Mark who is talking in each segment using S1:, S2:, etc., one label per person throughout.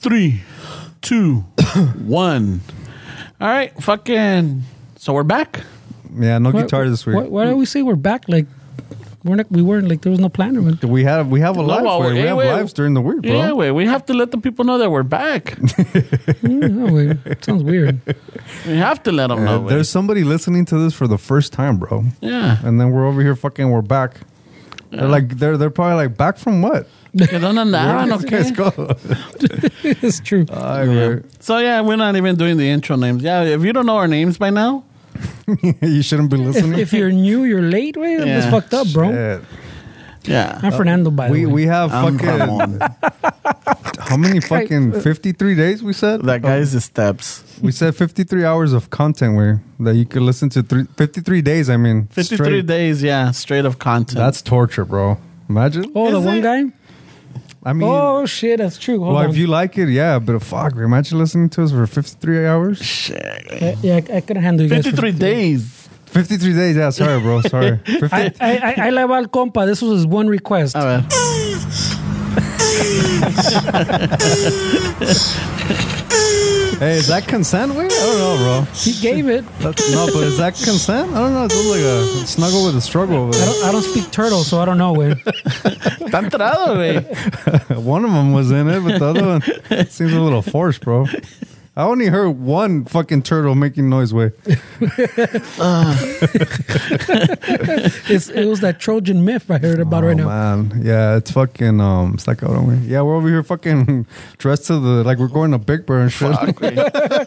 S1: Three, two, one. All right, fucking. So we're back.
S2: Yeah, no
S3: Why-
S2: guitar this week.
S3: Why, why do we say we're back? Like we're not. We weren't. Like there was no planner. Man.
S2: We have we have a live.
S1: well,
S2: we
S1: hey,
S2: have
S1: wait.
S2: lives during the week, bro.
S1: Yeah, wait. We have to let the people know that we're back.
S3: No, wait, it sounds weird.
S1: we have to let them
S2: Uh,
S1: know. wait.
S2: there's somebody listening to this for the first time, bro.
S1: yeah.
S2: And then we're over here fucking we're back. They're like they're they're probably like back from what?
S1: Que dónde andaban,
S2: Where
S1: o
S2: did
S1: qué?
S2: these guys go?
S3: it's true.
S2: Ay,
S1: Yeah. So yeah, we're not even doing the intro names. Yeah, if you don't know our names by now,
S2: bro. you shouldn't be
S3: if,
S2: listening.
S3: if you're new, you're late. Wait, that's
S1: Yeah.
S3: fucked up, bro.
S2: Shit.
S1: yeah,
S3: I'm Fernando, by
S2: Uh, We
S3: the way.
S2: we have
S1: I'm
S2: fucking
S1: Ramon.
S2: how many
S3: Uh,
S2: fucking fifty three days we said?
S1: That guy's the steps.
S2: We said fifty three hours of content where that you could listen to three, 53 days. I mean,
S1: 53
S2: straight.
S1: days, yeah, straight of content.
S2: That's torture, bro. Imagine.
S3: oh, the
S1: Is
S3: one
S1: it?
S3: guy.
S2: I mean,
S3: Oh shit, that's true. Hold
S2: well,
S3: on.
S2: if you like it, yeah. But fuck, imagine listening to us for fifty three hours.
S1: Shit.
S3: Uh, yeah, I, I couldn't handle you guys. for-
S1: 53 days.
S2: 53 days. Yeah, sorry, bro. Sorry. 50,
S3: I, I, I, I love al compa. This was his one request.
S1: All right.
S2: hey, is that consent? Wait, I don't know, bro.
S3: He gave it.
S2: That's, no, but is that consent? I don't know. It looks like a snuggle with a struggle over
S3: I
S2: there.
S3: don't, I don't speak turtle, so I don't know. Wait.
S1: Está entrado, güey.
S2: One of them was in it, but the other one seems a little forced, bro. I only heard one fucking turtle making noise. Way
S3: It's, it was that Trojan myth I heard about right now.
S2: Oh, man, yeah, it's fucking um, it's like I don't know. Yeah, we're over here fucking dressed to the like we're going to Big Bear and shit.
S1: Fuck, güey.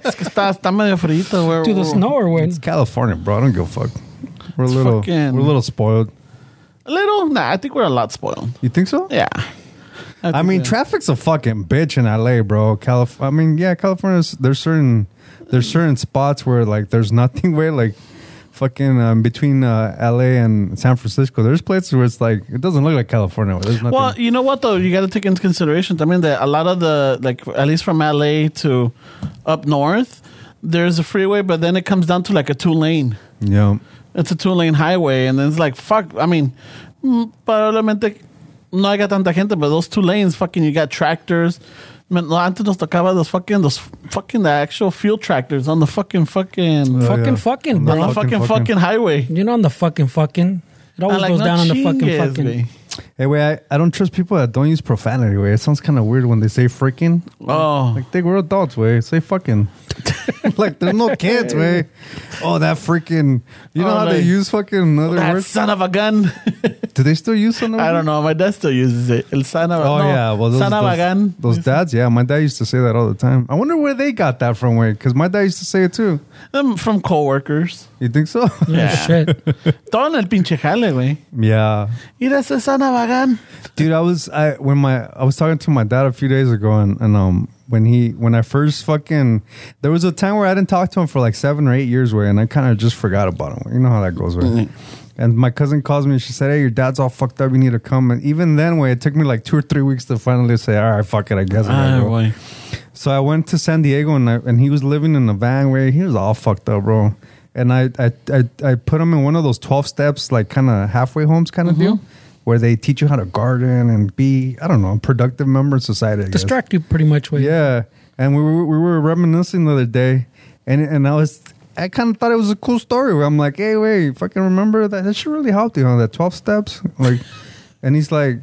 S1: Es que está, está medio frito, güey.
S3: To the snow or when?
S2: It's California, bro. I don't give a fuck. We're a little,
S1: fucking-
S2: we're a little spoiled.
S1: A little? Nah, I think we're a lot spoiled.
S2: You think so?
S1: Yeah.
S2: I mean, traffic's a fucking bitch in LA, bro. Calif- I mean, yeah, California's there's certain there's certain spots where like there's nothing where like fucking um, between uh, LA and San Francisco. There's places where it's like it doesn't look like California. There's nothing.
S1: Well, you know what though? You got to take into consideration. I mean, that a lot of the like, at least from LA to up north, there's a freeway, but then it comes down to like a two lane.
S2: yeah,
S1: It's a two lane highway, and then it's like fuck. I mean, mm, probablemente no haya tanta gente, but those two lanes, fucking, you got tractors. Man, no, antes nos tocaba those fucking those fucking the actual field tractors on the fucking fucking
S2: Oh,
S3: fucking
S2: yeah.
S3: fucking,
S2: No,
S3: bro.
S1: on the
S2: fucking,
S1: fucking
S2: fucking.
S1: fucking highway.
S3: You know, on the fucking fucking. It always
S1: I'm like,
S3: goes
S1: no
S3: down on the fucking
S1: chingues,
S3: fucking.
S1: güey.
S2: Hey, wait, I, I don't trust people that don't use profanity. Way it sounds kind of weird when they say freaking.
S1: Oh,
S2: Like they were adults, way say fucking. like there's no kids, way. Oh, that freaking. You know
S1: Oh,
S2: how they
S1: like-
S2: use fucking other
S1: that
S2: words?
S1: son of a gun.
S2: Do they still use some? of
S1: I
S2: them?
S1: don't know. My dad still uses it. El Sana.
S2: Oh
S1: no,
S2: yeah, well those,
S1: Sana
S2: those,
S1: Bagan.
S2: those dads. Yeah, my dad used to say that all the time. I wonder where they got that from, where because my dad used to say it too.
S1: Them Um, from coworkers.
S2: You think so?
S3: Yeah,
S1: Yeah.
S3: shit.
S1: Todo en el pinche jale, güey.
S2: yeah,
S1: Mira ese Sana Bagan.
S2: dude. I was I when my I was talking to my dad a few days ago, and, and um when he when I first fucking there was a time where I didn't talk to him for like seven or eight years, way, and I kind of just forgot about him. You know how that goes, way.
S1: Mm-hmm.
S2: And my cousin calls me and she said, "Hey, your dad's all fucked up. You need to come." And even then, way it took me like two or three weeks to finally say, "All right, fuck it, I guess." I'm gonna
S1: Ah,
S2: go."
S1: güey.
S2: So I went to San Diego and I, and he was living in a van where he was all fucked up, bro. And I I I, I put him in one of those twelve steps, like kind of halfway homes kind of deal, where they teach you how to garden and be I don't know a productive member of society. I guess.
S3: Distract you pretty much. Wait.
S2: Yeah, and we were we were reminiscing the other day, and and I was I kind of thought it was a cool story where I'm like, hey, wait, fucking remember that? That shit really helped you on that twelve steps, like, and he's like.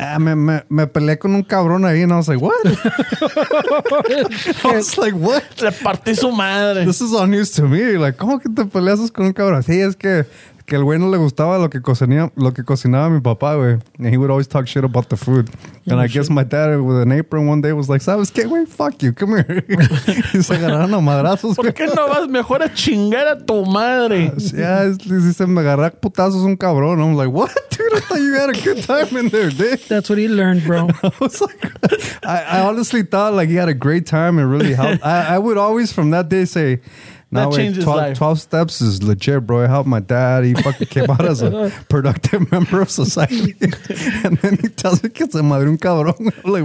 S2: Ah, me, me, me peleé con un cabrón ahí, and I was like, "What?" I was like, "What?"
S1: Le partí su madre.
S2: This is all news to me. Like, ¿cómo que te peleas con un cabrón? Sí, es que, que el güey no le gustaba lo que cocinaba, lo que cocinaba mi papá, güey. And he would always talk shit about the food. and I guess my dad with an apron one day was like, ¿sabes qué, güey? Fuck you, come here. y se agarraron a madrazos,
S1: ¿Por
S2: güey.
S1: qué no vas mejor a chingar a tu madre?
S2: Yeah, it's- les dicen, me agarrar putazos un cabrón. I'm like, what? Dude, I thought you had a good time in there, dude.
S3: That's what he learned, bro.
S2: I was like, I, I honestly thought like he had a great time and really helped. I, I would always from that day say,
S1: That
S2: "No, wait,
S1: changed his
S2: 12,
S1: life."
S2: 12 steps is legit, bro. It helped my dad. He fucking came out as a productive member of society, and then he tells me que se madre un cabrón. I'm like,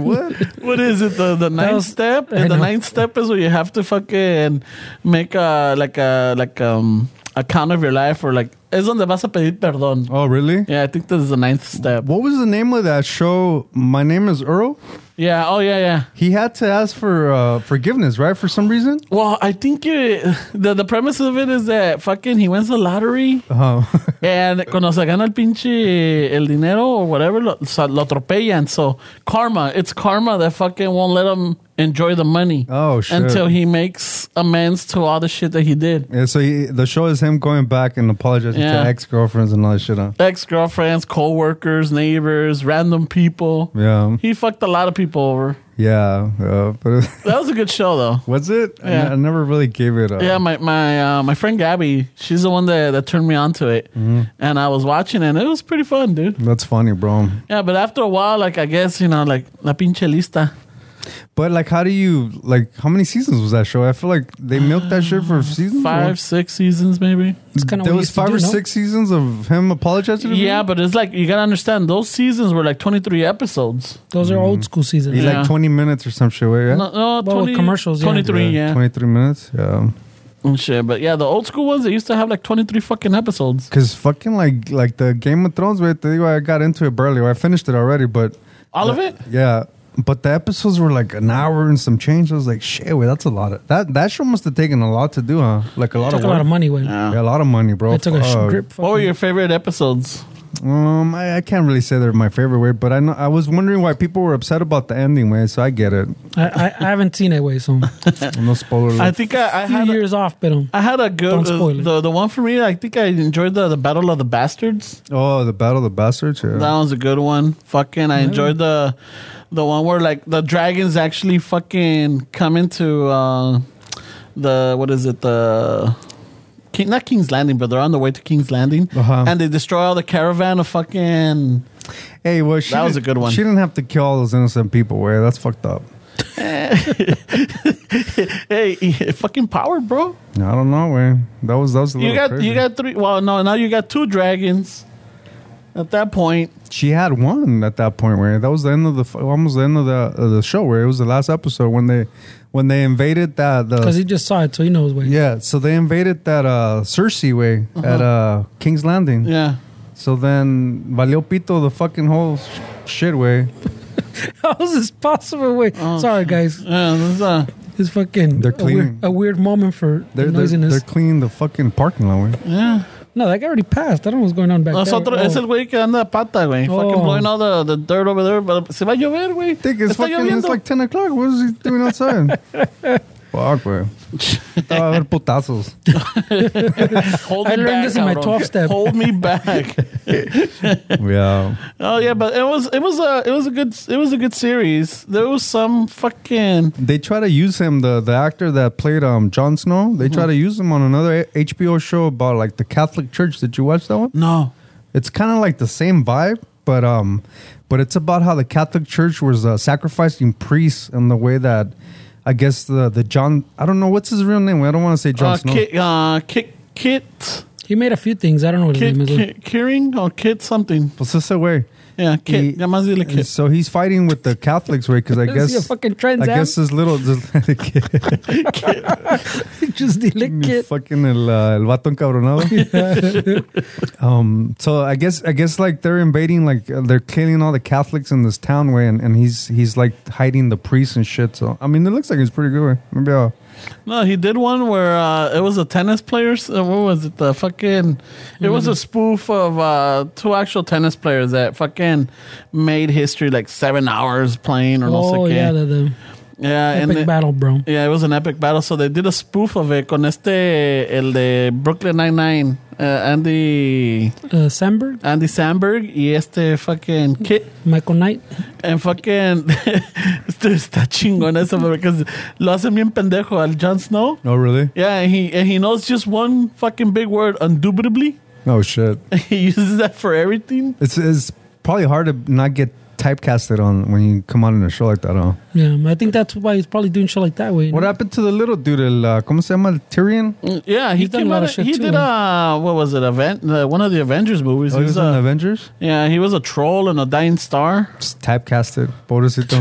S2: what?
S1: What is it? The, the ninth
S3: was-
S1: step?
S3: I
S1: And the
S3: know.
S1: ninth step is where you have to fucking make a, like a, like um, account of your life or like, es donde vas a pedir perdón.
S2: Oh, really?
S1: Yeah, I think this is the ninth step.
S2: What was the name of that show? My name is Earl.
S1: Yeah. Oh yeah. Yeah.
S2: He had to ask for uh, forgiveness, right? For some reason.
S1: Well, I think it, the the premise of it is that fucking he wins the lottery
S2: Oh,
S1: and cuando se gana el pinche el dinero or whatever lo, o sea, lo atropellan. So karma, it's karma that fucking won't let him enjoy the money.
S2: Oh, shit.
S1: Until he makes amends to all the shit that he did.
S2: yeah. So he, the show is him going back and apologizing
S1: Yeah.
S2: to ex girlfriends and all that shit. Huh?
S1: Ex girlfriends, co workers, neighbors, random people.
S2: Yeah,
S1: He fucked a lot of people over.
S2: yeah. Uh, but
S1: That was a good show though.
S2: was it? I-
S1: Yeah.
S2: I, never really gave it. A,
S1: Yeah, my my uh, my friend Gabby, she's the one that, that turned me on to it,
S2: Mm-hmm.
S1: and I was watching it. and It was pretty fun, dude.
S2: That's funny, bro.
S1: Yeah, but after a while, like I guess you know, like la pinche lista.
S2: But like, how do you like? How many seasons was that show? I feel like they milked that shit for seasons.
S1: Five, six seasons maybe.
S3: It's kind of
S2: There was five or
S3: do, no?
S2: six seasons of him apologizing. to
S1: Yeah,
S2: people?
S1: but it's like you gotta understand those seasons were like twenty three episodes.
S3: Those are old school seasons.
S2: Mm. He
S1: Yeah.
S2: like twenty minutes or some shit. Right? Yeah?
S1: No, no
S3: Well,
S1: 20,
S3: commercials, yeah.
S1: Twenty three, yeah,
S2: twenty three minutes. Yeah.
S1: and shit. But yeah, the old school ones they used to have like twenty three fucking episodes.
S2: Cause fucking like like the Game of Thrones, wait, they- I got into it barely. I finished it already, but
S1: All of it.
S2: yeah, but the episodes were like an hour and some change. I was like, shit, wait, that's a lot. Of, that that show must have taken a lot to do, huh? Like a lot
S3: Took
S2: of
S3: a
S2: work. Oh,
S3: lot of money. When
S1: Yeah.
S2: Yeah, a lot of money, bro.
S3: I took a
S2: Fuck.
S3: sh- grip.
S1: What were your favorite episodes?
S2: Um, I, I can't really say they're my favorite way, but I know I was wondering why people were upset about the ending way. So I get it.
S3: I, I, I haven't seen it way so
S2: No spoiler.
S1: I
S2: alert.
S1: think I, I
S3: a few
S1: had a,
S3: years off, but um,
S1: I had a
S3: Don't
S1: good uh,
S3: spoil it.
S1: the the one for me. I think I enjoyed the the Battle of the Bastards.
S2: oh, the Battle of the Bastards. Yeah.
S1: That one's a good one. Fucking, I enjoyed the the one where like the dragons actually fucking come into uh, the what is it the King, not King's Landing, but they're on the way to King's Landing,
S2: Uh-huh.
S1: and they destroy all the caravan of fucking.
S2: hey, well, she
S1: That was
S2: did-
S1: a good one.
S2: She didn't have to kill all those innocent people. Way that's fucked up.
S1: Hey, eh, fucking power, bro!
S2: I don't know, way. That was that was a
S1: You
S2: little
S1: got
S2: crazy.
S1: you got three. Well, no, now you got two dragons. At that point,
S2: She had one at that point where that was the end of the almost the end of the of the show where it was the last episode when they when they invaded that
S3: because
S2: the
S3: he just saw it, so he knows way.
S2: yeah so they invaded that uh Cersei way at uh King's Landing
S1: Uh-huh. yeah.
S2: so then Valio Pito the fucking whole sh- shit way
S3: How is this possible? Way.
S1: Oh,
S3: Sorry, guys.
S1: Yeah, this is, uh,
S3: It's fucking.
S2: They're
S3: A
S2: cleaning.
S3: weird, a weird moment for
S2: they're they're,
S3: noisiness.
S2: they're cleaning the fucking parking lot way
S1: yeah.
S3: no, that guy already passed. I don't know what's going on back
S1: No, es
S3: there.
S1: otro, es el güey que anda a pata, güey. Fucking
S3: Oh.
S1: blowing all the, the dirt over there. But se va a llover, güey.
S2: think it's
S1: Está
S2: fucking it's
S1: lloviendo.
S2: like ten o'clock what is he doing outside fuck way estaba a ver putazos
S1: Hold
S3: I learned this in my
S1: cabrón.
S3: 12 step.
S1: Hold me back.
S2: yeah
S1: oh yeah, but it was it was a it was a good it was a good series. There was some fucking
S2: They try to use him, the the actor that played um Jon Snow.
S3: Mm-hmm.
S2: They try to use him on another A- HBO show about like the Catholic Church. Did you watch that one?
S1: no.
S2: It's kind of like the same vibe, but um, but it's about how the Catholic Church was uh, sacrificing priests and the way that I guess the the John I don't know what's his real name. I don't want to say Jon
S1: Uh,
S2: Snow.
S1: Kit, uh, Kit Kit
S3: Oh, He made a few things. I don't know what his
S1: Kit
S3: name is.
S1: Kit Keering or Kit something.
S2: Pues ese güey.
S1: Yeah, Kit.
S2: He-
S1: Ya más dile Kit.
S2: So he's fighting with the Catholics, way Because I
S3: Is he a
S2: guess
S3: fucking trans
S2: I
S3: am?
S2: guess this little this,
S3: Just delick it.
S2: Fucking el, uh, el vato encabronado. um, so I guess I guess like they're invading, like uh, they're killing all the Catholics in this town way, and, and he's he's like hiding the priests and shit. So I mean, it looks like it's pretty good. Way. Maybe uh, I'll,
S1: No, he did one where uh, it was a tennis players. Uh, what was it? The fucking. It was a spoof of uh, two actual tennis players that fucking made history like seven hours playing or no
S3: Oh
S1: sé qué.
S3: yeah, the, the
S1: yeah, and
S3: epic
S1: they-
S3: battle, bro.
S1: yeah, it was an epic battle. So they did a spoof of it con este el de Brooklyn Nine Nine, uh, Andy
S3: Uh, Sandberg,
S1: Andy Sandberg y este fucking Kit.
S3: Michael Knight.
S1: And fucking esto está chingón eso because lo hacen bien pendejo al Jon Snow.
S2: oh really?
S1: Yeah, and he and he knows just one fucking big word, undoubtedly.
S2: Oh shit!
S1: He uses that for everything.
S2: It's it's probably hard to not get typecasted on when you come on in a show like that. Huh?
S3: Yeah, I think that's why he's probably doing shit like that. Way. you
S2: What
S3: know?
S2: happened to the little dude? El, uh, ¿Cómo se llama? El Tyrion?
S1: Yeah, he
S3: He's done
S1: came
S3: Mm. a lot
S1: out.
S3: of
S1: of-
S3: shit
S1: he
S3: too,
S1: did uh, what was it? Event uh, one of the Avengers movies.
S2: Oh, he was
S1: a,
S2: on Avengers.
S1: yeah, he was a troll and a dying star.
S2: Just typecasted, pobrecito.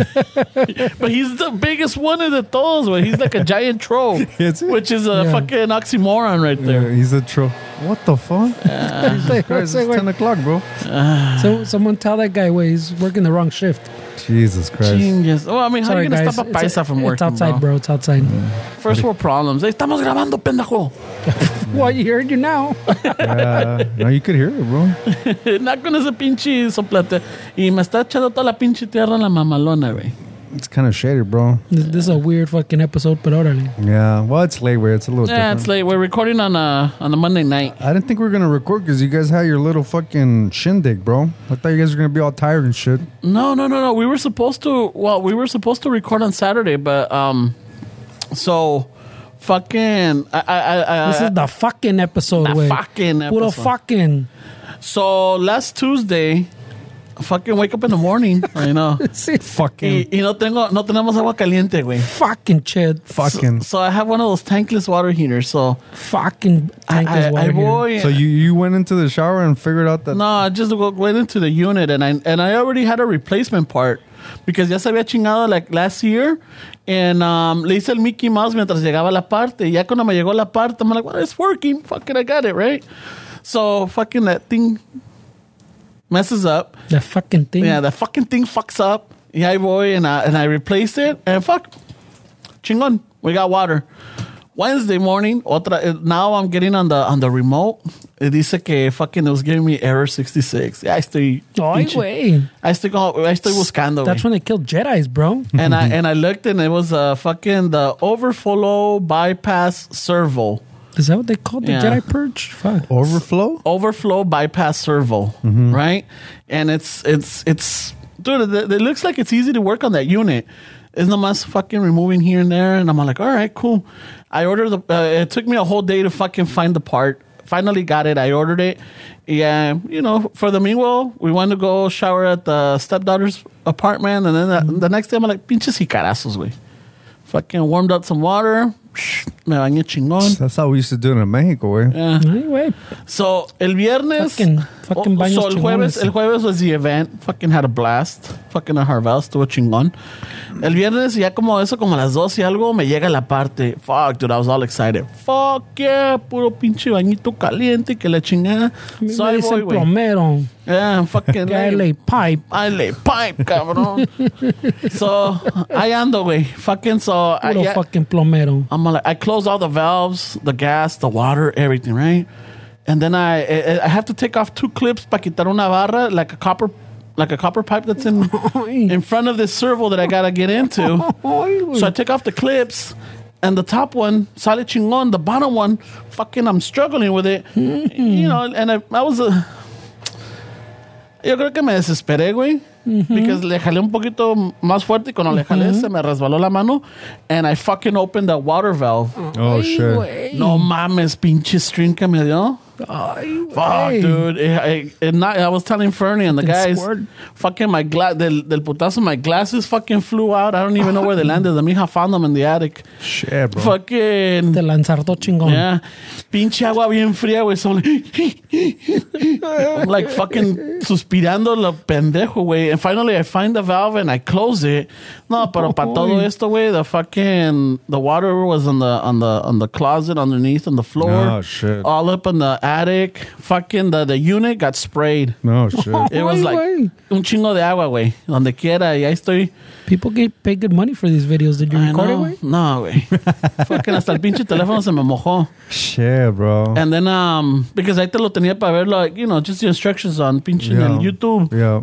S1: But he's the biggest one of the trolls. Where he's like a giant troll,
S2: It's-
S1: which is a
S3: Yeah.
S1: fucking oxymoron right
S2: Yeah,
S1: there.
S2: he's a troll. What the fuck? Jesus Christ, it's ten o'clock, bro.
S3: So someone tell that guy, way he's working the wrong shift.
S2: Jesus Christ.
S1: Chingues. Well, I mean, how are
S3: Sorry,
S1: you going to
S3: guys.
S1: stop a
S3: It's-
S1: paisa from working,
S3: It's outside, bro. It's outside.
S1: First world problems. Hey, estamos grabando, pendejo.
S3: Well, you heard you now.
S2: Yeah. No, you could hear it, bro.
S1: Not con ese pinche soplate. Y me está echando toda la pinche tierra en la mamalona, güey.
S2: It's kind of shaded, bro.
S3: This, this is a weird fucking episode, but orderly.
S2: Yeah. Well, it's late where it's a little
S1: Yeah,
S2: different.
S1: it's late. We're recording on a, on a Monday night.
S2: I didn't think we were gonna record because you guys had your little fucking shindig, bro. I thought you guys were gonna be all tired and shit.
S1: No, no, no, no. We were supposed to. Well, we were supposed to record on Saturday, but um, so fucking. I, I, I, I
S3: This is the fucking episode,
S1: Uh, The
S3: way.
S1: fucking
S3: Puro
S1: episode.
S3: fucking.
S1: So last Tuesday, fucking wake up in the morning. I know.
S2: Fucking,
S1: Y, y no tengo, no tenemos agua caliente, güey.
S3: fucking shit.
S2: fucking. So,
S1: So I have one of those tankless water heaters. So
S3: Fucking
S1: I,
S3: tank
S1: I,
S3: is
S1: I
S3: water here.
S1: voy.
S2: you you went into the shower and figured out that
S1: No, I just go- went into the unit and I and I already had a replacement part because ya se había chingado like last year and um, le hice el Mickey Mouse mientras llegaba la parte. Y ya cuando me llegó la parte, I'm like, well, it's working. Fucking, I got it right. So fucking that thing messes up.
S3: The fucking thing.
S1: Yeah, the fucking thing fucks up. Yeah, I boy, and I and I replaced it, and fuck, chingon, we got water. Wednesday morning, otra. eh, Now I'm getting on the on the remote. It dice que fucking it was giving me error 66. Yeah, I estoy.
S3: Ay,
S1: pinche-
S3: güey.
S1: I estoy como, I estoy buscando.
S3: That's Mm-hmm.
S1: güey.
S3: when they killed Jedi's, bro.
S1: and I and I looked, and it was uh, fucking the overflow bypass servo.
S3: Is that what they called the
S1: Yeah.
S3: Jedi purge? Fuck.
S2: overflow.
S1: overflow bypass servo, right? And it's it's it's dude, it, it looks like it's easy to work on that unit. It's no más fucking removing here and there, and I'm like, all right, cool. I ordered the. Uh, it took me a whole day to fucking find the part. Finally got it. I ordered it. Yeah, you know, for the meanwhile, we went to go shower at the stepdaughter's apartment, and then the, the next day I'm like, pinches jicarazos, güey. Fucking warmed up some water. Me bañé chingón.
S2: That's how we used to do it in Mexico, eh?
S1: Yeah.
S3: Ay, güey.
S1: So el viernes,
S3: Fucking- fucking baños
S1: so el jueves,
S3: chingones.
S1: el jueves was the event. Fucking had a blast. Fucking a Harvell estuvo chingón. El viernes ya como eso como a las 12 y algo me llega la parte. Fuck, dude, I was all excited. Fuck yeah, puro pinche bañito caliente que la chingada.
S3: A mí
S1: So
S3: me
S1: ahí
S3: dicen
S1: voy, güey.
S3: plomero.
S1: Yeah, fucking
S3: Dale pipe.
S1: I lay pipe, cabrón. so I ando, güey. Fucking so I,
S3: Puro
S1: yeah,
S3: fucking plomero.
S1: I'm like, I close all the valves, the gas, the water, everything, right? And then I I- I have to take off two clips para quitar una barra, like a copper like a copper pipe that's in in front of this servo that I gotta get into.
S3: Ay, güey.
S1: So I take off the clips and the top one, sale chingon, the bottom one, fucking I'm struggling with it. You know, and I, I was uh, Yo creo que me desesperé, güey. Because le jalé un poquito más fuerte y cuando le jalé se me resbaló la mano. And I fucking opened the water valve.
S2: Oh shit!
S1: No mames, pinche string que me dio.
S3: Ay, güey.
S1: Fuck, dude. It, it, it not, I was telling Fernie and the
S3: Fucking
S1: guys,
S3: squirt.
S1: fucking my glass, del, del putazo, my glasses fucking flew out. I don't even know where they landed. The mija found them in the attic.
S2: Shit, bro.
S1: Fucking.
S3: Te lanzardo chingón.
S1: Yeah. Pinche agua bien fría, güey. So I'm like, I'm like fucking suspirando lo pendejo, güey. And finally I find the valve and I close it. No, pero para todo esto, güey, the fucking the water was on the on the on the closet underneath on the floor.
S3: Ah,
S2: Oh, shit.
S1: All up in the attic. Fucking the, the unit got sprayed.
S2: No shit.
S1: It was
S3: Ay,
S1: like
S3: güey.
S1: un chingo de agua, güey. Donde quiera, y ahí estoy.
S3: People get paid good money for these videos. Did you
S1: Ay,
S3: record
S1: no,
S3: it, güey?
S1: no, güey. Fucking hasta el pinche teléfono se me mojó.
S2: shit, bro.
S1: And then um because I te lo tenía para ver like you know just the instructions on pinche en el YouTube.
S2: Yeah.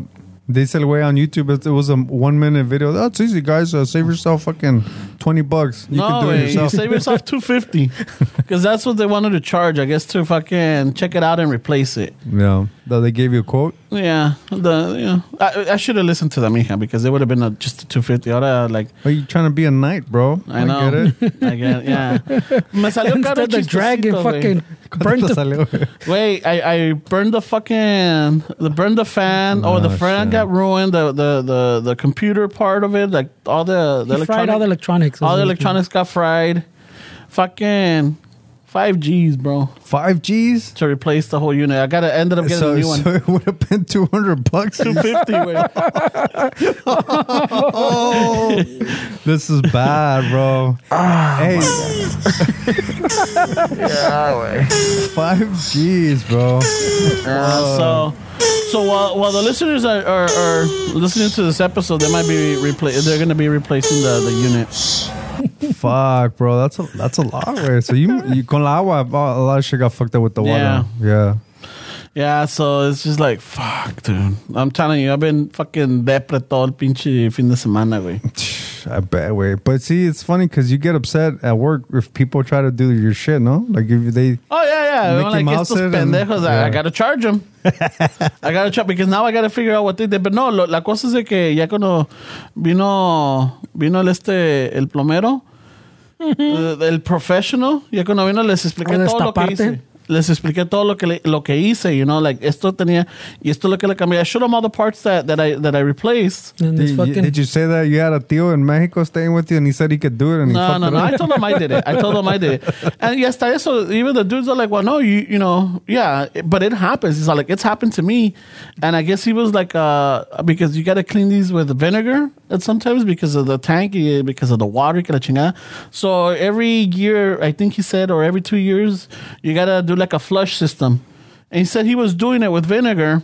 S2: They said way on YouTube. It, it was a one minute video. That's easy, guys. Uh, save yourself fucking twenty bucks. You
S1: no,
S2: can do
S1: way.
S2: it yourself.
S1: you save yourself two fifty because that's what they wanted to charge. I guess to fucking check it out and replace it.
S2: yeah. That they gave you a quote.
S1: Yeah, the yeah. I, I should have listened to them, hija, because it would have been a, just a two fifty. Ahora like.
S2: Are you trying to be a knight, bro?
S1: I know.
S2: get it.
S1: I get it. Yeah. Me salió caro el
S3: Instead, the dragon
S1: chistecito, güey.
S3: fucking burned the
S1: Wait, I, I burned the fucking the burned the fan. Oh, the
S2: Oh,
S1: fan
S2: shit.
S1: got ruined. The, the the the computer part of it, like all the the Oh,
S3: He fried all the electronics.
S1: All the electronics got fried. Fucking Five Gs, bro,
S2: Five G's.
S1: to replace the whole unit. I gotta ended up getting
S2: So,
S1: a new
S2: so
S1: one.
S2: it would have been two hundred bucks.
S1: Two fifty. Wait,
S2: oh, this is bad, bro. hey, five G's, bro.
S1: so, so while while the listeners are, are, are listening to this episode, they might be repla- They're gonna be replacing the, the unit.
S2: Fuck, bro. That's a that's a lot, way. So you you con la agua, oh, a lot of shit got fucked up with the water. Yeah.
S1: Yeah, so it's just like fuck, dude. I'm telling you, I've been fucking depre todo el pinche fin de semana, güey.
S2: I bet way. But see, it's funny because you get upset at work if people try to do your shit, no? Like if they
S1: Oh yeah, yeah. I'm like,
S2: Mickey Mouse
S1: estos
S2: it and-
S1: pendejos, I, I
S2: yeah.
S1: gotta charge them. I gotta charge because now I gotta figure out what they did. But no, lo- la cosa es de que ya cuando vino vino el este el plomero, eh, el professional, ya cuando vino les expliqué
S3: A
S1: todo lo que
S3: destaparte.
S1: hice. Les expliqué todo lo que le- lo que hice, you know, like esto tenía y esto es lo que le cambié. I showed them all the parts that that I that I replaced.
S3: And
S2: did,
S3: this
S2: you-
S3: fucking
S2: did you say that you had a tío in Mexico staying with you and he said he could do it and he
S1: No,
S2: fucked
S1: no,
S2: it
S1: no.
S2: up?
S1: I told them I did it. I told them I did it. And yes, that is so. Even the dudes are like, well, no, you, you know, yeah, it- but it happens. It's like it's happened to me, and I guess he was like, uh, because you got to clean these with vinegar, and sometimes because of the tank, eh, because of the water, que la chingada. So every year, I think he said, or every two years, you gotta do like a flush system. And he said he was doing it with vinegar.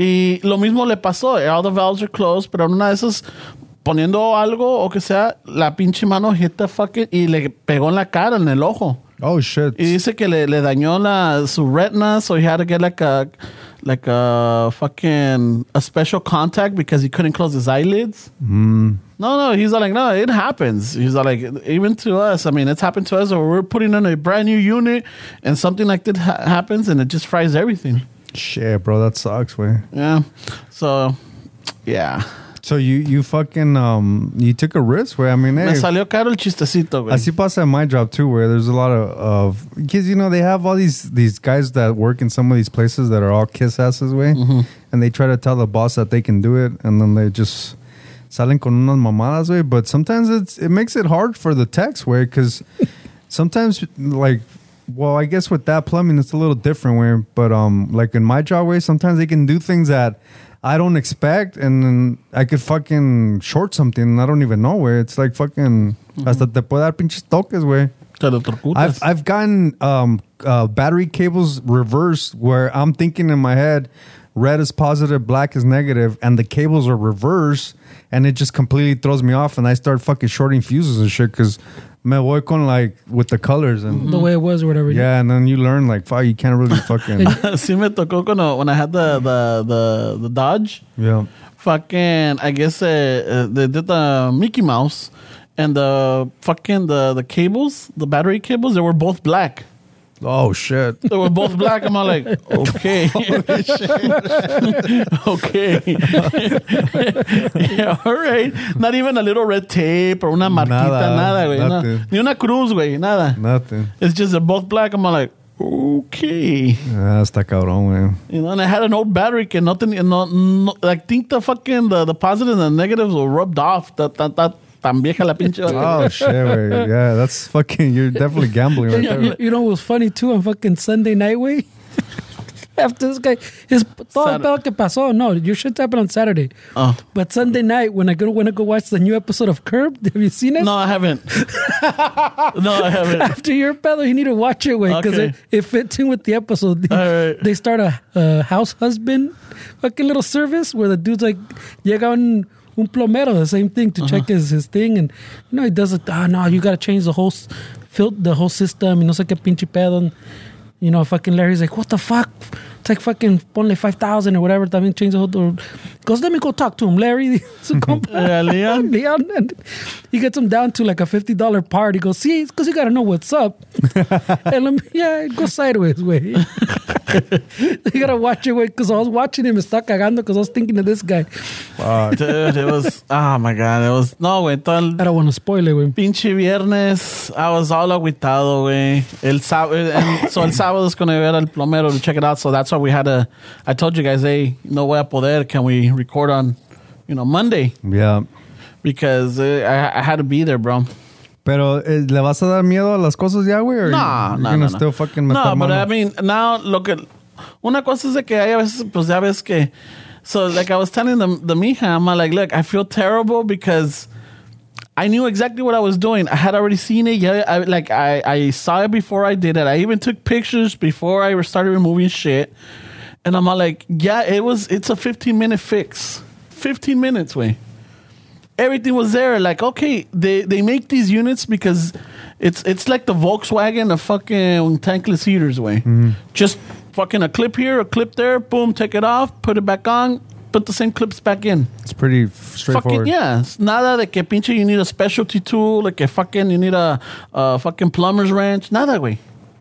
S1: Y lo mismo le pasó. eh, All the valves are closed, pero en una de esas, poniendo algo o que sea, la pinche mano hit the fucking y le pegó en la cara, en el ojo.
S2: Oh shit.
S1: Y dice que le, le dañó la, su retina, so he had to get like a, like a fucking a special contact because he couldn't close his eyelids. No, no, he's all like, no, it happens. He's all like, even to us. I mean, it's happened to us, or we're putting in a brand new unit, and something like that ha- happens, and it just fries everything.
S2: Shit, bro, that sucks, way.
S1: Yeah. So, yeah.
S2: So you you fucking um you took a risk, way. I mean,
S1: Me
S2: hey,
S1: salió caro el chistecito, güey.
S2: Así pasa at my job too, where there's a lot of of because you know they have all these these guys that work in some of these places that are all kiss asses way, and they try to tell the boss that they can do it, and then they just salen con unas mamadas way. But sometimes it's it makes it hard for the techs way because sometimes like. Well, I guess with that plumbing, it's a little different. Where, but um, like in my job way, sometimes they can do things that I don't expect, and then I could fucking short something. and I don't even know where. It's like fucking hasta te puede dar pinches toques, güey.
S1: Te lo torcutas.
S2: I've I've gotten um uh, battery cables reversed where I'm thinking in my head, red is positive, black is negative, and the cables are reversed, and it just completely throws me off, and I start fucking shorting fuses and shit because me voy con like with the colors and.
S3: the way it was or whatever.
S2: Yeah, and then you learn like, fuck, you can't really fucking.
S1: Ah, sí me tocó cuando when I had the, the, the, the Dodge.
S2: yeah.
S1: Fucking, I guess uh, uh, they did the Mickey Mouse and the fucking the, the cables, the battery cables, they were both black.
S2: Oh shit.
S1: They were both black. I'm all like, okay.
S2: Oh,
S1: okay. yeah, all right. Not even a little red tape or una marquita,
S2: Nada,
S1: nada, güey. no.
S2: nothing.
S1: Ni una cruz, güey, nada.
S2: Nothing.
S1: It's just they're both black. I'm like, okay.
S2: Ah, está cabrón, güey.
S1: You know, and I had an old battery and nothing, and no, no, like, think the fucking, the, the positives and the negatives were rubbed off. Ta, ta, ta, tan vieja la pinche.
S2: Oh shit, wait. Yeah, that's fucking. You're definitely gambling right
S3: You,
S2: there.
S3: you know what was funny too on fucking Sunday night way? After this guy, his todo el
S1: Sat-
S3: pedo que pasó. No, your shit happened on Saturday.
S1: Oh.
S3: But Sunday night, when I go when I go watch the new episode of Curb, have you seen it?
S1: No, I haven't. no, I haven't.
S3: After your pedo, you need to watch it way because
S1: Okay.
S3: it, it fits in with the episode. They,
S1: All right.
S3: they start a, a house husband fucking little service where the dude's like llega un un plomero, the same thing to
S1: Uh-huh.
S3: check his his thing, and you know he does it. Ah, no, you gotta change the whole s- fil- the whole system. You know, it's like a pinche pedo. And, you know, fucking Larry's like, what the fuck? It's like fucking ponle five thousand or whatever. I mean, change the whole. door. Goes, let me go talk to him, Larry. Su compa.
S1: Yeah, Leon.
S3: Leon, and he gets him down to like a fifty dollar part. He goes, see, it's because you gotta know what's up. and let me, yeah, go sideways way. you gotta watch it way because I was watching him está cagando because I was thinking of this guy.
S1: Dude, it was, oh my God, it was, no, güey, todo el-
S3: I don't want to spoil it. Way.
S1: Pinche viernes, I was all agüitado, güey. El sábado, and so el sábado is gonna ver al plomero to check it out. So that's why we had a. I told you guys, hey, no voy a poder. Can we record on, you know, Monday? eh,
S2: Yeah.
S1: Because uh, I, I had to be there, bro.
S2: Pero eh, ¿le vas a dar miedo a las cosas ya, güey? or
S1: No,
S2: you're
S1: no,
S2: gonna
S1: no.
S2: still fucking
S1: no,
S2: meter
S1: but
S2: mano?
S1: I mean, now lo que una cosa es de que hay a veces pues ya ves que so like I was telling the the mija, I'm like, look, I feel terrible because I knew exactly what I was doing. I had already seen it. Yeah, I, like I, I saw it before I did it. I even took pictures before I started removing shit. And I'm all like, yeah, it was. It's a 15 minute fix. 15 minutes, way. Everything was there. Like, okay, they they make these units because it's it's like the Volkswagen of fucking tankless heaters way. Just fucking a clip here, a clip there. Boom, take it off, put it back on, put the same clips back in.
S2: It's pretty f-
S1: Fucking
S2: straightforward.
S1: yes. Nada de que pinche you need a specialty tool, like que fucking you need a, a fucking plumber's wrench. Nada, güey.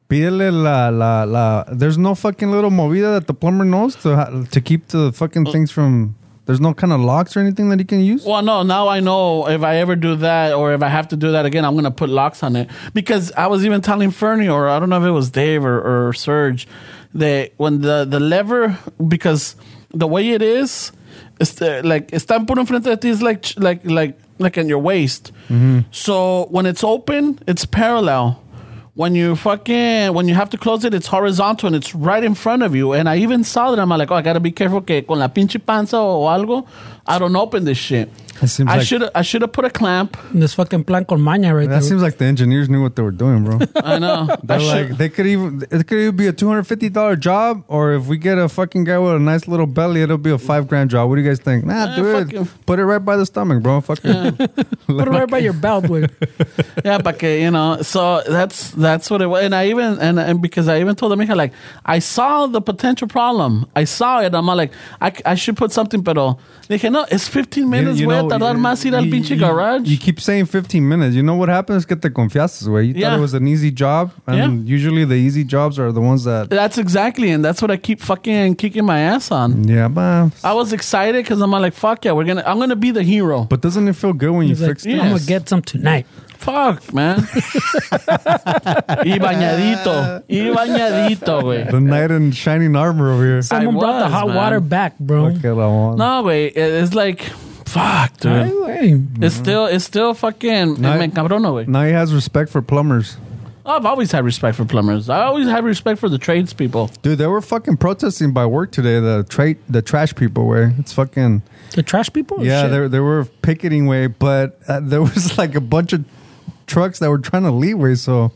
S2: Pídele la, la, la. There's no fucking little movida that the plumber knows to ha- to keep the fucking things from. There's no kind of locks or anything that he can use.
S1: Uh. Well, no, now I know if I ever do that or if I have to do that again, I'm going to put locks on it. Because I was even telling Fernie, or I don't know if it was Dave or, or Serge, that when the, the lever, because the way it is, it's the, like, están por enfrente de ti is like, like, like, like in your waist. So when it's open, it's parallel. When you fucking when you have to close it, it's horizontal and it's right in front of you. And I even saw that I'm like, oh, I gotta be careful que con la pinche panza o algo, I don't open this shit.
S2: It seems
S1: I
S2: like-
S1: should I should have put a clamp.
S3: This fucking plan con maña right
S2: That
S3: there.
S2: seems like the engineers knew what they were doing, bro.
S1: I know. I
S2: They're like,
S1: should-
S2: they could even it could even be a two hundred fifty dollar job, or if we get a fucking guy with a nice little belly, it'll be a five grand job. What do you guys think? Nah,
S1: Eh,
S2: do
S1: fuck you.
S2: it. Put it right by the stomach, bro. Fuck it.
S3: Put it right by your belt, güey.
S1: yeah, but que, you know, so that's that's what it was. And I even and, and because I even told Amiga like I saw the potential problem. I saw it. I'm like I, I should put something, pero dije no, it's 15 minutes. Voy a tardar más ir al
S2: you-
S1: pinche
S2: you-
S1: garage.
S2: You keep saying 15 minutes. You know what happens? Que te confiaste, güey. You
S1: Yeah.
S2: thought it was an easy job. And usually the easy jobs are the ones that.
S1: That's exactly, and that's what I keep fucking kicking my ass on.
S2: Yeah, but.
S1: I was excited because I'm like, fuck yeah, we're gonna, I'm gonna be the hero.
S2: But doesn't it feel good when you
S3: He's like,
S2: fix
S1: yeah.
S2: it?
S3: I'm gonna
S1: Yes.
S3: get some tonight.
S1: fuck, man. y bañadito, y bañadito, güey.
S2: The knight in shining armor over here.
S3: Someone brought the
S1: was,
S3: hot
S1: man.
S3: water back, bro.
S2: Fuck it, I want-
S1: No, güey, it- it's like, fuck, dude.
S3: Ay, güey.
S1: It's still, it's still fucking,
S2: No,
S1: me encabrono, güey.
S2: Now he has respect for plumbers.
S1: I've always had respect for plumbers. I always had respect for the tradespeople.
S2: Dude, they were fucking protesting by work today. The tra- the trash people were. It's fucking
S3: The trash people?
S2: yeah.
S3: Shit.
S2: They they were picketing way, but uh, there was like a bunch of trucks that were trying to leave way. So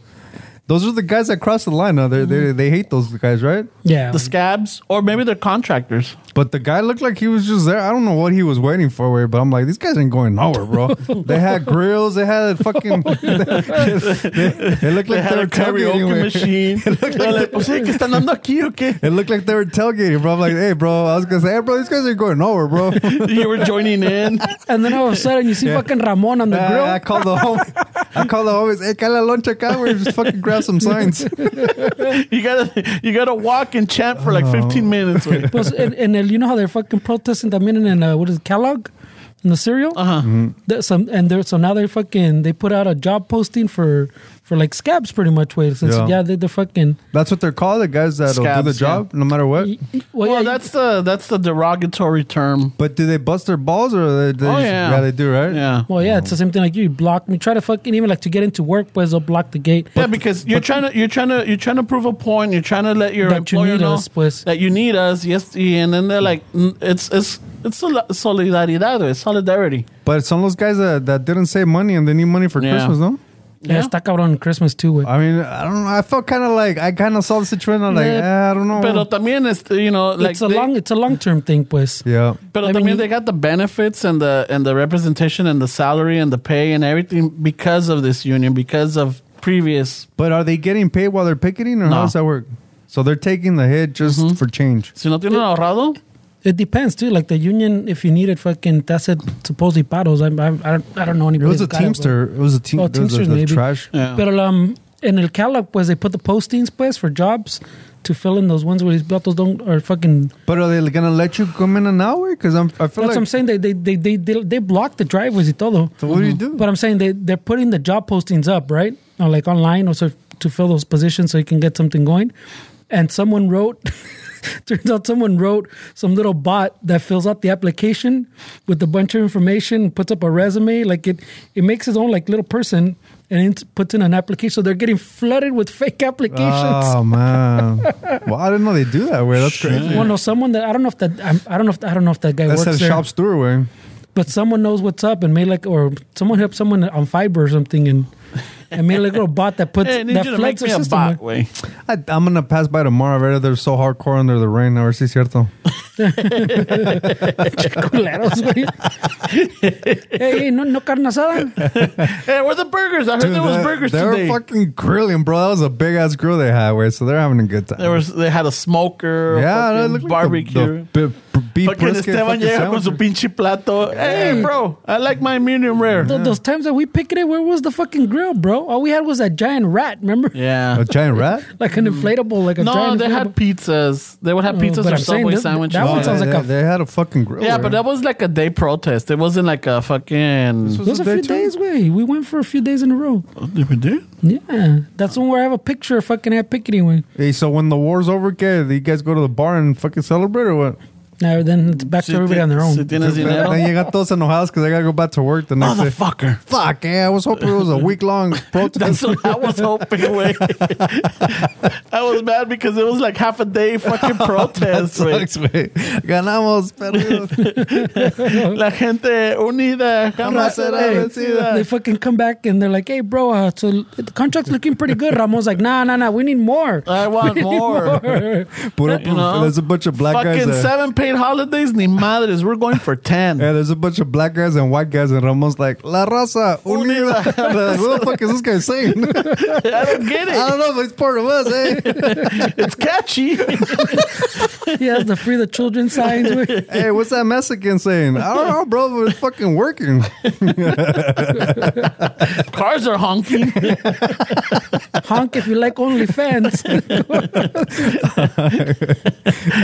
S2: those are the guys that cross the line. Now they
S1: Mm-hmm.
S2: they they hate those guys, right?
S3: Yeah.
S1: The scabs, or maybe they're contractors.
S2: But the guy looked like he was just there. I don't know what he was waiting for, way, but I'm like, these guys ain't going nowhere, bro. they had grills. They had fucking. they, they looked
S1: They
S2: like they
S1: had
S2: were
S1: a karaoke
S2: tailgating. way.
S1: machine. They're like, pues, hey, ¿qué están dando aquí o qué?
S2: It looked like they were tailgating, bro. I'm like, hey, bro. I was gonna say, hey, bro, these guys ain't going nowhere, bro.
S1: You were joining in.
S3: and then all of a sudden you see
S2: Yeah.
S3: fucking Ramon on the
S2: I-
S3: grill.
S2: I called the home. I called the homies. Hey, can I lunch acá? We just fucking grab some signs.
S1: You gotta you gotta walk and chant for like 15 minutes. güey.
S3: Pues, and, and el- you know how they're fucking protesting también in, in uh, what is it, Kellogg? In the cereal?
S1: Uh-huh.
S2: Mm-hmm.
S3: That some and there so now they're fucking they put out a job posting for for like scabs pretty much way since yeah,
S2: Yeah.
S3: they, they're fucking
S2: That's what they're called. The guys that'll do the
S1: Scabs, yeah.
S2: job no matter what.
S3: well,
S1: Well,
S3: yeah,
S1: that's the that's the derogatory term.
S2: But do they bust their balls or they? they
S1: Oh
S2: just-
S1: yeah,
S2: they do right.
S1: Yeah,
S3: well yeah it's the same thing like you block me try to fucking even like to get into work pues they'll block the gate
S1: yeah, because you're trying to you're trying to you're trying to prove a point. You're trying to let your
S3: That you
S1: employer
S3: need
S1: know
S3: us, pues.
S1: that you need us. Yes, and then they're like, mm, it's it's it's sol- solidaridad, güey, solidarity.
S2: But some of those guys that, that didn't save money and they need money for
S1: Yeah.
S2: Christmas, no?
S3: yeah,
S1: Yeah. Uh,
S3: está cabrón Christmas too way.
S2: I mean, I don't know. I felt kind of like I kind of saw the situation. I'm like,
S3: Yeah.
S2: eh, I don't know.
S1: Pero también es you know like
S3: Oh. it's a
S1: they-
S3: long it's a long term thing pues
S2: yeah,
S1: Pero
S3: I mean,
S1: también
S3: you-
S1: they got the benefits and the and the representation and the salary and the pay and everything because of this union, because of previous.
S2: but are they getting paid while they're picketing, or
S1: No.
S2: how does that work? So they're taking the hit just
S1: Mm-hmm.
S2: for change.
S1: Si no tienen ahorrado,
S3: It depends too. Like the union, if you need it, fucking that's it. Supposedly paros. I, I, I don't- I don't know
S2: It
S3: anybody.
S2: was a
S3: that's got it,
S2: teamster. It was a team.
S3: Oh,
S2: there was a-
S3: Teamsters,
S2: the
S3: maybe.
S2: trash.
S1: yeah.
S3: but- But um, in El Cala, pues they put the postings pues for jobs to fill in those ones where these vatos don't are fucking.
S2: But are they gonna let you come in an hour? Because I'm. I
S3: That's
S2: feel
S3: what I'm
S2: like.
S3: saying. They they they they they, they block the driveways y todo.
S2: So what do you do?
S3: But I'm saying they they're putting the job postings up right, or like online, or so to fill those positions so you can get something going. and someone wrote. turns out someone wrote some little bot that fills out the application with a bunch of information, puts up a resume, like it it makes its own like little person and it puts in an application. So they're getting flooded with fake applications.
S2: Oh man! well, I didn't know they do that way. That's crazy.
S3: Well, no, someone that I don't know if that I'm, I don't know if I don't know if that guy
S2: That's
S3: works
S2: that
S3: there,
S2: shop steward way.
S3: but someone knows what's up and made like or someone helped someone on Fiverr or something and and made like a little bot that puts
S1: Hey, I eh, need
S3: that
S1: you to make
S3: floods
S1: me
S3: their
S1: a
S3: system.
S1: bot, way.
S2: I, I'm gonna pass by tomorrow. Right? They're so hardcore under the rain. A ver si es cierto.
S3: Culeros, güey. hey, hey, no, no carne asada.
S1: Hey, Eh, where the burgers? I heard there was
S2: they-
S1: burgers
S2: they
S1: today.
S2: were fucking grilling, bro. That was a big ass grill they had. Wait, so they're having a good time.
S1: there was. They had a smoker.
S2: yeah,
S1: Yeah,
S2: that looked
S1: barbecue.
S2: Like the, the b- beef
S1: Fucking
S2: brisket.
S1: Esteban
S2: fucking
S1: llega con su
S2: sandwich.
S1: pinche plato. Hey, bro, I like my medium rare.
S3: Th- Those times that we picketed, where was the fucking grill, bro? All we had was that giant rat. Remember?
S1: Yeah.
S2: a giant rat.
S3: Like an inflatable, like a
S1: No,
S3: giant.
S1: they had
S3: inflatable.
S1: pizzas. They would have pizzas
S3: Mm, but
S1: or
S3: I'm saying
S1: Subway
S3: that-
S1: sandwiches.
S3: that one
S1: Yeah.
S3: sounds
S2: they,
S3: like a-
S2: they had a fucking grill.
S1: yeah, but that was like a day protest. It wasn't like a fucking.
S3: Those
S2: a
S3: a
S2: day
S3: few
S2: too?
S3: days, way. We went for a few days in a row. Yeah, that's when where I have a picture of fucking at picketing when.
S2: Hey, so when the war's over, ¿qué? you guys go to the bar and fucking celebrate or what?
S3: Now then, it's back to everybody on their
S1: Si
S3: own.
S1: tienes dinero.
S2: Then you got those enojados because I gotta go back to work Oh, the next day.
S1: Motherfucker.
S2: Fuck, yeah, I was hoping it was a week long
S1: That's
S2: protest.
S1: what I was hoping. Wait. I was mad because it was like half a day fucking protest. güey.
S2: Sucks, güey. Ganamos, perdidos.
S1: La gente unida jamás será
S2: Hey.
S1: vencida.
S3: They fucking come back and they're like, "Hey, bro, uh, so the contract's looking pretty good." Ramon's like, "Nah, nah, nah, we need more."
S1: I want more.
S2: Put up,
S1: You know?
S2: there's a bunch of black guys.
S1: Fucking
S2: that-
S1: seven paid holidays, ni madres. We're going for
S2: Yeah,
S1: ten.
S2: there's a bunch of black guys and white guys, and Ramon's like, La raza, unida. what the fuck is this guy saying?
S1: I don't get
S2: I
S1: it.
S2: don't know, but he's part of us, eh?
S1: It's catchy.
S3: he has the free the children signs. Wait,
S2: hey, what's that Mexican saying? I don't know, bro, but it's fucking working.
S1: Cars are honking.
S3: Honk if you like OnlyFans.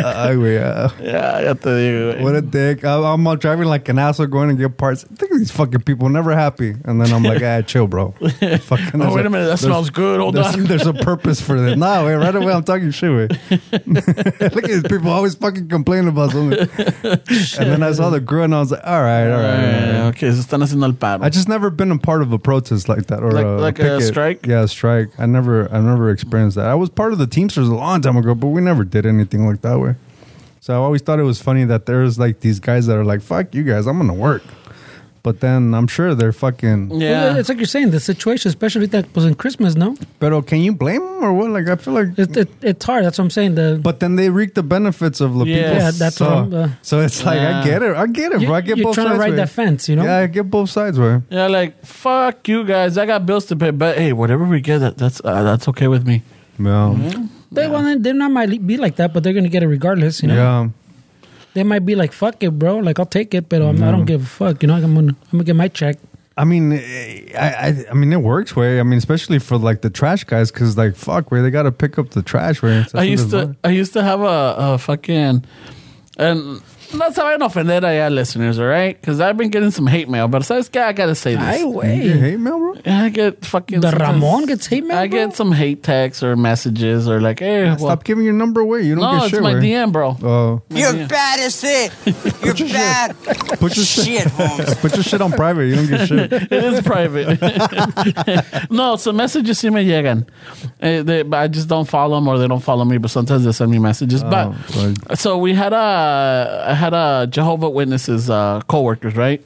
S2: Ay, güey, ah,
S1: Yeah, ya te digo. güey.
S2: What a dick. I, I'm uh, driving like an asshole going to get parts. Think of these fucking people, never happy. And then I'm like, ah, chill, bro.
S1: Oh,
S2: Fucking, there's
S1: wait a minute. That
S2: there's-
S1: smells good. Hold
S2: There's,
S1: on.
S2: there's a purpose for this. Nah, wait, right away I'm talking shit. Wait. Look at these people always fucking complaining about something. and then I saw the grill and I was like, all right, all right. All right. all right.
S1: Eh, Okay, se están haciendo el paro.
S2: I just never been a part of a protest like that or
S1: Like-
S2: a,
S1: like a
S2: picket.
S1: strike?
S2: Yeah, a strike. I never, I never experienced that. I was part of the Teamsters a long time ago, but we never did anything like that way. So I always thought it was funny that there's like these guys that are like, "Fuck you guys, I'm gonna work," but then I'm sure they're fucking.
S1: yeah.
S3: it's like you're saying the situation, especially that was in Christmas. No,
S2: But can you blame them or what? Like I feel like.
S3: it, it, it's hard. That's what I'm saying. The
S2: but then they reap the benefits of the people.
S1: Yeah,
S3: that's
S2: so,
S3: what I'm, uh,
S2: so it's like
S1: Yeah.
S2: I get it. I get it,
S3: you,
S2: bro. I get
S3: are
S2: both
S3: trying
S2: sides.
S3: to ride
S2: way.
S3: that fence, you know.
S2: Yeah, I get both sides, way.
S1: Yeah, like fuck you guys. I got bills to pay, but hey, whatever we get, that, that's uh, that's okay with me.
S2: Yeah.
S1: Mm-hmm.
S3: they want they not might be like that, but they're gonna get it regardless. You know,
S2: Yeah.
S3: they might be like, "Fuck it, bro. Like I'll take it, but I'm, I
S2: Mm-hmm.
S3: don't give a fuck. You know, I'm gonna I'm gonna get my check."
S2: I mean, eh, I, I, I mean, it works way. I mean, especially for like the trash guys, because like fuck, way they gotta pick up the trash. Way
S1: I used to I used to have a, a fucking and not so I don't offend yeah, listeners, all right? Because I've been getting some hate mail, but sabes que I gotta say
S3: I
S1: this.
S2: You get
S3: way.
S2: hate mail, bro.
S1: I get fucking
S3: The
S1: sometimes-
S3: Ramon gets hate mail.
S1: I
S3: bro?
S1: get some hate texts or messages or like, hey, well,
S2: Stop giving your number away. You don't
S1: no,
S2: get
S1: it's
S2: shit.
S1: my
S2: way.
S1: DM, bro.
S2: Oh,
S4: You're bad as it. You're bad.
S2: put your shit.
S4: Shit, Holmes.
S2: Put your shit on private. You don't get shit.
S1: it is private. no, so messages sí me llegan. Eh, they- but I just don't follow them or they don't follow me, but sometimes they send me messages.
S2: Oh,
S1: but
S2: sorry.
S3: Oh.
S1: so we had a I had a Jehovah Witnesses uh, coworkers, right?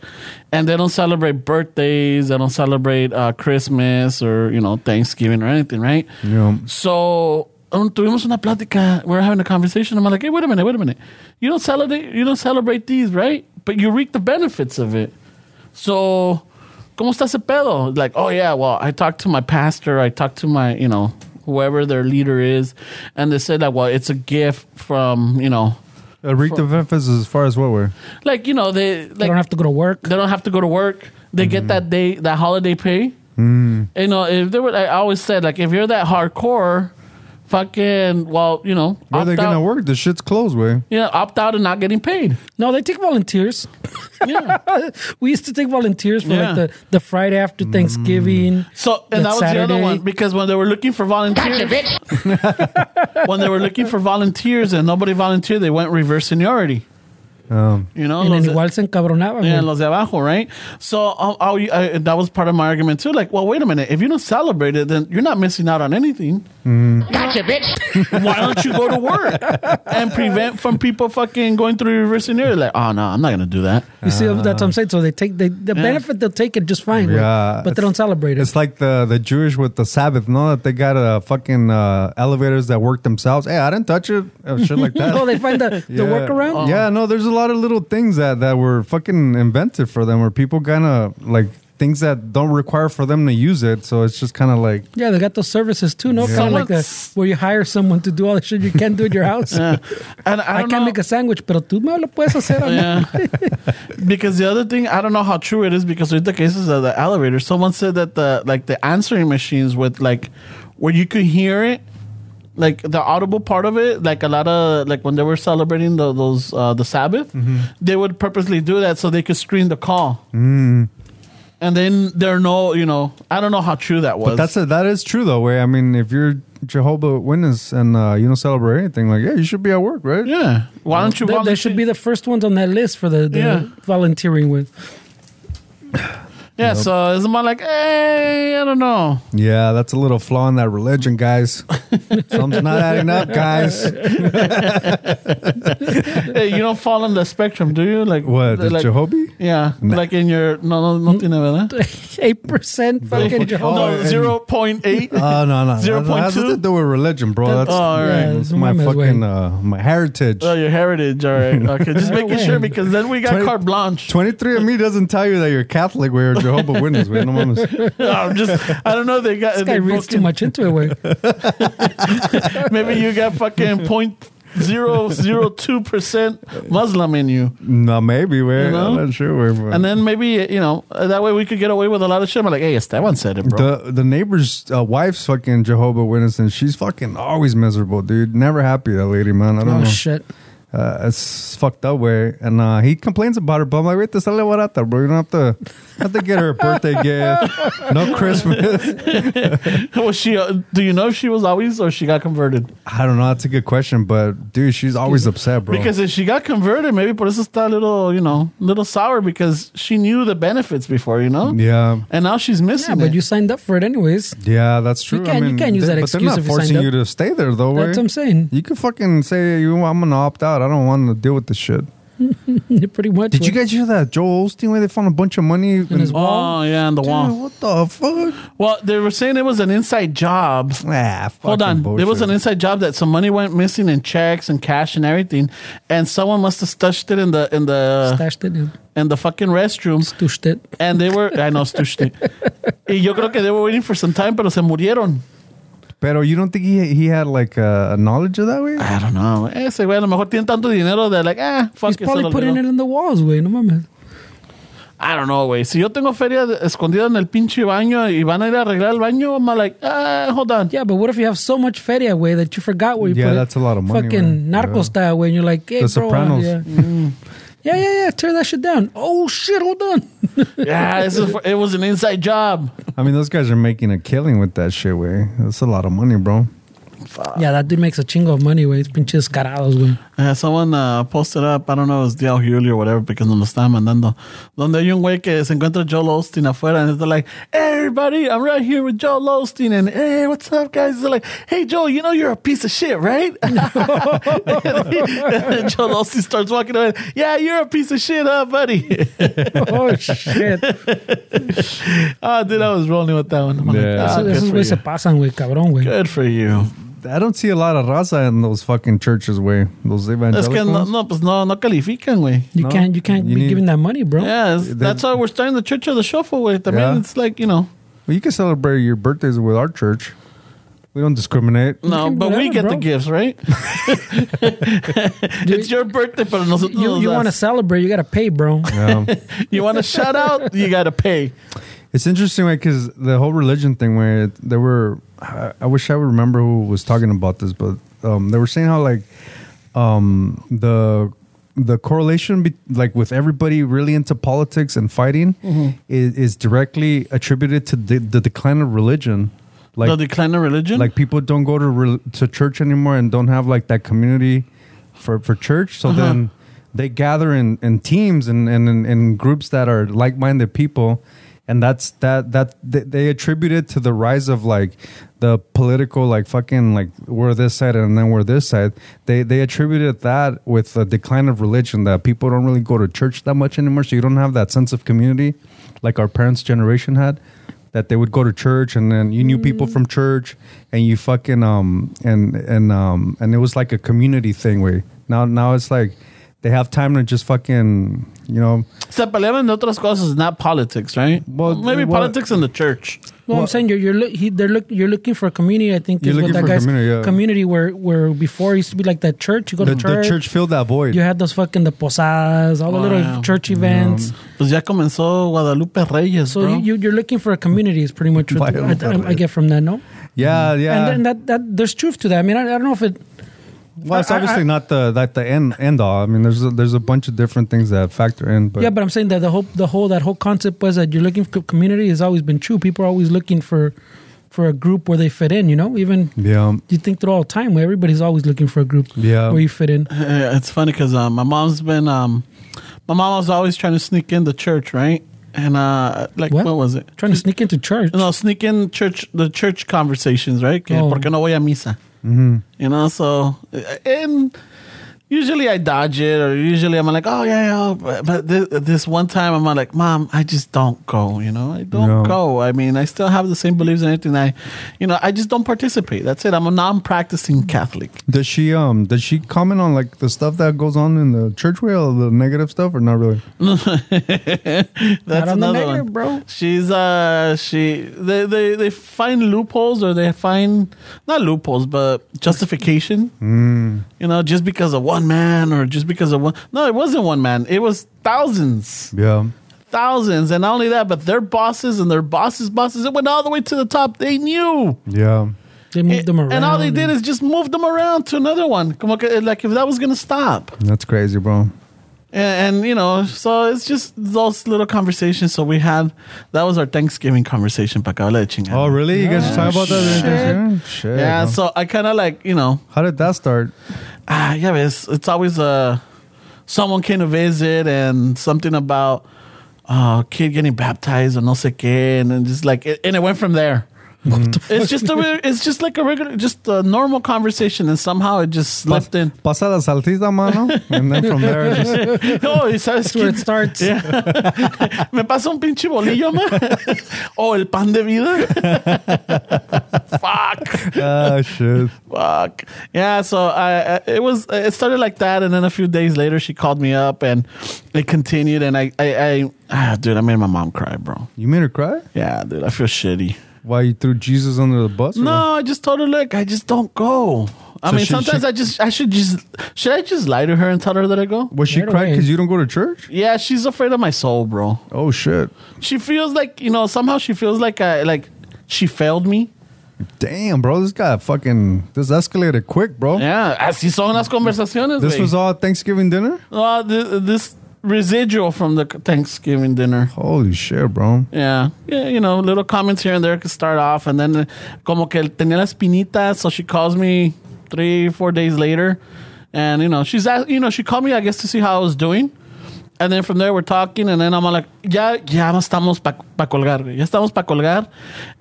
S1: And they don't celebrate birthdays, they don't celebrate uh, Christmas or you know Thanksgiving or anything, right?
S2: Yeah.
S1: So um, tuvimos una plática. We are having a conversation. I'm like, hey, wait a minute, wait a minute. You don't celebrate, you don't celebrate these, right? But you reap the benefits of it. So, ¿cómo está ese pedo? Like, oh yeah, well, I talked to my pastor, I talked to my, you know, whoever their leader is, and they said that, well, it's a gift from, you know,
S2: I uh, reek the benefits as far as what way.
S1: like, you know, they
S3: They
S1: like
S3: don't have to go to work.
S1: they don't have to go to work. They get that day, that
S2: Mm.
S1: holiday pay. You know, if they were, I always said, like, if you're that hardcore, fucking well, you know,
S2: Where are they
S1: opt
S2: gonna
S1: out-
S2: work? The shit's closed, way.
S1: Yeah, opt out and not getting paid.
S3: No, they take volunteers.
S1: Yeah.
S3: we used to take volunteers for
S1: Yeah. Mm.
S3: like the, the Friday after Thanksgiving.
S1: So and that, was the other
S3: Saturday.
S1: one because when they were looking for volunteers, when they were looking for volunteers and nobody volunteered, they went reverse seniority.
S2: Um,
S1: you know,
S3: And
S1: los
S3: then
S1: de-
S3: igual se encabronaban.
S1: yeah,
S3: güey.
S1: los de abajo, right? So uh, uh, you- uh, that was part of my argument too. Like, well, wait a minute. If you don't celebrate it, then you're not missing out on anything.
S5: Gotcha, bitch.
S1: Why don't you go to work and prevent from people fucking going through reverse seniority? Like, oh no, I'm not gonna do that.
S3: You see, that's what I'm saying. So they take they, the benefit, they'll take it just fine.
S2: Yeah,
S3: Yeah, but they
S2: it's-
S3: don't celebrate it.
S2: It's like the the Jewish with the Sabbath. No, that they got uh, fucking uh, elevators that work themselves. Hey, I didn't touch it. Uh, shit like that.
S3: Oh, they find the, the workaround.
S1: Oh.
S2: Yeah, no, there's a lot of little things that that were fucking invented for them, where people kind of like things that don't require for them to use it. So it's just kind of like
S3: Yeah, they got those services too. No,
S2: Yeah.
S3: kind of like that,
S1: Someone's-
S3: where you hire someone to do all the shit you can't do in your house.
S1: And I,
S3: I,
S1: don't
S3: can't
S1: know-
S3: make a sandwich, pero tú me lo puedes hacer. amigo.
S1: Yeah. because the other thing, I don't know how true it is because with the cases of the elevator, someone said that the like the answering machines with like where you could hear it, like the audible part of it, like a lot of like when they were celebrating the, those uh, the Sabbath,
S3: Mm-hmm.
S1: they would purposely do that so they could screen the call.
S3: Mm.
S1: And then there are no, you know, I don't know how true that was.
S2: But that's a, that is true though. Way I mean, if you're Jehovah Witness and uh, you don't celebrate anything, like yeah, you should be at work, right?
S1: yeah. Why don't you?
S3: They, they
S1: volunteer-
S3: should be the first ones on that list for the, the
S1: Yeah.
S3: volunteering with.
S1: Yeah. So it's more like, hey, I don't know.
S2: Yeah, that's a little flaw in that religion, guys. Something's not adding up, guys.
S1: Hey, you don't fall in the spectrum, do you? Like
S2: What the
S1: like,
S2: Jehovah?
S1: Yeah,
S2: Nah.
S1: like in your no, no, nothing about that.
S3: Eight percent fucking
S2: Oh,
S3: Jehovah.
S1: No,
S2: and-
S1: zero point eight.
S2: Oh no no!
S1: Zero
S2: that- that has
S1: point two?
S2: nothing to do with religion, bro.
S3: That-
S2: That's,
S1: Oh, all right.
S2: that's
S3: Yeah,
S2: my
S3: it's my
S2: fucking
S3: way.
S2: uh, my heritage.
S1: Oh, your heritage. All right, okay. Just making sure because then we got
S2: Twenty-
S1: carte blanche.
S2: Twenty three and me doesn't tell you that you're Catholic. We're Jehovah Witness. We no mames.
S1: I'm just, I don't know. They got
S3: This guy
S1: they
S3: reads too
S1: broken-
S3: much into it. Way.
S1: Maybe you got fucking point zero zero two percent Muslim in you,
S2: No, maybe we're.
S1: You know?
S2: I'm not sure where. But.
S1: and then maybe you know that way we could get away with a lot of shit. I'm like, hey, Esteban said it, bro.
S2: The the neighbor's uh, wife's fucking Jehovah Witness, and she's fucking always miserable, dude. Never happy, that lady, man. I don't
S3: Oh
S2: know.
S3: shit!
S2: Uh, it's fucked up way, and uh, he complains about her. But I'm like, wait, this sale barata, bro. You don't have to have to get her a birthday gift, no Christmas.
S1: was she? uh, Do you know if she was always or she got converted?
S2: I don't know. That's a good question, but dude, she's always upset, bro.
S1: Because if she got converted, maybe por eso está a little, you know, little sour because she knew the benefits before, you know.
S2: yeah.
S1: And now she's
S3: Yeah,
S1: missing
S3: but
S1: it.
S3: you signed up for it anyways.
S2: Yeah, that's true.
S3: can't- you can't use that
S2: but
S3: excuse
S2: They're not
S3: if you
S2: forcing
S3: signed
S2: you
S3: up.
S2: to stay there, though.
S3: That's
S2: right?
S3: what I'm saying.
S2: You can fucking say you. I'm gonna opt out. I don't want to deal with this shit.
S1: Hmm.
S3: Pretty much.
S2: Did you
S3: güey.
S2: guys hear that Joel Osteen where they found a bunch of money in
S3: his
S2: Dude,
S1: oh yeah, and the wall.
S2: What the fuck?
S1: Well, they were saying it was an inside job.
S2: Ah, fucking
S1: Hold on,
S2: Bullshit.
S1: there was an inside job that some money went missing in checks and cash and everything, and someone must have stashed it in the in
S2: uh,
S1: the
S3: stashed it? in.
S1: in the fucking restroom.
S3: Stushed it.
S1: And they were, I know, stashed it. Y yo creo que they were waiting for some time, pero se murieron.
S2: Pero you don't think he he had like a, a knowledge of that way?
S3: Ah.
S1: I don't know. Ese güey a lo mejor tiene tanto dinero that like, ah, fuck
S3: He's
S1: it, se
S3: probably
S1: lo
S3: putting
S1: olvidó.
S3: it in the walls, güey. No mames.
S1: I don't know, güey. Si yo tengo feria de- escondida en el pinche baño y van a ir a arreglar el baño, I'm like, ah, hold on.
S3: Yeah, but what if you have so much feria away that you forgot where you
S2: Yeah,
S3: put it?
S2: that's a lot of money,
S3: Fucking
S2: man.
S3: narco
S2: Yeah.
S3: style way, and you're like, hey,
S2: The
S3: bro, uh,
S2: Sopranos.
S3: yeah.
S1: Mm.
S3: yeah, yeah, yeah, tear that shit down. Oh shit, hold on.
S1: Yeah, this is, it was an inside job.
S2: I mean, those guys are making a killing with that shit. Way that's a lot of money, bro.
S3: yeah, that dude makes a chingo of money, way. It's pinches carados, güey.
S1: Eh, someone uh, posted up, I don't know, es Dial Hewley o whatever, porque nos lo estaban mandando. Donde hay un güey que se encuentra Joel Osteen afuera, and they're like, hey, everybody, I'm right here with Joel Osteen, and hey, what's up, guys? They're like, hey, Joel, you know you're a piece of shit, right? and then Joel Osteen starts walking away, yeah, you're a piece of shit, huh, buddy?
S3: Oh shit.
S1: Ah, dude, I was rolling with that one. I'm like,
S2: Yeah.
S1: "Ah,
S3: Esos-
S1: good
S3: Esos
S1: for
S3: güeyes se
S1: you."
S3: pasan, güey, cabrón, güey.
S1: Good for you.
S2: I don't see a lot of raza in those fucking churches. Way those
S1: Es que
S2: evangelicals.
S1: no, no, pues no, no califican, güey.
S3: You
S2: No,
S3: can't, you can't
S2: you
S3: be
S2: need-
S3: giving that money, bro.
S1: Yeah, it's-
S2: They-
S1: that's why we're starting the Church of the Shuffle, güey. También
S2: Yeah.
S1: it's like, you know.
S2: Well, you can celebrate your birthdays with our church. We don't discriminate.
S1: No,
S3: can-
S1: but we get the
S3: whatever, bro.
S1: gifts, right? it's your birthday, pero nosotros
S3: You, you want to celebrate, you gotta pay, bro.
S2: Yeah.
S1: you want to shout out, you got to pay.
S2: It's interesting, right? Because the whole religion thing, where it- there were, I, I wish I would remember who was talking about this, but um, they were saying how like um, the the correlation, be, like with everybody really into politics and fighting, is, is directly attributed to the, the decline of religion. Like
S1: the decline of religion.
S2: like people don't go to re- to church anymore and don't have like that community for for church so then they gather in in teams and and in, in groups that are like-minded people and that's that that they, they attribute it to the rise of like the political like fucking like we're this side and then we're this side they they attributed that with the decline of religion that people don't really go to church that much anymore so you don't have that sense of community like our parents generation had that they would go to church and then you knew people
S3: Mm.
S2: from church and you fucking um and and um and it was like a community thing where now now it's like they have time to just fucking you know
S1: Se peleaban de otras cosas, not politics, right?
S2: Well,
S1: maybe
S2: well-
S1: politics in the church.
S3: Well, I'm saying you're you're look, he, they're look, you're looking for a community. I think
S2: You're
S3: is what
S2: looking
S3: that
S2: for a
S3: guy's
S2: community, yeah.
S3: where where before it used to be like that church. You go
S2: the,
S3: to
S2: the
S3: church.
S2: church filled that void
S3: You had those fucking the posadas, all the
S1: Wow.
S3: little church events.
S1: Pues ya comenzó Guadalupe Reyes,
S3: So
S1: bro.
S3: you, you you're looking for a community is pretty much what
S2: Violent
S3: I, I, I get from that. No,
S2: yeah yeah
S3: and, and that that there's truth to that. I mean, I, I don't know if it.
S2: well it's
S3: I- I-
S2: obviously not the like the end end all i mean there's a, there's a bunch of different things that factor in but
S3: yeah, but I'm saying that the whole the whole that whole concept was that you're looking for community has always been true. People are always looking for for a group where they fit in. You know, even
S2: yeah
S3: you think through all time where everybody's always looking for a group
S2: Yeah.
S3: where you fit in.
S1: Yeah, it's funny because um, my mom's been um, my mom was always trying to sneak in the church, right? And uh, like what,
S3: What?
S1: was it?
S3: Trying to sneak into church.
S1: No, sneak in church the church conversations, right? Que
S3: Oh.
S1: por qué no voy a misa? You know, so and usually I dodge it, or usually I'm like, oh yeah, yeah. But, but this, this one time I'm like, mom, I just don't go. You know, I don't
S2: Yeah.
S1: go. I mean, I still have the same beliefs and everything. I, you know, I just don't participate. That's it. I'm a non-practicing Catholic.
S2: does she um does she comment on like the stuff that goes on in the church way or the negative stuff or not really
S1: That's
S3: on the
S1: another
S3: negative,
S1: one.
S3: bro.
S1: She's uh she they, they they find loopholes or they find not loopholes but justification.
S2: Mm.
S1: You know, just because of one man or just because of one No, it wasn't one man. It was thousands.
S2: yeah
S1: Thousands and not only that, but their bosses and their bosses' bosses, it went all the way to the top. They knew.
S2: yeah
S3: they moved them around.
S1: And all they did is just move them around to another one. Como que- Like if that was gonna stop.
S2: that's crazy bro
S1: And, and you know, so it's just those little conversations. So we had that was our Thanksgiving conversation. Pa que habla de chingada.
S2: oh really you guys are talking about that during
S1: Shit.
S2: Thanksgiving? shit
S1: Yeah.
S2: bro.
S1: So I kind of like you know,
S2: How did that start?
S1: ah, yeah, but it's it's always uh, someone came to visit and something about uh kid getting baptized or no sé qué, and then just like it, and it went from there. Mm. It's just a re- it's just like a regular just a normal conversation and somehow it just slipped in.
S2: Pasada saltita mano, and then from there, it's just,
S1: Oh, it's
S3: That's where it starts.
S1: Me pasa un pinche bolillo, man. oh, el pan de vida. Fuck.
S2: ah, shit.
S1: Fuck. Yeah, so I, I it was it started like that and then a few days later she called me up and it continued and I I, I ah, dude, I made my mom cry, bro.
S2: You made her cry?
S1: Yeah, dude, I feel shitty.
S2: Why you threw Jesus under the bus? or what?
S1: No, I just told her, look, I just don't go. I
S2: So
S1: mean,
S2: she-
S1: sometimes
S2: she-
S1: I just I should just should I just lie to her and tell her that I go?
S2: Was she
S3: Right
S2: crying
S3: away.
S2: because you don't go to church?
S1: Yeah, she's afraid of my soul, bro.
S2: Oh shit!
S1: She feels like you know somehow she feels like I like she failed me.
S2: Damn, bro, this guy fucking this escalated quick, bro.
S1: Yeah, así son las conversaciones.
S2: This was all Thanksgiving dinner.
S1: uh, this, this residual from the Thanksgiving dinner.
S2: Holy shit, bro!
S1: Yeah, yeah, you know, little comments here and there could start off, and then uh, como que tenía la espinita, so she calls me three, four days later, and you know, she's a- you know, she called me I guess to see how I was doing. And then from there we're talking, and then I'm all like, ya, ya estamos pa, pa colgar, güey. ya estamos pa colgar.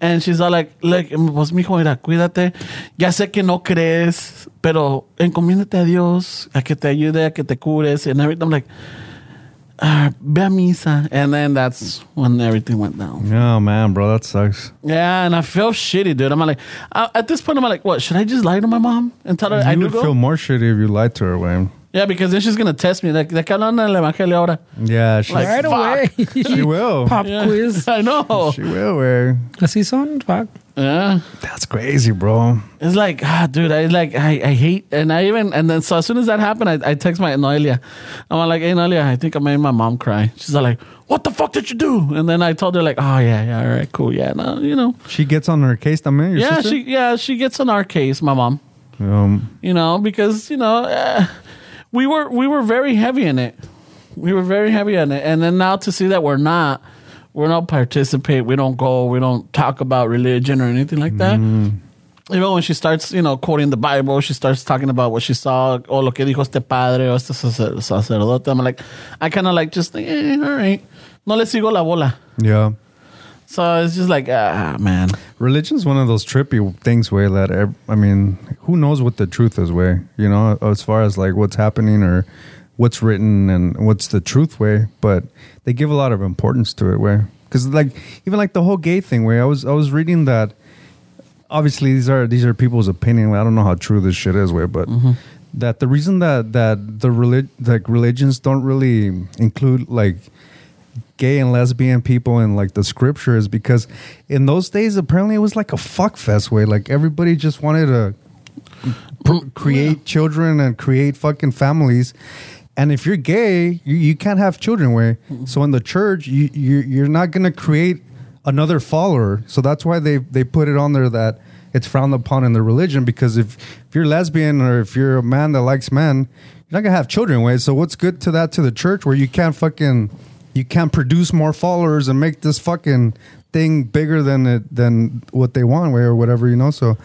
S1: And she's all like, look, pues mijo, mira, cuídate. Ya sé que no crees, pero encomiéndate a Dios, a que te ayude, a que te cures, and everything. I'm like, "Ah, ve a misa. And then that's when everything went down.
S2: Yeah, man, bro, that sucks.
S1: Yeah, and I felt shitty, dude. I'm like, I, at this point, I'm like, what? Should I just lie to my mom and tell her I
S2: you
S1: do
S2: would
S1: go?
S2: feel more shitty if you lied to her, Wayne.
S1: Yeah, because then she's gonna test me. Like, de qué hablan en el evangelio ahora?
S2: Yeah, she,
S1: Like-
S3: Right
S1: fuck.
S3: away.
S2: she will.
S3: Pop
S1: Yeah.
S3: quiz.
S1: I know.
S2: She will, güey.
S3: Así son. Fuck.
S1: Yeah.
S2: That's crazy, bro.
S1: It's like, ah, dude, I like, I, I hate, and I even, and then so as soon as that happened, I, I text my Noelia. I'm like, hey Noelia, I think I made my mom cry. She's all like, what the fuck did you do? And then I told her like, oh yeah, yeah, all right, cool, yeah, no, you know,
S2: She gets on her case también, your
S1: yeah,
S2: sister?
S1: she, yeah, she gets on our case, my mom.
S2: Um,
S1: You know, because you know, uh, we were we were very heavy in it. We were very heavy on it, and then now to see that we're not, we don't participate. We don't go. We don't talk about religion or anything like that even when she starts, you know, quoting the Bible, she starts talking about what she saw, or lo que dijo este padre, o este sacer- sacerdote. I'm like, I kind of like just think, eh, all right. No le sigo la bola.
S2: yeah.
S1: So it's just like, ah, man.
S2: Religion's one of those trippy things, way that ev- I mean, who knows what the truth is, way you know, as far as like what's happening or what's written and what's the truth, way. But they give a lot of importance to it, way because like even like the whole gay thing, way I was I was reading that. Obviously, these are these are people's opinion. I don't know how true this shit is, way, but
S1: Mm-hmm.
S2: that the reason that that the relig- like religions don't really include like gay and lesbian people in like the scriptures because in those days apparently it was like a fuck fest way like everybody just wanted to pr- create children and create fucking families and if you're gay you, you can't have children way so in the church you, you you're not gonna create another follower so that's why they they put it on there that it's frowned upon in the religion because if, if you're lesbian or if you're a man that likes men you're not gonna have children way so what's good to that to the church where you can't fucking you can't produce more followers and make this fucking thing bigger than it than what they want way or whatever you know so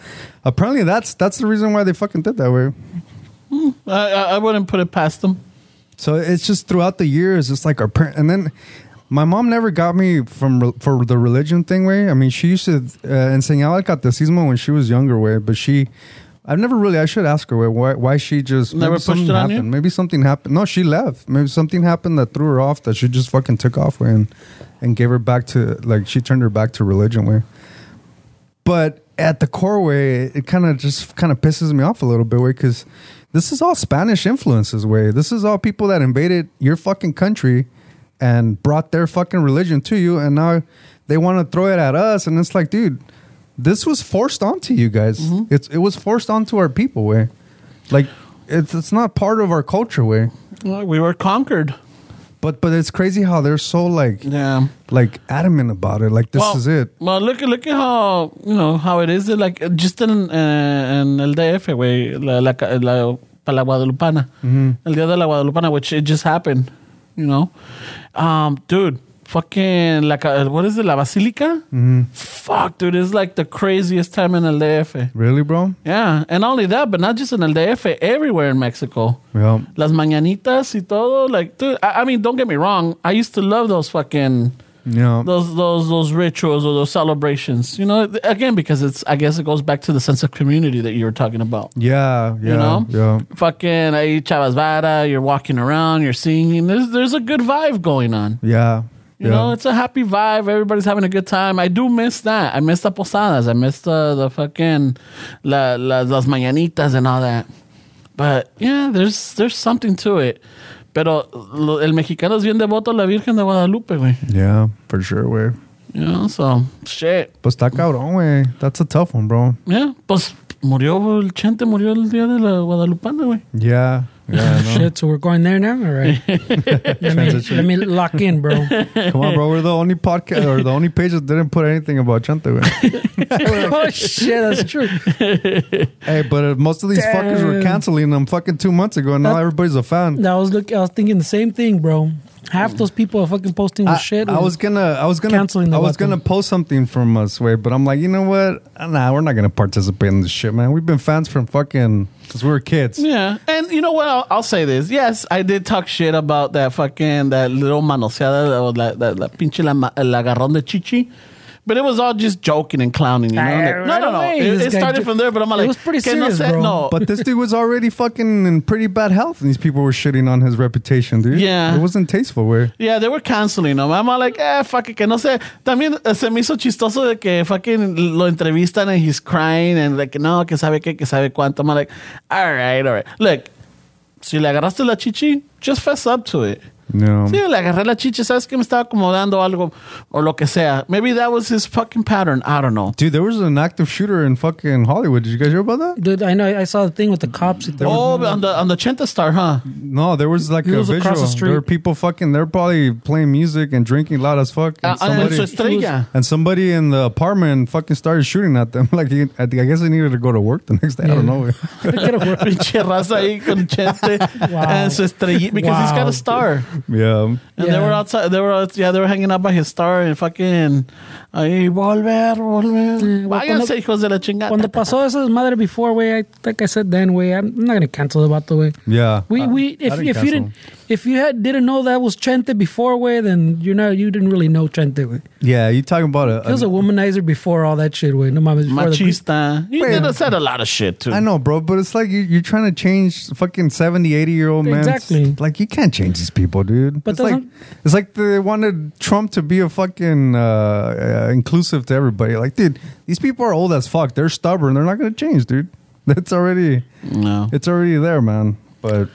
S2: apparently that's that's the reason why they fucking did that way
S1: I, I, I wouldn't put it past them.
S2: so it's just throughout the years it's like our parent and then my mom never got me from re- for the religion thing way i mean she used to uh, enseñaba el catecismo when she was younger way but she I've never really. I should ask her way, why. Why she just
S1: Never
S2: maybe
S1: pushed
S2: something
S1: it on you?
S2: happened. Maybe something happened. No, she left. Maybe something happened that threw her off. That she just fucking took off way and and gave her back to like she turned her back to religion way. but at the core way it kind of just kind of pisses me off a little bit way because this is all spanish influences way this is all people that invaded your fucking country and brought their fucking religion to you and now they want to throw it at us and it's like dude this was forced onto you guys it's it was forced onto our people way like it's it's not part of our culture way
S1: Well, Uh, We were conquered.
S2: but but it's crazy how they're so like
S1: Yeah.
S2: like adamant about it like this
S1: well,
S2: is it
S1: Well, look at look at how you know how it is. Like uh, just in uh, in el DF, way la la ca- la, pa la Guadalupana, el día de la Guadalupana, which it just happened. You know, um, dude, fucking like what is it, la Basilica? Fuck, dude, it's like the craziest time in el DF.
S2: really bro
S1: Yeah, and not only that, but not just in el DF, everywhere in Mexico
S2: yeah
S1: las mañanitas y todo. Like, dude, I, I mean, don't get me wrong. I used to love those fucking
S2: Yeah.
S1: those those those rituals or those celebrations. You know, th- again because it's I guess it goes back to the sense of community that you were talking about.
S2: yeah yeah
S1: you know,
S2: yeah
S1: fucking ahí chavas vara. You're walking around, you're singing. There's there's a good vibe going on.
S2: Yeah.
S1: You know, it's a happy vibe. Everybody's having a good time. I do miss that. I miss the posadas. I miss the, the fucking la, la, las mañanitas and all that. But yeah, there's there's something to it. Pero lo- el mexicano es bien devoto a la Virgen de Guadalupe, güey.
S2: yeah, for sure, way.
S1: You know, so shit.
S2: Pues está cabrón, way. That's a tough one, bro.
S1: Yeah, pues murió el Chente, murió el día de la Guadalupana, güey.
S2: Yeah. Yeah. I know.
S3: Shit. So we're going there now. All right. let, me, let me lock in, bro.
S2: Come on, bro. We're the only podcast or the only page that didn't put anything about Chanta, way.
S3: oh shit, that's true.
S2: hey, but uh, most of these fuckers were
S3: Damn.
S2: canceling them fucking two months ago, and now
S3: That-
S2: everybody's a fan.
S3: I was look. I was thinking the same thing, bro. Half those people are fucking posting with
S2: I,
S3: shit.
S2: I was gonna, I was gonna,
S3: Canceling the
S2: I was
S3: button.
S2: gonna post something from us, way, but I'm like, you know what? Nah, we're not gonna participate in this shit, man. We've been fans from fucking since we were kids.
S1: Yeah, and you know what? I'll, I'll say this. Yes, I did talk shit about that fucking that little manoseada or that that la pinche la, ma- el agarrón de chichi. But it was all just joking and clowning, you know.
S3: Ah,
S1: Like, no, no, no.
S3: right away,
S1: It,
S3: this
S1: it
S3: guy
S1: started
S3: ju-
S1: from there, but I'm like,
S3: It was pretty
S1: que
S3: serious,
S1: no sé-
S3: bro.
S1: no.
S2: But this dude was already fucking in pretty bad health, and these people were shitting on his reputation, dude.
S1: Yeah.
S2: it wasn't tasteful, way.
S1: Yeah, they were canceling him. I'm all like, eh, fuck it, que no sé. También eh, se me hizo chistoso de que fucking lo entrevistan and he's crying and like, no, que sabe qué, que sabe cuánto. I'm like, all right, all right. Look, si le agarraste la chichi, just fess up to it.
S2: No.
S3: uh,
S1: Sí, le agarré la chichi, sabes que me estaba acomodando algo o lo que sea. Maybe that was his fucking pattern. I don't know.
S2: Dude, there was an active shooter in fucking Hollywood. Did you guys hear about that?
S3: Dude, I know. I saw the thing with the cops. There was
S1: Oh, on the on the Chenta Star, huh? Ah,
S2: No, there was like
S3: It
S2: a
S3: was across the
S2: visual.
S3: street.
S2: There were people fucking. They're probably playing music and drinking loud as fuck.
S3: Uh,
S1: Ah,
S2: And
S1: ah, en su
S2: somebody,
S1: estrella.
S2: and somebody in the apartment fucking started shooting at them. Like, he, I think- I guess they needed to go to work the next day. I don't know.
S3: no-
S1: Pinche raza ahí con Chente and su estrellita because he's got
S3: Wow.
S1: a star.
S2: yeah.
S1: And they
S3: Yeah.
S1: were outside. They were out- yeah. They were hanging out by his star and fucking. Ay, volver, volver.
S3: Yeah, well,
S1: Váyanse hijos de la
S3: Cuando
S1: chingada.
S3: pasó esa madre before, way I think I said then, way I'm not gonna cancel about the way.
S2: Yeah.
S3: We
S2: I-
S3: we
S2: I
S3: if, if you
S2: cancel.
S3: didn't if you had didn't know that was Chente before way, then you know you didn't really know Chente. Way.
S2: Yeah, you talking about a.
S3: He was a womanizer before all that shit. Way no mames. before the-
S1: Machista. He
S2: Wait.
S1: did said a lot of shit too.
S2: I know, bro, but it's like you, you're trying to change fucking 70, 80 year old man.
S3: Exactly.
S2: Like, you can't change these people, dude.
S3: But
S2: it's like,
S3: doesn't-
S2: it's like they wanted Trump to be a fucking uh, uh, inclusive to everybody. Like, dude, these people are old as fuck. They're stubborn. They're not going to change, dude. That's already,
S1: No.
S2: it's already there, man. But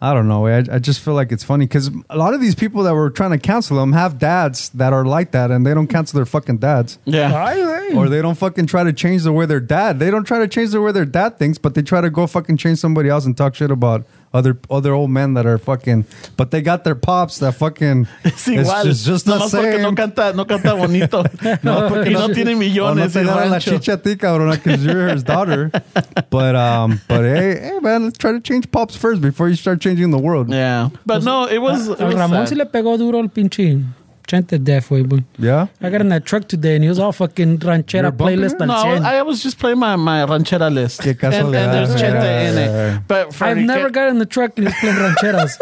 S2: I don't know. I, I just feel like it's funny because a lot of these people that were trying to cancel them have dads that are like that and they don't cancel their fucking dads
S1: Yeah.
S2: or they don't fucking try to change the way their dad. They don't try to change the way their dad thinks, but they try to go fucking change somebody else and talk shit about other other old men that are fucking. But they got their pops that fucking.
S1: Es igual.
S2: It's just, just the
S1: Nomás porque
S2: same.
S1: no canta, no canta bonito. no, porque y no, tiene
S2: Oh, no
S1: millones.
S2: te
S1: el
S2: dieron la
S1: rancho.
S2: chicha a ti, cabrona, because you're his daughter. But um, but hey, hey, man, let's try to change pops first before you start changing the world.
S1: Yeah. But no, it was. It
S3: Al
S1: was
S3: Ramón
S1: sad.
S3: se le pegó duro el pinche Chente death, way, boy.
S2: Yeah?
S3: I got in that truck today and he was all fucking ranchera
S2: You're bumping
S3: playlist
S2: it?
S3: al
S1: No, I was,
S3: 100.
S1: I was just playing my, my ranchera list.
S2: Qué
S1: and, and
S2: casualidad.
S1: there's
S2: Yeah,
S1: gente in
S2: yeah, yeah.
S1: it. But for
S3: I've never got in the truck and he's playing rancheras.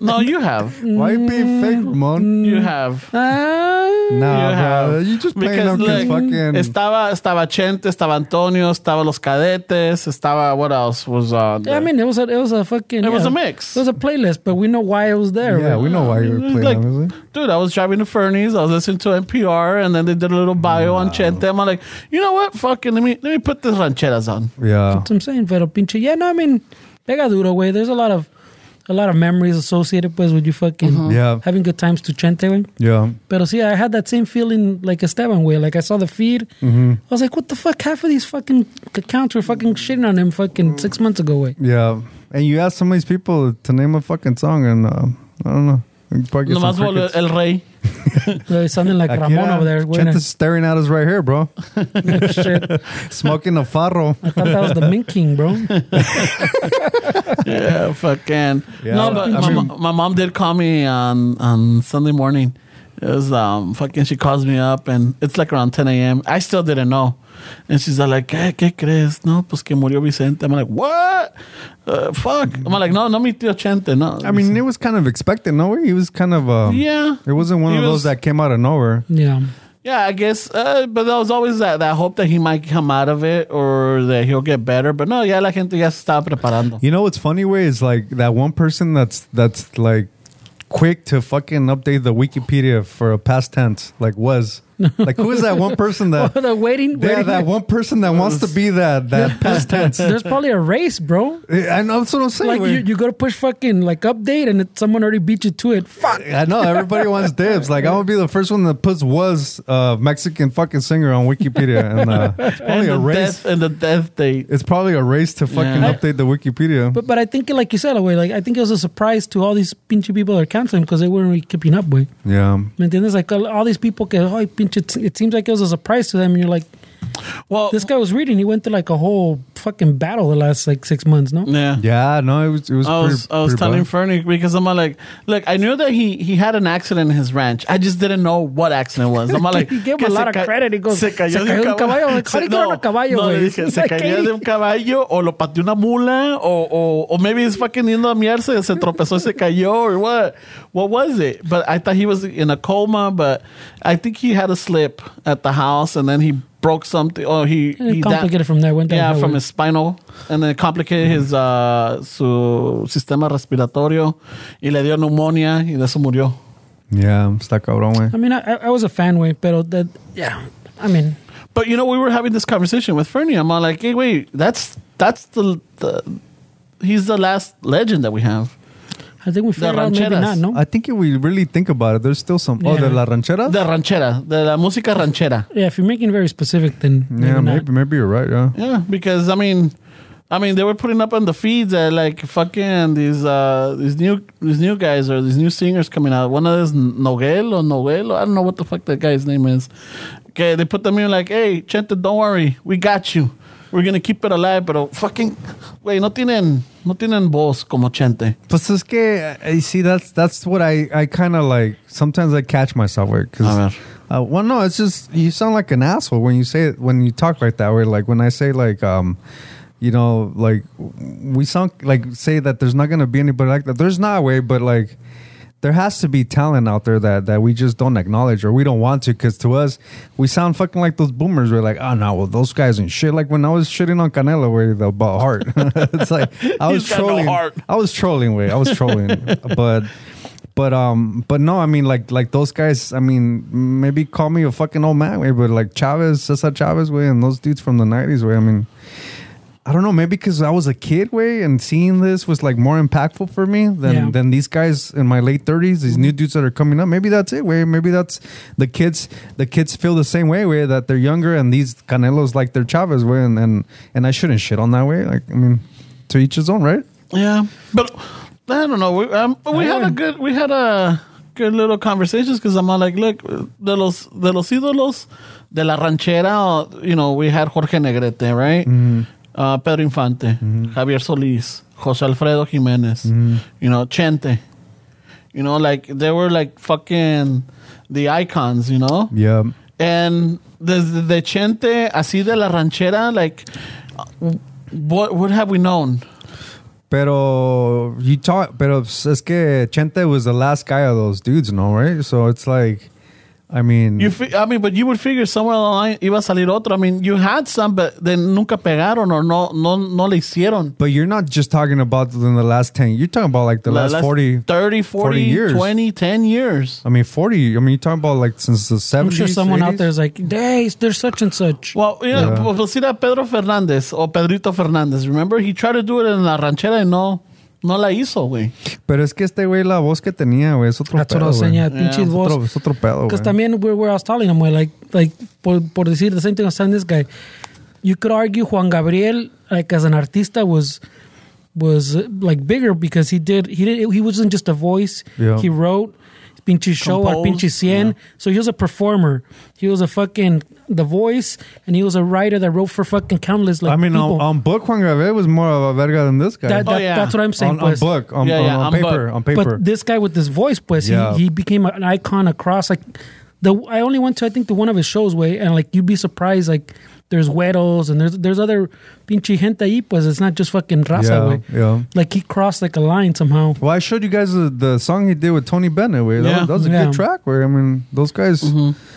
S1: No, you have.
S2: Why you being fake, Ramon?
S1: You
S3: Mm.
S1: have.
S3: Ah,
S1: Mm. You
S2: Nah, bro,
S1: have.
S2: you just playing
S1: Because,
S2: up 'cause
S1: look,
S2: fucking.
S1: Estaba, estaba Chente, estaba Antonio, estaba Los Cadetes, estaba, what else was uh, on
S3: I
S1: there?
S3: mean, it was a it was a fucking
S1: It was
S3: yeah.
S1: a mix.
S3: It was a playlist, but we know why it was there.
S2: yeah,
S3: right?
S2: we know why you're playing
S1: Like,
S2: them, is it?
S1: dude, I was driving to Fernie's. I was listening to NPR, and then they did a little bio on Chente. I'm like, you know what? Fucking let me let me put the rancheras on.
S2: Yeah.
S3: That's what I'm saying, pero pinche. Yeah, no, I mean, pega duro, way. There's a lot of a lot of memories associated pues with you fucking
S2: Yeah.
S3: having good times to Chente, way.
S2: Yeah.
S3: Pero see, I had that same feeling like Esteban way. Like I saw the feed,
S2: Mm-hmm.
S3: I was like, "What the fuck?" Half of these fucking accounts were fucking shitting on him fucking six months ago. Way.
S2: Yeah. And you ask some of these people to name a fucking song, and uh, I don't know. You probably get some
S1: Nomás volvió
S2: crickets.
S1: el rey.
S3: Like, something like
S2: Akira,
S3: Ramon over there.
S2: Chente
S3: Winning.
S2: staring at us right here, bro.
S3: Shit, I
S2: Smoking a farro.
S3: thought that was the Mink King, bro.
S1: Yeah, fucking.
S2: Yeah,
S1: no,
S2: I
S1: but
S2: mean-
S1: my, mo- my mom did call me on on Sunday morning. It was um fucking. She calls me up and it's like around 10 a.m. I still didn't know, and she's all like, "¿Qué, qué crees? No, pues que murió Vicente." I'm like, "What? Uh, fuck." I'm like, "No, no, mi tío Chente, no."
S2: I mean, it was kind of expected, no? He was kind of. Um,
S1: Yeah.
S2: It wasn't one
S1: He
S2: of
S1: was-
S2: those that came out of nowhere.
S3: Yeah,
S1: yeah, I guess. Uh, but there was always that that hope that he might come out of it or that he'll get better. But no, yeah, la gente ya se estaba preparando.
S2: You know what's funny way is like that one person that's that's like quick to fucking update the Wikipedia for a past tense, like was. Like who is that one person that
S3: the waiting.
S2: Yeah,
S3: waiting.
S2: that one person that wants to be that that past tense. Eh,
S3: There's probably a race, bro.
S2: I know that's what I'm saying.
S3: Like you, you go to push fucking like update, and it, someone already beat you to it. Fuck.
S2: I know everybody wants dibs. Like I'm gonna be the first one that puts was uh, Mexican fucking singer on Wikipedia, and uh, it's
S1: And
S2: probably a
S1: the,
S2: race.
S1: death, and the death date.
S2: It's probably a race to fucking
S1: Yeah.
S2: update the Wikipedia.
S3: But but I think like you said, way like I think it was a surprise to all these pinchy people that are canceling because they weren't really keeping up, way.
S2: yeah,
S3: ¿Me entiendes? Like all, all these people que, oh, pinche, it, it seems like it was a surprise to them. And you're like,
S1: Well,
S3: this guy was reading. He went through like a whole fucking battle the last like six months, no?
S1: yeah,
S2: yeah. No, it was it was.
S1: I was
S2: pretty,
S1: I was
S2: pretty
S1: telling
S2: bad.
S1: Fernie because I'm like, look, I knew that he he had an accident in his ranch. I just didn't know what accident it was. I'm like,
S3: He gave him a
S1: que
S3: lot
S1: se
S3: of
S1: ca-
S3: credit. He goes,
S1: se cayó,
S3: "Se cayó de un caballo." I'm like, "How
S1: Se-
S3: did he get on a caballo,
S1: no, le
S3: güey?"
S1: dije,
S3: He's
S1: se
S3: like,
S1: cayó de un caballo o lo pateó una mula o o o maybe he's fucking yendo a miar se se tropezó y se cayó or what? What was it? But I thought he was in a coma, but I think he had a slip at the house and then he broke something. Oh, he
S3: And
S1: he
S3: it
S1: da-
S3: Eh, complicated from there. Went down
S1: yeah,
S3: that
S1: from
S3: way. Mm-hmm.
S1: his spinal, and then it complicated his uh, su sistema respiratorio y le dio pneumonia y de eso murió.
S2: Yeah, está cabrón,
S3: I
S2: güey.
S3: mean, I, I I was a fan way, but that yeah. I mean,
S1: But you know, we were having this conversation with Fernie. I'm all like, hey, wait, that's that's the, the he's the last legend that we have.
S3: I think we figured out maybe
S1: rancheras.
S3: not, no?
S2: I think if we really think about it, there's still some. Oh,
S3: Yeah.
S2: de la ranchera.
S1: The ranchera, de la música ranchera.
S3: yeah, if you're making it very specific, then maybe
S2: yeah,
S3: not.
S2: maybe maybe you're right. Yeah.
S1: Yeah, because I mean, I mean, they were putting up on the feeds that like fucking these uh these new these new guys or these new singers coming out. One of those Noguel or Noguel, or I don't know what the fuck that guy's name is. Okay, they put them in like, hey, Chente, don't worry, we got you. We're gonna keep it alive, pero fucking, wait, no tienen, no tienen voz como Chente.
S2: Pues es que, eh, you see, that's that's what I I kind of like. Sometimes I catch myself where
S1: A ver.
S2: because, uh, well, no, it's just you sound like an asshole when you say it when you talk like that. Where like when I say like um, you know, like we sound like say that there's not gonna be anybody like that. There's not a way, but like. There has to be talent out there that, that we just don't acknowledge or we don't want to because to us we sound fucking like those boomers. We're like, oh no, well those guys and shit. Like when I was shitting on Canelo, where the about heart, it's like I was
S1: He's got no
S2: trolling.
S1: heart.
S2: I was trolling, way. I was trolling, but but um but no, I mean like like those guys. I mean maybe call me a fucking old man, way, but like Chavez, Cesar Chavez, way, and those dudes from the nineties, way. I mean. I don't know, maybe because I was a kid, way, and seeing this was like more impactful for me than
S3: Yeah.
S2: than these guys in my late thirties, these
S1: Mm-hmm.
S2: new dudes that are coming up. Maybe that's it, way. Maybe that's the kids. The kids feel the same way, way, that they're younger, and these Canelos like their Chavez, way, and, and and I shouldn't shit on that way. Like, I mean, to each his own, right?
S1: Yeah, but I don't know. We, um, but we had a good we had a good little conversations because I'm not like, look, de los de los ídolos de la ranchera. uh, You know, we had Jorge Negrete, right? Uh, Pedro Infante, Javier Solís, Jose Alfredo Jimenez. You know, Chente. You know, like they were like fucking the icons. You know.
S2: Yeah.
S1: And the, the, the Chente, así de la ranchera, like, uh, what, what have we known?
S2: Pero you talk, pero es que Chente was the last guy of those dudes, no, right? So it's like, I mean,
S1: You, fi- I mean, but you would figure somewhere along the line iba a salir otro. I mean, you had some, but they nunca pegaron or no, no, no le hicieron.
S2: but you're not just talking about in the last 10, you're talking about like the
S1: La-
S2: last, 40,
S1: 30, 40,
S2: 40 years.
S1: 20, 10 years.
S2: I mean, 40, I mean, you're talking about like since the 70s.
S3: I'm sure someone out
S2: 80s?
S3: there is like, hey, there's such and such.
S1: Well, you know,
S2: Yeah.
S1: well, see that Pedro Fernandez or Pedrito Fernandez. Remember, he tried to do it in La Ranchera and no, no la hizo, güey.
S2: Pero es que este güey, la voz que tenía, güey, es otro
S3: That's what I
S2: pedo.
S3: was saying,
S2: güey.
S3: yeah,
S1: Yeah,
S3: pinches
S1: it's
S3: voz.
S2: Otro- es otro pedo,
S3: Because
S2: güey.
S3: también where, where I was telling him, like, like por, por decir the same thing I was telling this guy, you could argue Juan Gabriel, like as an artista, was was uh, like bigger because he did he did he wasn't just a voice.
S2: Yeah.
S3: He wrote pinche show at
S1: Composed,
S3: pinche cien. So he was a performer. He was a fucking the voice, and he was a writer that wrote for fucking countless like
S2: I mean,
S3: people.
S2: on, on book, Juan Gabriel was more of a verga than this guy.
S3: that, that,
S1: Oh, yeah.
S3: That's what I'm saying.
S2: on, on
S3: pues.
S2: book, on,
S1: Yeah,
S2: on-
S1: yeah,
S2: on
S1: on
S2: paper,
S1: book.
S2: on paper.
S3: But this guy with this voice, pues,
S2: Yeah.
S3: he, he became an icon across like the. I only went to I think the one of his shows way, and like you'd be surprised like there's güeros and there's there's other pinche gente ahí, pues it's not just fucking raza
S2: Yeah,
S3: way.
S2: yeah.
S3: Like he crossed like a line somehow.
S2: Well, I showed you guys the, the song he did with Tony Bennett. Where that,
S1: Yeah.
S2: was, that was a
S3: Yeah.
S2: good track. Where I mean, those guys,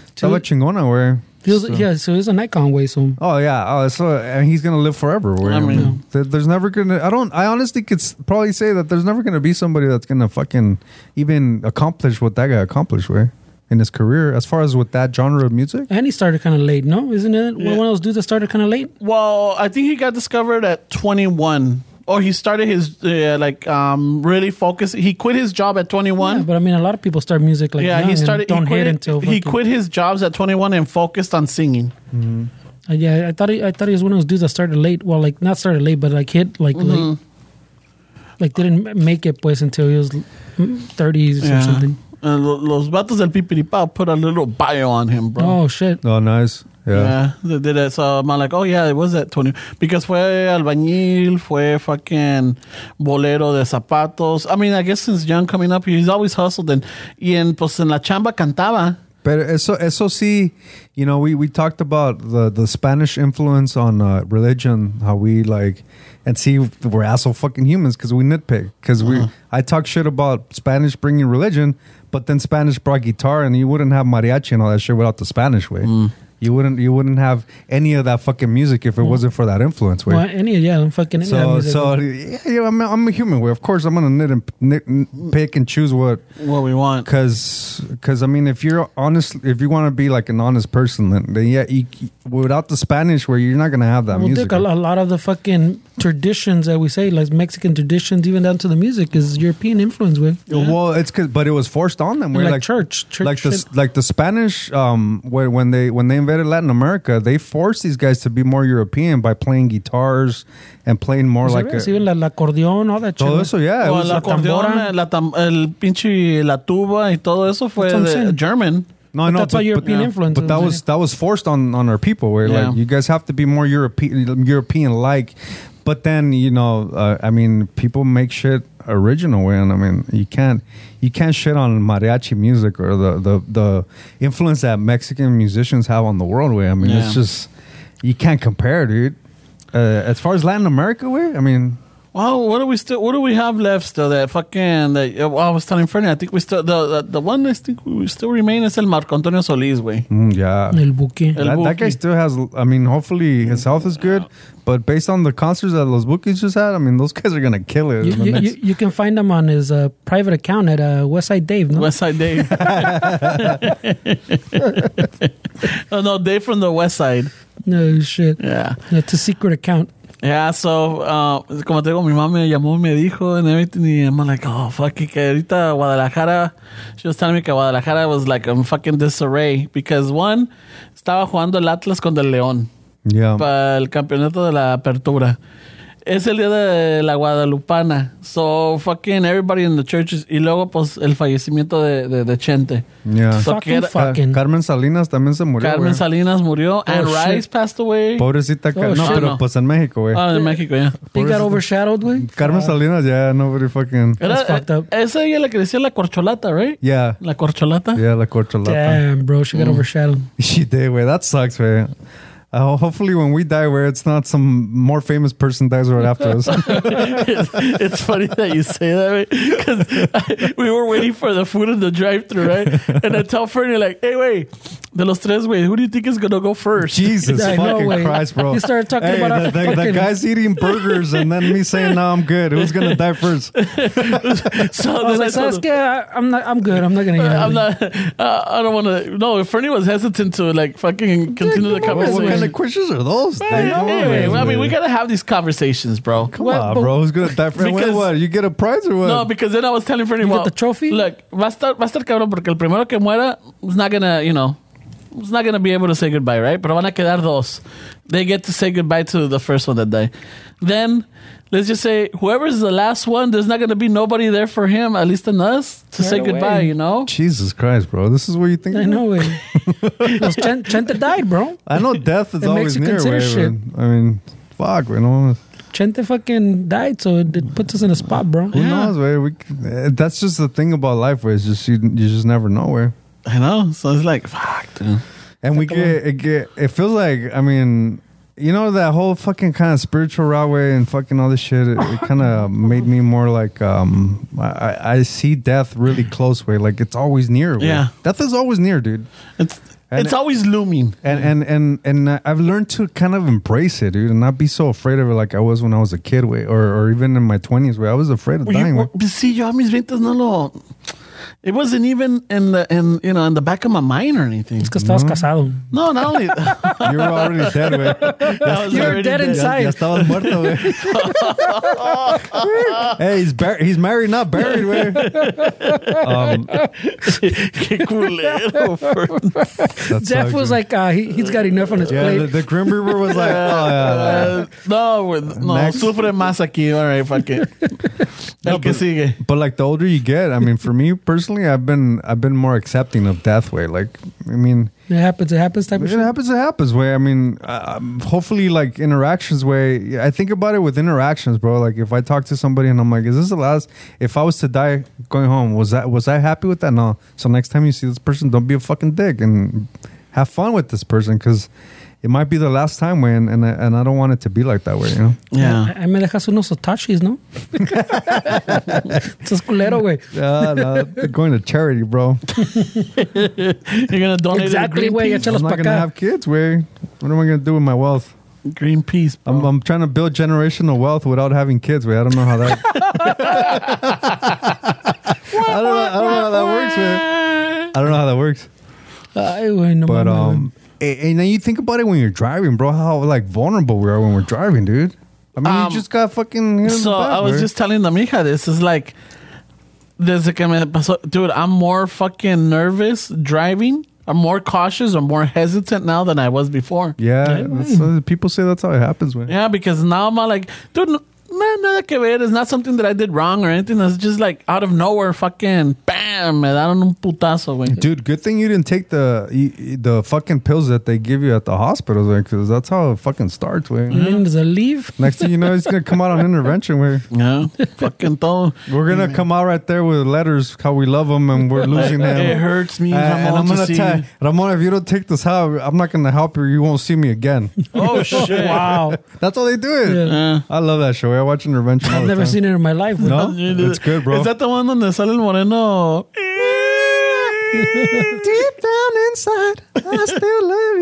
S2: Estaba chingona. Where
S3: He was, Yeah, so he's an icon way. So
S2: oh yeah, oh so and he's gonna live forever. Where I
S1: I
S2: mean,
S1: mean-
S2: there- there's never gonna. I don't. I honestly could s- probably say that there's never gonna be somebody that's gonna fucking even accomplish what that guy accomplished. Where in his career, as far as with that genre of music.
S3: and he started kind of late, no? Isn't it
S1: Yeah.
S3: one of those dudes that started kind of late?
S1: Well, I think he got discovered at 21. Or he started his uh, like um really focus. He quit his job at 21.
S3: Yeah, but I mean, a lot of people start music like
S1: yeah,
S3: young
S1: he
S3: and
S1: started.
S3: don't
S1: he quit,
S3: hit until
S1: he
S3: fucking-
S1: quit his jobs at 21 and focused on singing.
S3: Uh, yeah, I thought he, I thought he was one of those dudes that started late. Well, like not started late, but like hit like
S1: Mm-hmm.
S3: late. Like didn't m- make it pues until he was thirties or something.
S1: And Eh, lo- los vatos del Pipiripao put a little bio on him, bro.
S3: Oh shit!
S2: Oh, nice. Yeah.
S1: Yeah, they did it. So I'm like, oh yeah, it was at 20. Because fue albañil, fue fucking bolero de zapatos. I mean, I guess since young coming up, he's always hustled. And, y en, pues en la chamba cantaba.
S2: But eso, eso sí, you know, we, we talked about the, the Spanish influence on uh, religion, how we like, and see, we're asshole fucking humans because we nitpick. Because we, I talk shit about Spanish bringing religion, but then Spanish brought guitar, and you wouldn't have mariachi and all that shit without the Spanish way. You wouldn't you wouldn't have any of that fucking music if it wasn't for that influence, way.
S3: Well, any yeah, I'm fucking any of that
S2: So, uh,
S3: music.
S2: so yeah, yeah, I'm, a- I'm a human. Way, of course, I'm gonna nit and nit, and pick and choose what,
S1: What we want.
S2: cause, cause I mean, if you're honest, if you want to be like an honest person, then, then yeah, you, without the Spanish, where you're not gonna have that
S3: Well,
S2: music.
S3: Dick, a, lo- a lot of the fucking traditions that we say, like Mexican traditions, even down to the music, is European influence with.
S2: Well, it's cause, but it was forced on them. We're
S3: Like church, church
S2: like the
S3: shit.
S2: like the Spanish. Um, when, when they when they invaded Latin America, they forced these guys to be more European by playing guitars and playing more like
S3: Yes,
S2: a,
S3: even la, la acordeón, all that shit.
S2: todo eso. Yeah, it
S1: O
S2: was-
S1: el
S3: la tambora.
S1: acordeón, eh, la tam- el pinche, la tuba y todo eso fue
S3: That's what I'm
S1: de-
S3: saying.
S1: German.
S2: No,
S3: But
S2: no,
S3: that's why European influence
S2: But that
S3: is-
S2: was that was forced on on our people. Where
S1: Yeah.
S2: like you guys have to be more European, European like. But then you know, uh, I mean, people make shit original. way, And I mean, you can't you can't shit on mariachi music or the the the influence that Mexican musicians have on the world. Way I mean, it's
S1: Yeah.
S2: just you can't compare, dude. Uh, as far as Latin America, way I mean,
S1: Wow, what do we still? What do we have left still? That fucking. That, uh, well, I was telling Fernie, I think we still the, the the one I think we still remain is el Marco Antonio Solís, way.
S2: mm, yeah.
S3: El buque.
S1: El
S2: That, that guy
S1: Buki.
S2: still has. I mean, hopefully his health is good. But based on the concerts that Los Bookies just had, I mean, those guys are gonna kill it.
S3: You,
S2: in the
S3: you,
S2: next-
S3: you, you can find him on his uh, private account at uh, Westside Dave. No?
S1: West Side Dave. oh no, Dave from the West Side.
S3: no shit.
S1: Yeah.
S3: That's a secret account.
S1: Yeah, so, uh, como te digo, mi mamá me llamó y me dijo and everything, y I'm like, oh, fuck, it, que ahorita Guadalajara, she was telling me que Guadalajara was like in fucking disarray, because one, estaba jugando el Atlas contra el León,
S2: yeah.
S1: para el campeonato de la apertura. Es el día de la Guadalupana, so fucking everybody in the churches, y luego, pues, el fallecimiento de, de, de Chente.
S2: Yeah.
S1: So
S3: Fucking
S1: que era-
S3: fuck. fucking-
S2: Carmen Salinas también se murió.
S1: Carmen
S2: güey.
S1: Salinas murió, and
S3: Oh, shit.
S1: Rice passed away.
S2: Pobrecita. Car-
S3: Oh,
S2: no,
S3: shit.
S2: pero
S1: No.
S2: pues en México, güey.
S1: Ah, de México, ya.
S3: He
S2: Por
S3: got
S2: eso-
S3: overshadowed, güey.
S2: Carmen Salinas, yeah, nobody fucking.
S1: Era, eh,
S3: That's fucked up.
S1: esa ella la que decía la corcholata, right?
S2: Yeah.
S1: La corcholata.
S2: Yeah, la corcholata.
S3: Damn, bro, she
S2: Mm.
S3: got overshadowed.
S2: She did, way. That sucks, way. Uh, hopefully, when we die, where it's not some more famous person dies right after us.
S1: it's, it's funny that you say that because we were waiting for the food in the drive-through, right? And I tell Fernie like, "Hey, wait, de los tres, wait, who do you think is gonna go first?
S2: Jesus
S3: Yeah, I know,
S2: fucking
S3: way.
S2: Christ, bro.
S3: You started talking
S2: Hey,
S3: about
S2: the, the, the
S3: our fucking-
S2: guy's eating burgers and then me saying, no, I'm good. Who's going to die first?
S1: So
S3: I was
S1: then I
S3: like,
S1: told him-
S3: Saskia, I- I'm not. I'm good. I'm not gonna get. out
S1: I'm
S3: of it."
S1: not. Uh, I don't want to. No, Fernie was hesitant to like fucking continue the
S3: come on,
S2: What, what kind
S1: conversation.
S2: of questions are those? Dave? Come on,
S1: Anyway,
S2: man.
S1: I mean, we gotta have these conversations, bro.
S2: Come
S3: Well,
S2: on,
S3: but-
S2: bro. Who's going to die first?
S1: Because-
S2: What, what? You get a prize or what?
S1: No, because then I was telling Fernie,
S3: You get
S1: well,
S3: the trophy?
S1: Look, va a estar, va a estar cabrón porque el primero que muera is not gonna, you know, is not gonna be able to say goodbye, right? Pero van a quedar dos. They get to say goodbye to the first one that died. Then let's just say whoever's the last one, there's not gonna be nobody there for him, at least in us, to say
S3: away.
S1: goodbye. You know?
S2: Jesus Christ, bro. This is what you think?
S3: I know, way. Los Chen- Chente died, bro.
S2: I know death is
S3: It makes
S2: always
S3: you
S2: near,
S3: consider
S2: way,
S3: shit.
S2: but, I mean, fuck, we know.
S3: Chente fucking died, so it, it puts us in a spot, bro.
S2: Who knows, way? We, c- eh, that's just the thing about life, where it's just you, you just never know, where.
S1: I know. So it's like fuck, dude.
S2: And we get it get it feels like I mean you know that whole fucking kind of spiritual route way and fucking all this shit. It, it kind of made me more like um I, I- I see death really close way. Like it's always near. way.
S1: Yeah.
S2: death is always near, dude.
S1: It's
S2: And
S1: it's
S2: it-
S1: always looming.
S2: And and and and I- I've learned to kind of embrace it, dude, and not be so afraid of it like I was when I was a kid, way, or or even in my twenties, way. I was afraid of
S1: Well,
S2: dying.
S1: you,
S2: way.
S1: well, see, yo, a mis 20 no lo. It wasn't even in the in you know in the back of my mind or anything.
S3: Es que estabas casado.
S1: No, not only.
S2: You were already dead, way.
S1: I was
S3: You're
S1: already
S3: dead
S1: dead.
S3: inside.
S2: Ya estabas muerto, güey. hey, he's bar- he's married, not buried, güey.
S1: Qué culero, Fern.
S2: That
S3: Jeff
S2: sucks,
S3: was
S2: güey.
S3: like, uh, he, he's got enough on his
S2: yeah,
S3: plate.
S2: the, the Grim Reaper was like, oh yeah. yeah.
S1: Uh, no, we're- no,
S2: Next.
S1: sufre más aquí. All right, fuck it. El que sigue.
S2: But like the older you get, I mean, for me personally, I've been I've been more accepting of death. Way like, I mean,
S3: It happens. It happens. Type of
S2: it
S3: shit.
S2: happens. It happens. Way I mean, uh, um, hopefully, like interactions. Way I think about it with interactions, bro. Like if I talk to somebody and I'm like, is this the last? If I was to die going home, was that was I happy with that? No. So next time you see this person, don't be a fucking dick and have fun with this person because it might be the last time, way, and and I, and I don't want it to be like that way, you know.
S1: Yeah.
S3: Ahí me dejas unos otachis, ¿no? Estás culero, güey.
S2: Yeah, no, they're going to charity, bro.
S1: You're going to donate
S3: Exactly,
S1: to
S3: güey.
S1: Greenpeace?
S3: Échalos
S2: I'm not
S3: para
S2: gonna
S3: acá.
S2: have kids, way. What am I gonna do with my wealth?
S1: Greenpeace, bro.
S2: I'm, I'm trying to build generational wealth without having kids. Wait, I don't know how that. I don't know. I don't know how that works. Man. I don't know how that works.
S3: Ay, güey, no
S2: But
S3: mames,
S2: um, and, and then you think about it when you're driving, bro. How like vulnerable we are when we're driving, dude. I mean,
S1: Um,
S2: you just got fucking. hit in the
S1: so
S2: back,
S1: I was
S2: bro.
S1: just telling the mija this is like desde que me pasó, dude, I'm more fucking nervous driving. I'm more cautious. I'm more hesitant now than I was before.
S2: Yeah, that's, uh, people say that's how it happens, man.
S1: Yeah, because now I'm not like, dude, no, no, nada que ver. It's not something that I did wrong or anything. It's just like out of nowhere, fucking bam, me dieron un putazo, güey.
S2: Dude, good thing you didn't take the y- y- the fucking pills that they give you at the hospital, because that's how it fucking starts, man.
S3: güey. Means a leave.
S2: Next thing you know, he's gonna come out on intervention, where
S1: Yeah, fucking todo.
S2: We're gonna come out right there with letters how we love him and we're losing him.
S1: It hurts me,
S2: Uh,
S1: Ramon,
S2: and I'm
S1: to
S2: gonna
S1: see
S2: tell
S1: you.
S2: Ramon, if you don't take this help, I'm not gonna help you. You won't see me again.
S1: Oh shit!
S3: Wow.
S2: That's all they do. It.
S3: Yeah.
S1: Yeah.
S2: I love that show. I watch intervention. All
S3: I've
S2: the
S3: never
S2: time.
S3: seen it in my life, güey.
S2: No, it's good, bro.
S1: Is that the one donde sale el moreno?
S2: Deep down inside, I still love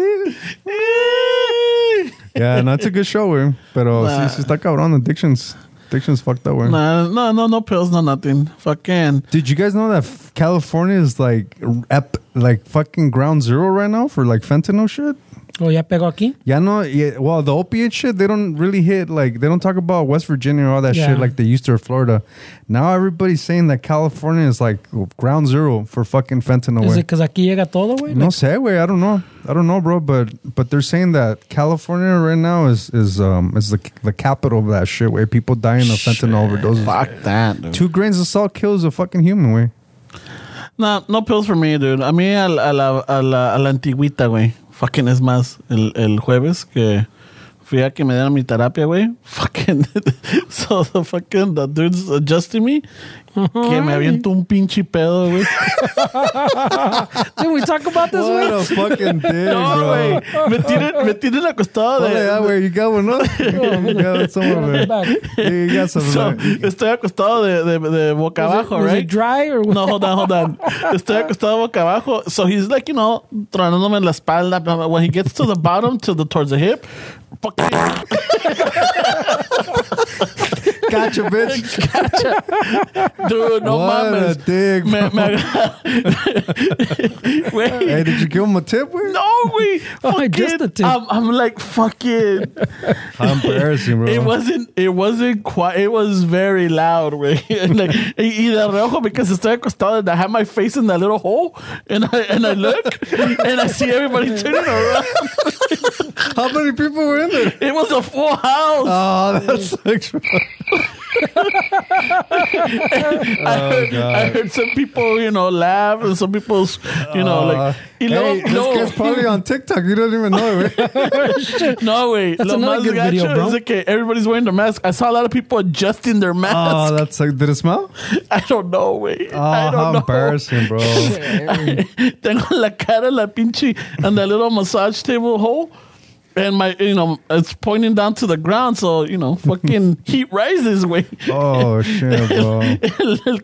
S2: you. Yeah, no, it's a good show, güey. Pero
S1: Nah.
S2: sí, sí está cabrón. Addictions, addictions fucked up, güey.
S1: Nah, no, no, no pills, no nothing. Fucking.
S2: Did you guys know that f- California is like ep- like fucking ground zero right now for like fentanyl shit?
S3: O Oh, ya pegó aquí.
S2: Yeah, no, yeah, well, the opiate shit, they don't really hit, like, they don't talk about West Virginia or all that
S3: Yeah.
S2: shit like they used to in Florida. Now everybody's saying that California is like ground zero for fucking fentanyl.
S3: Desde
S2: güey.
S3: que aquí llega todo, güey.
S2: No sé, way. I don't know. I don't know, bro. But but they're saying that California right now is is um is the the capital of that shit. Where people dying of fentanyl overdoses.
S1: Fuck that, dude.
S2: Two grains of salt kills a fucking human. Way.
S1: No, no pills for me, dude. A mí a la, a la, a la, a la antigüita, güey. Fucking es más, el, el jueves que fui a que me dieran mi terapia, güey. Fucking, so the fucking, the dude's adjusting me. Que me aviento un pinche pedo, güey.
S3: Did we talk about this,
S2: What
S3: güey?
S2: a fucking thing,
S1: No,
S2: bro.
S1: güey. Me tienen, me tienen acostado
S2: Ponle that
S1: de...
S2: way. You got one, no? you got someone,
S3: Back.
S2: man. You got some.
S1: so,
S2: man.
S1: estoy acostado de, de, Pues, de boca
S3: Was it-
S1: abajo,
S3: was it
S1: right?
S3: dry or
S1: No, hold on, hold on. Estoy acostado boca abajo. So he's like, you know, tronándome la espalda. blah, blah. When he gets to the bottom, to the towards the hip, fucking
S2: Gotcha, bitch.
S1: dude, no
S2: what a
S1: mames.
S2: dig.
S1: Me, me
S2: bro.
S1: agarra- Güey.
S2: Hey, did you give him a tip? Way?
S1: No, güey.
S3: Oh, just the
S1: Fucking-
S3: tip.
S1: I'm, I'm like, fucking.
S2: How embarrassing, bro.
S1: It wasn't. It wasn't quite. It was very loud, güey. And like, y, y de reojo because estoy acostado and I have my face in that little hole, and I and I look and I see everybody turning around.
S2: How many people were in there?
S1: It was a full house.
S2: Oh, that sucks. bro.
S1: I, heard, I heard some people, you know, laugh and some people, you know,
S2: Uh,
S1: like. Y
S2: hey,
S1: luego,
S2: this guy's probably on TikTok. You don't even know it. Right?
S1: no, wait.
S3: That's
S1: lo
S3: another
S1: más
S3: good video,
S1: gacho
S3: bro. Ah,
S1: is, okay, everybody's wearing their mask. I saw a lot of people adjusting their
S2: oh,
S1: mask.
S2: that's like, did it smell?
S1: I don't know, wait.
S2: Oh,
S3: Ah,
S1: I don't
S2: how
S1: know.
S2: embarrassing, bro.
S1: Tengo la cara, la pinche, and the little massage table hole. And my, you know, it's pointing down to the ground, so you know, fucking heat rises, way.
S2: oh, shit, bro.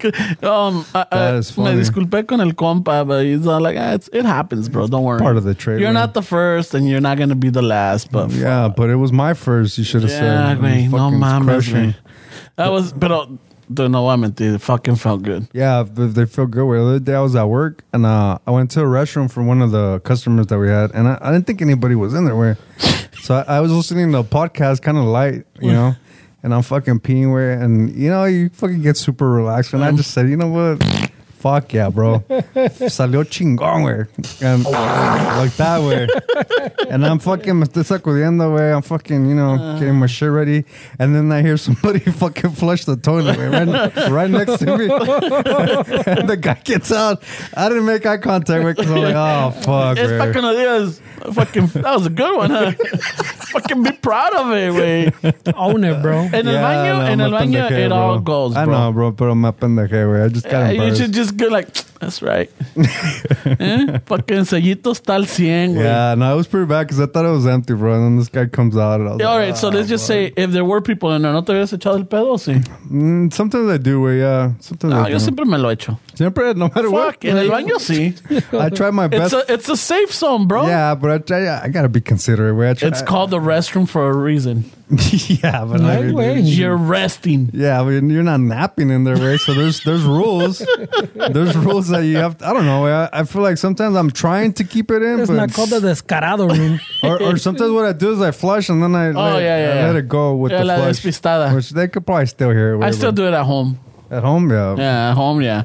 S1: um, I,
S2: That
S1: I-
S2: is
S1: uh, me
S2: funny.
S1: disculpe con el compa, but he's not like, ah, it's, it happens, bro. Don't worry.
S2: Part of the trade,
S1: You're
S2: man.
S1: not the first, and you're not gonna be the last. But yeah,
S2: Yeah, but it was my first. You should have
S1: yeah
S2: said.
S1: güey, no
S2: Fucking
S1: mames,
S2: crushing.
S1: güey. That was, but uh, no, I meant it. Fucking felt good.
S2: Yeah, they they feel good. Well, The other day I was at work and uh, I went to a restroom for one of the customers that we had, and I, I didn't think anybody was in there. Where, so I, I was listening to a podcast, kind of light, you know, and I'm fucking peeing where, and you know, you fucking get super relaxed. And I just said, you know what? Fuck yeah, bro. Salió chingón, where,
S1: Oh,
S2: and like that way. And I'm fucking me estoy sacudiendo, way. I'm fucking, you know,
S1: Ah.
S2: getting my shit ready, and then I hear somebody fucking flush the toilet, wey, right, right next to me. And the guy gets out. I didn't make eye contact with because I'm like, oh fuck,
S1: It's
S2: man.
S1: fucking ideas. Fucking, that was a good one, huh? fucking be proud of it, way.
S3: Own it, bro.
S1: En el
S2: Yeah,
S1: baño,
S2: no,
S1: en
S2: me
S1: el baño,
S2: pendejé,
S1: it all
S2: bro. Ah,
S1: goes,
S2: I
S1: bro.
S2: know, bro, pero me pendejé, güey. I just got
S1: Yeah, you
S2: embarrassed.
S1: should just just good, like, that's right. eh? Fucking sellito está al 100, güey.
S2: Yeah, no, it was pretty bad because I thought it was empty, bro. And then this guy comes out. And I was
S1: Yeah,
S2: like, "Ah."
S1: all right, so let's just say if there were people in there, ¿no te habías echado el pedo o sí?
S2: Mm, sometimes I do, güey. Yeah, sometimes
S1: No,
S2: I do.
S1: Ah, yo siempre me lo he hecho.
S2: Siempre, no matter what.
S1: Fuck, en el baño sí.
S2: I try my
S1: It's
S2: best.
S1: a, it's a safe zone, bro.
S2: yeah, but I try. I gotta be considerate, güey. I try-
S1: It's called the restroom for a reason.
S2: yeah, but
S3: Right,
S2: I mean,
S3: güey.
S1: You're resting.
S2: Yeah, but you're not napping in there, right? So there's there's rules. there's rules that you have. To, I don't know. I, I feel like sometimes I'm trying to keep it in,
S3: It's
S2: but
S3: not called the descarado room.
S2: or, or sometimes what I do is I flush and then I, let,
S1: Oh, yeah, yeah,
S2: I
S1: yeah.
S2: let it go with
S1: Yeah,
S2: the
S1: la
S2: flush.
S1: despistada.
S2: Which they could probably still hear. It,
S1: I still do it at home.
S2: at home. Yeah,
S1: Yeah, at home, yeah.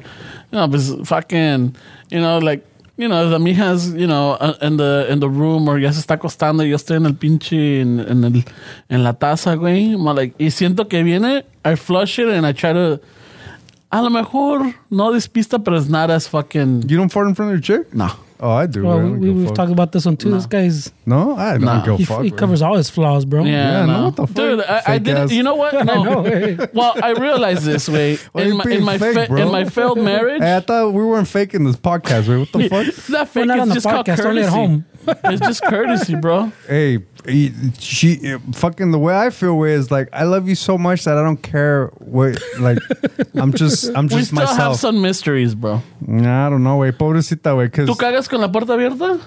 S1: You know, because fucking, you know, like, you know, the mijas, you know, uh, in the in the room or ya se está acostando y yo estoy en el pinche, en, en, el, en la taza, güey. I'm like, y siento que viene, I flush it and I try to, a lo mejor, no despista, but it's not as fucking,
S2: you don't fart in front of your chick.
S1: no.
S2: Oh, I do.
S3: well,
S2: man. I
S3: we,
S2: don't
S3: we,
S2: give a
S3: we've
S2: fuck.
S3: talked about this one too. This guy's
S2: No, I don't
S1: Nah.
S2: give
S3: he,
S2: a
S3: f-
S2: fuck.
S3: he
S2: man.
S3: covers all his flaws, bro.
S1: Yeah,
S2: Yeah,
S1: no.
S2: no, what the fuck?
S1: Dude, I, I
S2: Fake
S1: did.
S2: ass. eh.
S1: You know what? No.
S3: know.
S1: well, I realized this way
S2: Why
S1: in
S2: you
S1: my
S2: being
S1: in my,
S2: fake,
S1: fa-
S2: bro?
S1: in my failed marriage.
S2: Hey, I thought we weren't faking this podcast. Wait, what the fuck?
S1: It's not
S3: We're
S1: fake.
S3: not on
S1: It's
S3: the
S1: just called
S3: podcast,
S1: courtesy.
S3: only at home.
S1: it's just courtesy, bro.
S2: hey, he- she fucking the way I feel way is like I love you so much that I don't care what like I'm just I'm
S1: We
S2: just
S1: still have
S2: myself.
S1: some mysteries, bro.
S2: Nah, I don't know, way pobrecita, way because
S1: ¿Tú cagas con la puerta
S2: Uh,
S1: abierta?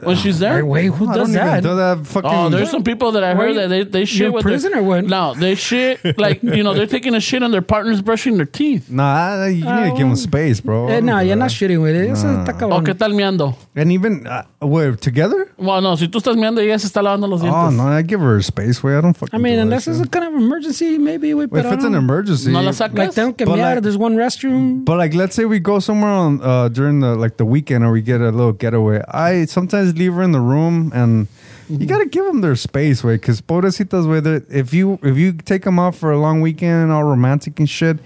S1: When she's there?
S3: Hey, wait, who
S2: I
S3: does
S2: don't
S3: that?
S2: even do that. Fucking
S1: Oh, there's some people that I
S3: Were
S1: heard
S3: you-
S1: that they, they
S3: you
S1: shit
S3: in
S1: with
S3: prison
S1: their,
S3: or what?
S1: No, they shit like you know they're taking a shit and their partner's brushing their teeth.
S2: Nah, I- you need to
S1: Oh.
S2: give them space, bro.
S3: Eh,
S2: I don't
S3: no,
S2: do
S3: you're
S2: that.
S3: not shitting with it. Eso está
S2: Oh,
S1: ¿O Oh,
S2: Mm.
S3: cabrón.
S1: qué tal meando?
S2: And even uh, wait together.
S1: Well, no, si tú estás meando ella se está lavando los dientes.
S2: Oh no, I give her space. Way I don't fucking.
S3: I mean,
S2: do
S3: unless
S2: that
S3: it's a
S2: shit.
S3: kind of emergency, maybe. Wait,
S2: Wait, if it's an emergency.
S1: No la sacas.
S3: Like, tengo que
S2: But
S3: mear,
S2: like-
S3: there's one restroom.
S2: But like, let's say we go somewhere on uh, during the like the weekend, or we get a little getaway. I sometimes leave her in the room, and
S3: Mm-hmm.
S2: you gotta give them their space, way. Because pobrecitas, way, they're- if you if you take them out for a long weekend, all romantic and shit.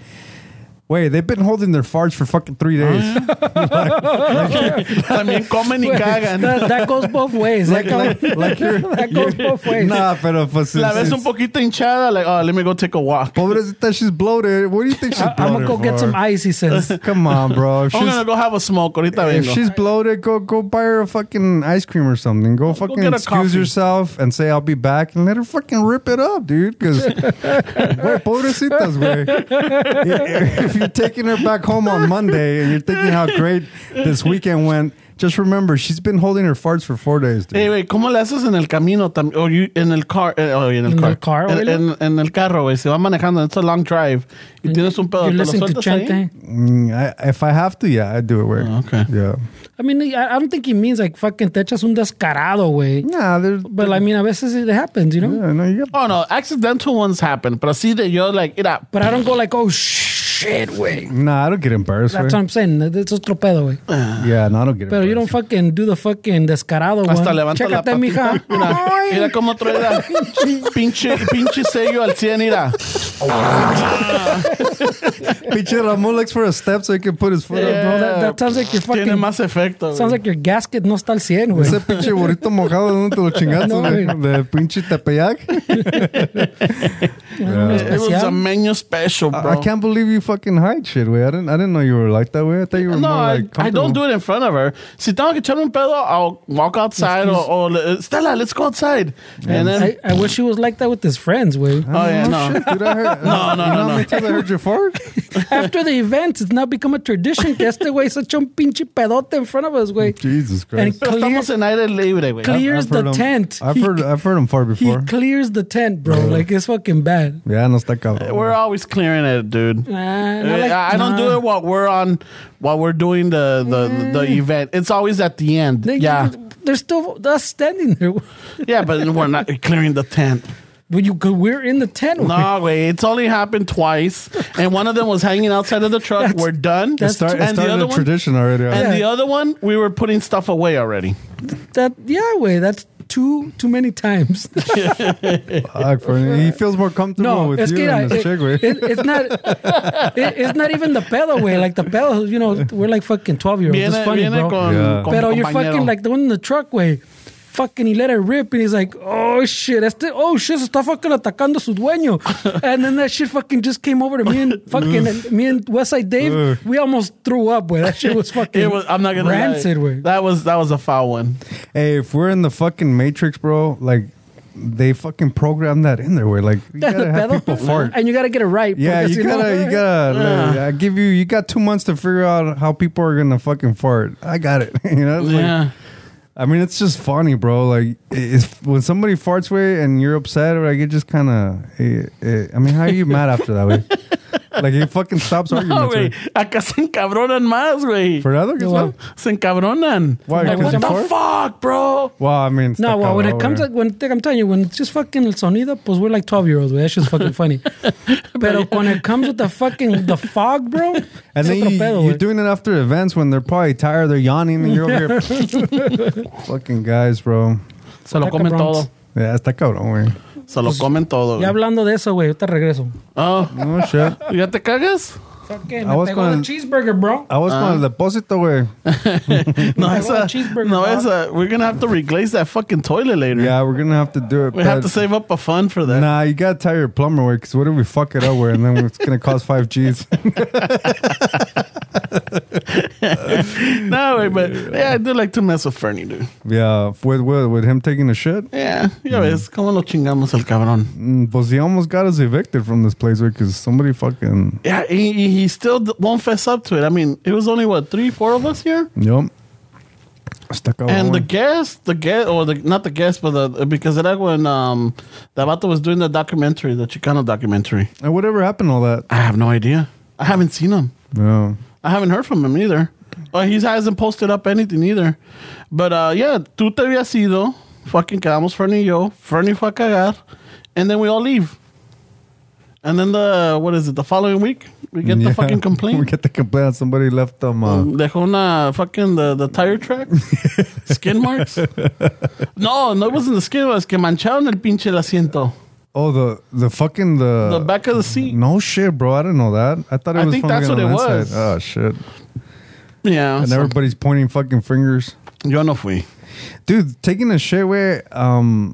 S2: Wait, they've been holding their farts for fucking three
S3: Ah.
S2: days.
S1: También comen y cagan.
S3: that, that goes both ways. eh,
S2: like,
S3: that,
S2: like,
S3: goes,
S2: like you're,
S3: that goes both ways.
S2: nah, pero pues,
S1: La ves
S2: it's-
S1: un poquito hinchada, like, oh, let me go take a walk.
S2: Pues, pobrecita, she's bloated. What do you think she's bloated
S3: I'm gonna go get
S2: for?
S3: some Oh, ice. He says.
S2: Come on, bro. If
S1: I'm
S2: she's-
S1: gonna go have a smoke. Ahorita
S2: If
S1: vengo.
S2: she's bloated, go go buy her a fucking ice cream or something. Go fucking
S1: get a
S2: excuse
S1: coffee.
S2: yourself and say I'll be back and let her fucking rip it up, dude. Because pobrecitas, güey. If you're taking her back home on Monday and you're thinking how great this weekend went, just remember she's been holding her farts for four days, dude.
S1: Hey, Eh, güey, ¿cómo le haces en el camino? tam- O you- en el car. eh, oh, en el
S3: ¿En
S1: car.
S3: el car,
S1: en,
S3: güey?
S1: en- en el carro, güey. Se va manejando. It's a long drive. Y tienes un pedo.
S3: You're
S1: ¿te lo
S3: listening to
S1: sueltas ahí?
S3: Chente.
S2: Mm, I, if I have to, yeah, I do it. Where?
S1: Oh, okay.
S2: Yeah.
S3: I mean, I, I don't think he means like fucking te echas un descarado, güey.
S2: Nah, there's.
S3: But I mean, a veces it happens, you know.
S2: yeah, no, you got.
S1: Oh, no. Accidental ones happen. Pero así de yo, like, mira.
S3: But I don't go like, oh shit, güey.
S2: Nah, I don't get embarrassed.
S3: That's what
S2: güey.
S3: I'm saying. That's otro pedo, güey.
S1: Ah,
S2: Yeah, no, I don't get.
S3: Pero you don't
S2: embarrassed.
S3: fucking do the fucking descarado, güey.
S1: Hasta levanta la
S3: Chécate,
S1: patita.
S3: mija.
S1: Mira, mira cómo trae la pinche, pinche sello al 100, mira.
S2: Pinche Ramon looks for a step so he can put his foot up.
S3: bro, that- that sounds like you're
S1: Tiene
S3: fucking-
S1: más efecto,
S3: Sounds
S1: güey.
S3: like your gasket no está al 100, güey.
S2: Ese pinche burrito mojado, ¿dónde te lo chingaste?
S3: No,
S2: güey?
S3: güey.
S2: de pinche Tepeyac.
S1: It was a
S3: especial.
S1: menu special, bro.
S2: I can't believe you fucking hide shit, güey. I didn't, I didn't know you were like that, way. I thought you were
S1: No,
S2: more
S1: I,
S2: like.
S1: I don't do it in front of her. Si tengo que echarme un pedo, I'll walk outside or, or le- Stella, let's go outside. And then,
S3: I, I wish he was like that with his friends, güey.
S1: oh yeah, no.
S2: Shit, dude, I heard,
S1: No, no, no,
S2: you know how
S1: no.
S2: many times I heard you fart?
S3: After the event, it's now become a tradition que este güey se echa un pinche pedote in front of us, güey.
S2: Jesus Christ.
S1: Pero
S3: Clear-
S1: estamos en aire libre, güey.
S3: Clear- here's
S2: I've heard
S3: the
S2: him-
S3: tent.
S2: I've
S3: He-
S2: heard, I've heard him fart
S3: He
S2: before.
S3: clears the tent, bro. Like, it's fucking bad.
S2: yeah, no está cabrón.
S1: We're always clearing it, dude.
S3: Nah,
S1: I,
S3: not like-
S1: Eh, I don't do
S3: nah.
S1: it while we're on, while we're doing the the, the
S3: Mm.
S1: event. It's always at the end.
S3: They-
S1: yeah,
S3: They're still us standing there.
S1: yeah, but we're not clearing the tent.
S3: But you, we're in the tent. güey.
S1: No, wait, it's only happened twice, and one of them was hanging outside of the truck. we're done.
S2: It start, it
S1: and the
S2: started
S1: other
S2: a
S1: one,
S2: tradition already.
S1: and
S2: I-
S1: the other one, we were putting stuff away already.
S3: That yeah, way. That's too too many times.
S2: Fuck, Fernie. Ah, he feels more comfortable
S3: no,
S2: with
S3: es
S2: you
S3: que mira,
S2: than this
S3: it-
S2: chick, güey.
S3: it- it's not. it- it's not even the pedo way. Like the pedo, you know, we're like fucking twelve year olds. It's
S1: Viene,
S3: funny,
S1: viene
S3: bro.
S1: con,
S2: Yeah.
S1: con
S3: Pero you're
S1: compañero.
S3: fucking like the one in the truck way. fucking he let it rip and he's like, oh shit, este, oh shit, se está fucking atacando su dueño. and then that shit fucking just came over to me and fucking
S2: Mm.
S3: and me and Westside
S2: Ugh.
S3: Dave, we almost threw up. Where that shit was fucking.
S1: It was. I'm not gonna. lie.
S3: rancid. Way
S1: That was that was a foul one.
S2: Hey, if we're in the fucking Matrix, bro, like they fucking programmed that in there. Where like you gotta have
S3: Pedal.
S2: people fart.
S3: and you gotta get it right.
S2: Yeah,
S3: because,
S2: you
S3: know-
S2: gotta, you gotta. like, I give you, you got two months to figure out how people are gonna fucking fart. I got it. You know, Like,
S1: yeah.
S2: I mean, it's just funny, bro. Like, if when somebody farts way and you're upset, like it just kind of. I mean, how are you mad after that way? Like it fucking stops
S1: No,
S2: arguments.
S1: Oh, güey.
S2: right?
S1: Acá se encabronan más, güey.
S2: For other guys,
S3: Wow.
S1: Se encabronan.
S2: Why,
S1: Like,
S2: 'cause
S1: what
S2: you
S1: the fuck, bro?
S2: well, I mean, it's
S3: No,
S2: the
S3: well, when
S2: cabrón,
S3: it comes,
S2: güey.
S3: like, when te- I'm telling you, when it's just fucking el sonido, pues we're like 12 year olds, güey. That shit's fucking funny. Pero when it comes with the fucking the fog, bro,
S2: And
S3: es
S2: then
S3: otro
S2: you,
S3: pedo, eh?
S2: you're
S3: güey.
S2: doing it after events when they're probably tired, they're yawning, and you're over here. Fucking guys, bro.
S1: Se lo
S3: Ataca
S1: comen
S3: Bronx.
S1: todo.
S2: Yeah, está cabrón, güey.
S1: Se lo comen todo.
S3: Ya
S1: güey.
S3: hablando de eso, güey, yo te regreso.
S1: Oh,
S2: No shit.
S1: ¿ya te cagas?
S3: Fucking,
S2: I
S3: me
S2: was
S3: pegó
S2: gonna-
S3: el cheeseburger, bro.
S2: I was going to deposito, güey.
S1: No,
S3: I
S1: it's
S3: want
S1: a,
S3: a cheeseburger,
S1: no,
S3: dog.
S1: it's a, we're gonna have to reglaze that fucking toilet later.
S2: Yeah, we're gonna have to do it.
S1: we have
S2: but-
S1: to save up a fund for that.
S2: Nah, you gotta tell your plumber work because what if we fuck it up where and then it's gonna cost five G's?
S1: No, güey, but yeah, I do like to mess with Fernie, dude.
S2: yeah, with, with with him taking a shit,
S1: Yeah, ya ves, cómo lo chingamos el cabrón.
S2: Mm, but he almost got us evicted from this place because somebody fucking
S1: Yeah, he, he- he still d- won't fess up to it. I mean, it was only what three, four of us here,
S2: yep stuck out.
S1: and the guest, the guest, or the not the guest, but the because of that when um, the vato was doing the documentary, the Chicano documentary.
S2: and whatever happened to all that?
S1: I have no idea. I haven't seen him.
S2: Yeah,
S1: I haven't heard from him either. Well, he hasn't posted up anything either. But uh, yeah, tú te habías ido. Fucking quedamos Fernie y yo. Fernie fue a cagar. And then we all leave. And then the, what is it, the following week, we get
S2: Yeah.
S1: the fucking
S2: We
S1: complaint. Oh.
S2: get the complaint. Somebody left them. Uh,
S1: Dejó una fucking, the, the tire track. skin marks. No, no, it wasn't the skin, it was que mancharon el pinche el asiento.
S2: oh, the the fucking the
S1: The back of the seat.
S2: Uh, No shit, bro. I didn't know that. I thought it
S1: I
S2: was
S1: think
S2: from
S1: that's
S2: like
S1: what
S2: on
S1: it
S2: the inside.
S1: was.
S2: Oh shit!
S1: Yeah.
S2: And
S1: so-
S2: everybody's pointing fucking fingers.
S1: yo no fui.
S2: dude taking a shit way um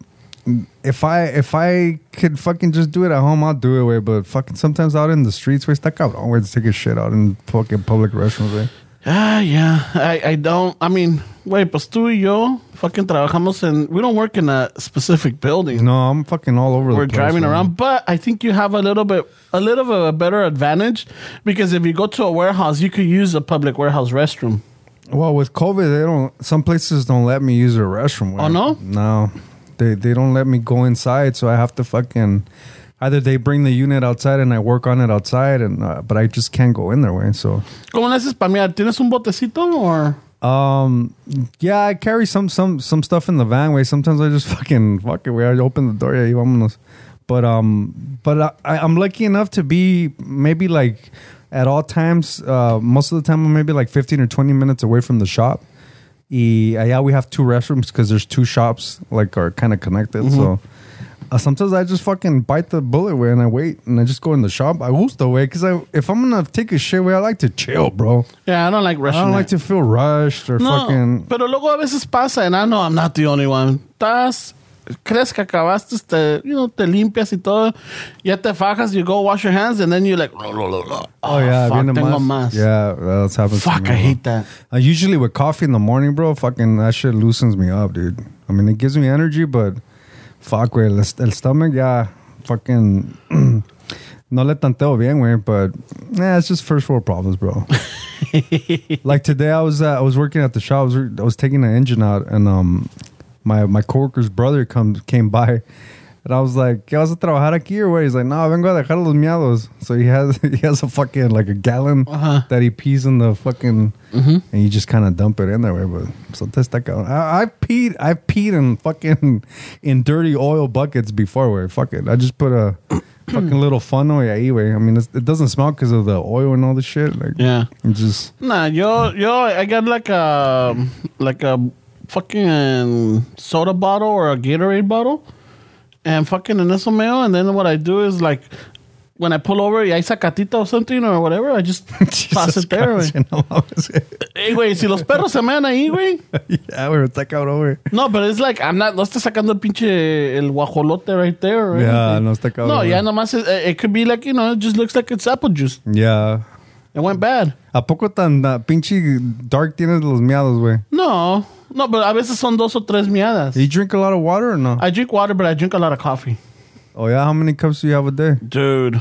S2: if i if i could fucking just do it at home i'll do it way but fucking sometimes out in the streets where stuck out where to take a shit out in fucking public restrooms way
S1: Ah, yeah. I, I don't. I mean, wait, pues tú y yo fucking trabajamos en. We don't work in a specific building.
S2: no i'm fucking all over
S1: We're
S2: the place,
S1: driving
S2: man.
S1: around, but I think you have a little bit, a little bit of a better advantage because if you go to a warehouse, you could use a public warehouse restroom.
S2: well with covid they don't some places don't let me use their restroom way.
S1: Oh, no?
S2: no they they don't let me go inside so i have to fucking Either they bring the unit outside and I work on it outside, and uh, but I just can't go in there, way. So
S1: ¿Cómo le haces para mirar? ¿Tienes un botecito o?
S2: Um. Yeah, I carry some some some stuff in the van. Way sometimes I just fucking fuck it. Where I open the door, yeah, you vámonos. But um, but I- I, I'm lucky enough to be maybe like at all times. Uh, most of the time, I'm maybe like 15 or 20 minutes away from the shop. Y, uh, yeah, we have two restrooms because there's two shops like are kind of connected. So uh, sometimes I just fucking bite the bullet way and I wait and I just go in the shop. I gusto way because I if I'm gonna take a shit way, I like to chill, bro.
S1: Yeah, I don't like restroom.
S2: I don't like to feel rushed or
S1: No,
S2: fucking.
S1: pero luego a veces pasa, and I know I'm not the only one. Estás, crees que acabaste, te, you know, te limpias y todo, ya te fajas, you go wash your hands, and then you're like, "Lo, lo, lo, lo." Ah,
S2: Oh, yeah,
S1: fuck,
S2: viene
S1: tengo
S2: más.
S1: más.
S2: Yeah, that's happened. to
S1: Fuck,
S2: me,
S1: I
S2: bro.
S1: hate that.
S2: Uh, usually with coffee in the morning, bro, fucking that shit loosens me up, dude. I mean, it gives me energy, but fuck, güey, el, el stomach, yeah, fucking. No le tanteo bien, güey, but nah, it's just first world problems, bro. like today, I was uh, I was working at the shop. I was, I was taking an engine out, and um, my my coworker's brother comes came by, and I was like, "¿Qué vas a trabajar aquí or what?" He's like, "No, vengo a dejar los miados." So he has he has a fucking like a gallon that he pees in the fucking, and you just kind of dump it in there. But sometimes that go. I, I peed I peed in fucking in dirty oil buckets before. Where fuck it, I just put a. Fucking little funnel, yeah. Anyway, I mean, it's, it doesn't smell because of the oil and all the shit. Like,
S1: Yeah.
S2: it just
S1: Nah, yo, yo, I got like a, like a fucking soda bottle or a Gatorade bottle, and fucking en eso meo, and then what I do is like, when I pull over, y hay sacatita or something or whatever, I just toss it there, güey.
S2: No mames.
S1: Ey, güey, si los perros se mean ahí, güey.
S2: yeah, güey, está cabrón, güey.
S1: No, pero it's like, I'm not, no está sacando el pinche, el guajolote right there, or
S2: Yeah,
S1: anything.
S2: no está cabrón.
S1: No, ya
S2: güey.
S1: nomás, es- it, it could be like, you know, it just looks like it's apple juice.
S2: Yeah.
S1: It went bad.
S2: ¿A poco tan ah, pinche dark tienes los miados, güey?
S1: No, no, pero a veces son dos o tres miadas.
S2: You drink a lot of water or no?
S1: I drink water, but I drink a lot of coffee.
S2: oh, yeah, how many cups do you have a day?
S1: Dude.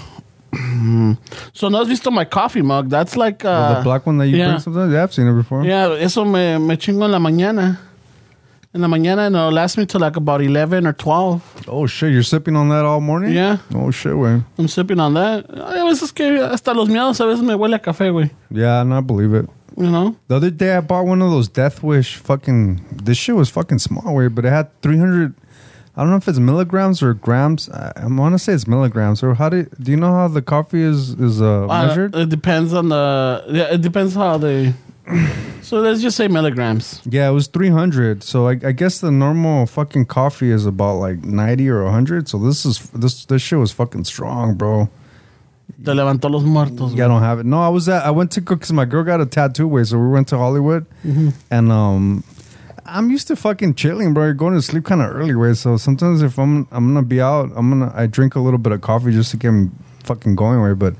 S1: so no has visto my coffee mug. That's like, uh,
S2: the black one that you
S1: yeah.
S2: bring sometimes? Yeah, I've seen it before.
S1: Yeah, eso me, me chingo en la mañana. En la mañana, and it'll last me till like about 11 or 12.
S2: Oh, shit, you're sipping on that all morning?
S1: Yeah.
S2: Oh, shit, güey.
S1: I'm sipping on that. Ay, A veces que hasta los miados a veces me huele a café, güey.
S2: Yeah, no, I believe it.
S1: You know?
S2: The other day I bought one of those Death Wish fucking. This shit was fucking small, way, but it had 300. I don't know if it's milligrams or grams. I, I want to say it's milligrams. Or how do do you know how the coffee is is uh,
S1: Uh,
S2: measured?
S1: it depends on the. Yeah, it depends how they. so let's just say milligrams.
S2: yeah, it was 300. So I, I guess the normal fucking coffee is about like 90 or 100. So this is this this shit was fucking strong, bro.
S1: Te levantó los muertos.
S2: Yeah, I
S1: güey.
S2: don't have it. No, I was at. I went to because my girl got a tattoo way, so we went to Hollywood, and um, I'm used to fucking chilling, bro. Going to sleep kind of early way, so sometimes if I'm I'm gonna be out, I'm gonna I drink a little bit of coffee just to get me fucking going way. But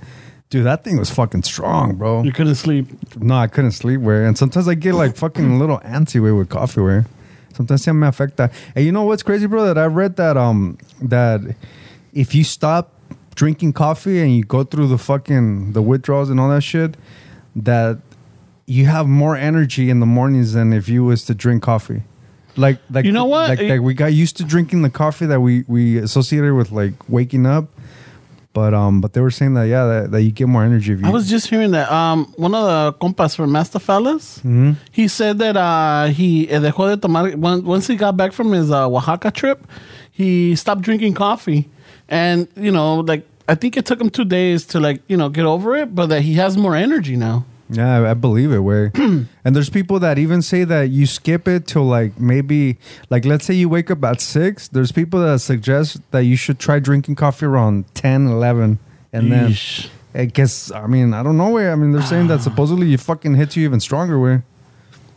S2: dude, that thing was fucking strong, bro.
S1: You couldn't sleep.
S2: No, I couldn't sleep way, and sometimes I get like fucking a little antsy way with coffee way. Sometimes it may affect that. And you know what's crazy, bro? That I read that um that if you stop drinking coffee and you go through the fucking the withdrawals and all that shit, that you have more energy in the mornings than if you was to drink coffee. Like like
S1: You know what?
S2: Like, like we got used to drinking the coffee that we we associated with like waking up. But um, but they were saying that yeah, that, that you get more energy if you.
S1: I was just hearing that. Um, one of the compas from Master Fellas, he said that uh, he eh, dejó de tomar when, once he got back from his uh, Oaxaca trip, he stopped drinking coffee, and you know, like I think it took him two days to like you know get over it, but that he has more energy now.
S2: Yeah, I- I believe it. Way, and there's people that even say that you skip it till like maybe like let's say you wake up at six. There's people that suggest that you should try drinking coffee around 10, 11. and then
S1: Yeesh.
S2: I guess I mean I don't know way. I mean they're saying that supposedly you fucking hits you even stronger way.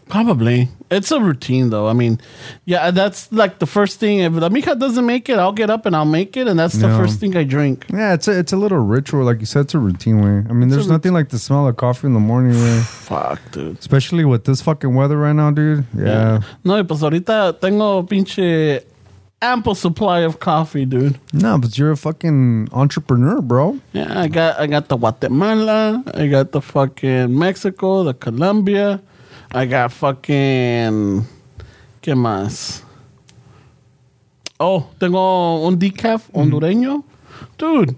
S1: Probably. It's a routine though. I mean, yeah, that's like the first thing. If La Mija doesn't make it, I'll get up and I'll make it, and that's the
S2: Yeah.
S1: first thing I drink.
S2: Yeah, it's a it's a little ritual, like you said, it's a routine way. I mean, there's
S1: a
S2: nothing like the smell of coffee in the morning, way.
S1: Fuck, dude.
S2: especially with this fucking weather right now, dude. Yeah,
S1: No, y pues ahorita tengo pinche ample supply of coffee, dude.
S2: no, but you're a fucking entrepreneur, bro.
S1: Yeah, I got I got the Guatemala, I got the fucking Mexico, the Colombia, I got fucking ¿qué más? Oh, tengo un decaf hondureño. Dude.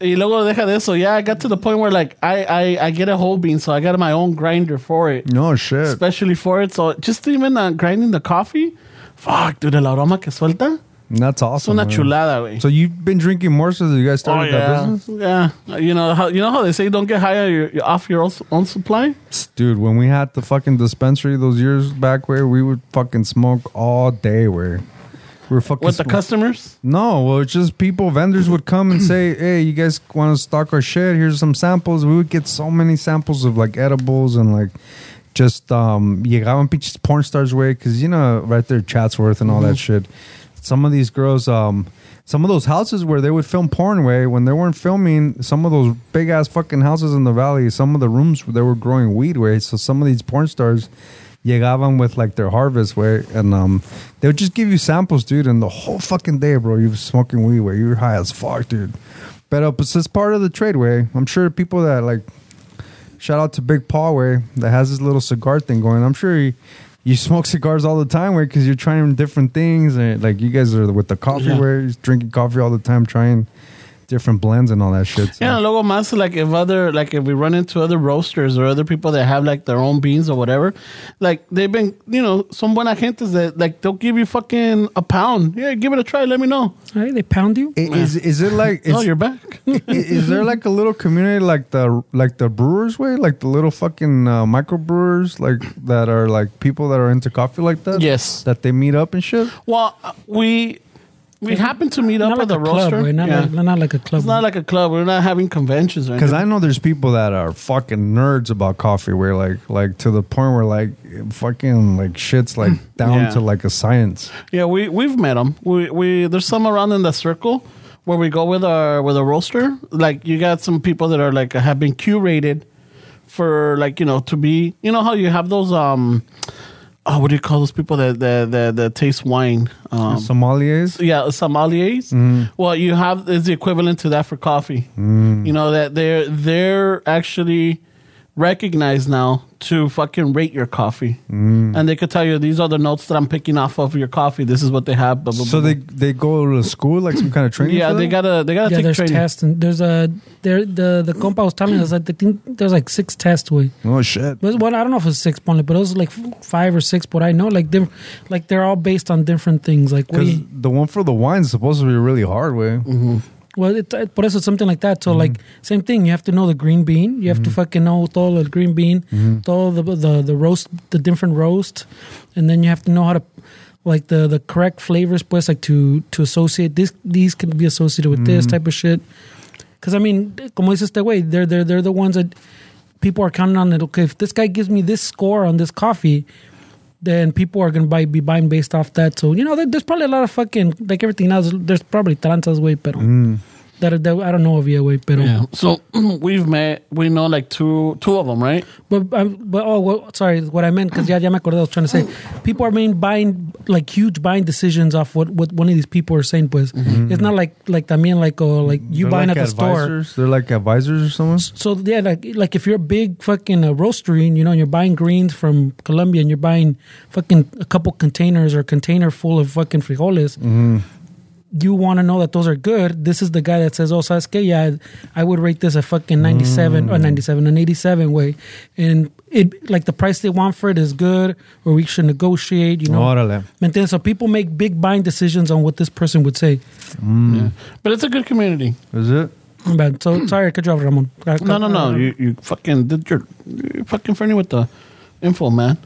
S1: Y luego deja de eso. Yeah, I got to the point where like I I, I get a whole bean, so I got my own grinder for it.
S2: No shit.
S1: Especially for it. So just even uh, grinding the coffee. Fuck, dude, el aroma que suelta.
S2: That's
S1: Es
S2: awesome.
S1: una
S2: man.
S1: chulada, güey.
S2: So you've been drinking more since you guys started that business,
S1: Oh, yeah. Yeah. You know how you know how they say don't get higher you're, you're off your own, own supply.
S2: Psst, dude. When we had the fucking dispensary those years back, where we would fucking smoke all day, where we were fucking
S1: With the
S2: smo-
S1: customers,
S2: No, well, it's just people, vendors would come and say, "Hey, you guys want to stock our shit? Here's some samples." We would get so many samples of like edibles and like just um llegaban pinches porn stars way because you know right there Chatsworth and all that
S1: Mm-hmm.
S2: shit. Some of these girls, um, some of those houses where they would film porn way when they weren't filming. Some of those big ass fucking houses in the valley. Some of the rooms they were growing weed way. So some of these porn stars llegaban with like their harvest way and um they would just give you samples dude and the whole fucking day bro you were smoking weed way you were high as fuck dude but uh, it's just part of the trade way i'm sure people that like shout out to big paul way that has this little cigar thing going i'm sure he you smoke cigars all the time, way, because you're trying different things, and like you guys are with the coffee,
S1: Yeah.
S2: where you're drinking coffee all the time, trying different blends and all that shit. so-
S1: yeah. Luego más like if other like if we run into other roasters or other people that have like their own beans or whatever, like they've been you know some buena gentes that like they'll give you fucking a pound. Yeah, give it a try. Let me know.
S3: All right, they pound you.
S2: I- Is is it like?
S1: oh,
S2: is-
S1: you're back.
S2: I- is there like a little community like the like the brewers way like the little fucking uh, microbrewers like that are like people that are into coffee like that
S1: Yes.
S2: that they meet up and shit
S1: Well, uh, we We happen to meet up
S3: Not
S1: at
S3: like
S1: the
S3: a club,
S1: roaster.
S3: way. Not,
S1: Yeah.
S3: like, not like a club.
S1: it's not like a club. We're not having conventions or
S2: Because
S1: anything.
S2: I know there's people that are fucking nerds about coffee. Where like, like to the point where like, fucking like shits like down
S1: Yeah.
S2: to like a science.
S1: Yeah, we we've met them. We we there's some around in the circle where we go with our with a roaster. Like you got some people that are like have been curated for like you know to be you know how you have those um oh what do you call those people that that that, that taste wine um
S2: Sommeliers.
S1: yeah sommeliers well you have is the equivalent to that for coffee you know that they're they're actually recognized now to fucking rate your coffee and they could tell you these are the notes that i'm picking off of your coffee this is what they have blah, blah,
S2: So
S1: blah.
S2: they they go to school like some kind of training.
S1: yeah
S2: for
S1: they
S2: that?
S1: gotta they gotta
S3: yeah,
S1: take
S3: there's
S1: training
S3: tests and there's a there the the compa was telling us that they think there's like six tests way.
S2: Oh shit.
S3: But well, I don't know if it's six point, but it was like f- five or six. But I know like they like they're all based on different things. Like what do
S2: Because
S3: you,
S2: the one for the wine is supposed to be really hard way.
S3: Mm-hmm. well, it, it, por eso something like that. So like same thing. You have to know the green bean. You have to fucking know todo the green bean, todo the, the the roast, the different roast, and then you have to know how to like the the correct flavors, pues, like to to associate this. These can be associated with this type of shit. Because I mean, como dice este way, they're they're they're the ones that people are counting on. That okay, if this guy gives me this score on this coffee, then people are gonna buy be buying based off that. So you know, there, there's probably a lot of fucking like everything else. There's probably tranzas way, pero
S2: Mm.
S3: that, that I don't know of yeah way, pero
S1: yeah so we've met we know like two two of them right
S3: but um, but oh well, sorry, what I meant because yeah, yeah, me acordé, I was trying to say people are making buying like huge buying decisions off what what one of these people are saying. Pues it's not like like también like oh like you
S2: They're
S3: buying
S2: like
S3: at the store.
S2: advisors. They're like advisors or someone.
S3: So yeah, like like if you're a big fucking uh, roastery and you know and you're buying greens from Colombia and you're buying fucking a couple containers or a container full of fucking frijoles,
S1: Mm-hmm.
S3: you want to know that those are good. This is the guy that says, "Oh, sabes que? Yeah, I would rate this a fucking ninety-seven
S1: Mm.
S3: or ninety-seven an eighty-seven way," and it like the price they want for it is good, or we should negotiate. You know,
S2: Órale.
S3: Maintain- So people make big buying decisions on what this person would say.
S1: yeah. but it's a good community
S2: Is it?
S3: But so sorry, I cut you off, Ramon.
S1: no no
S3: Uh,
S1: no you you fucking did your you're fucking friendly with the info man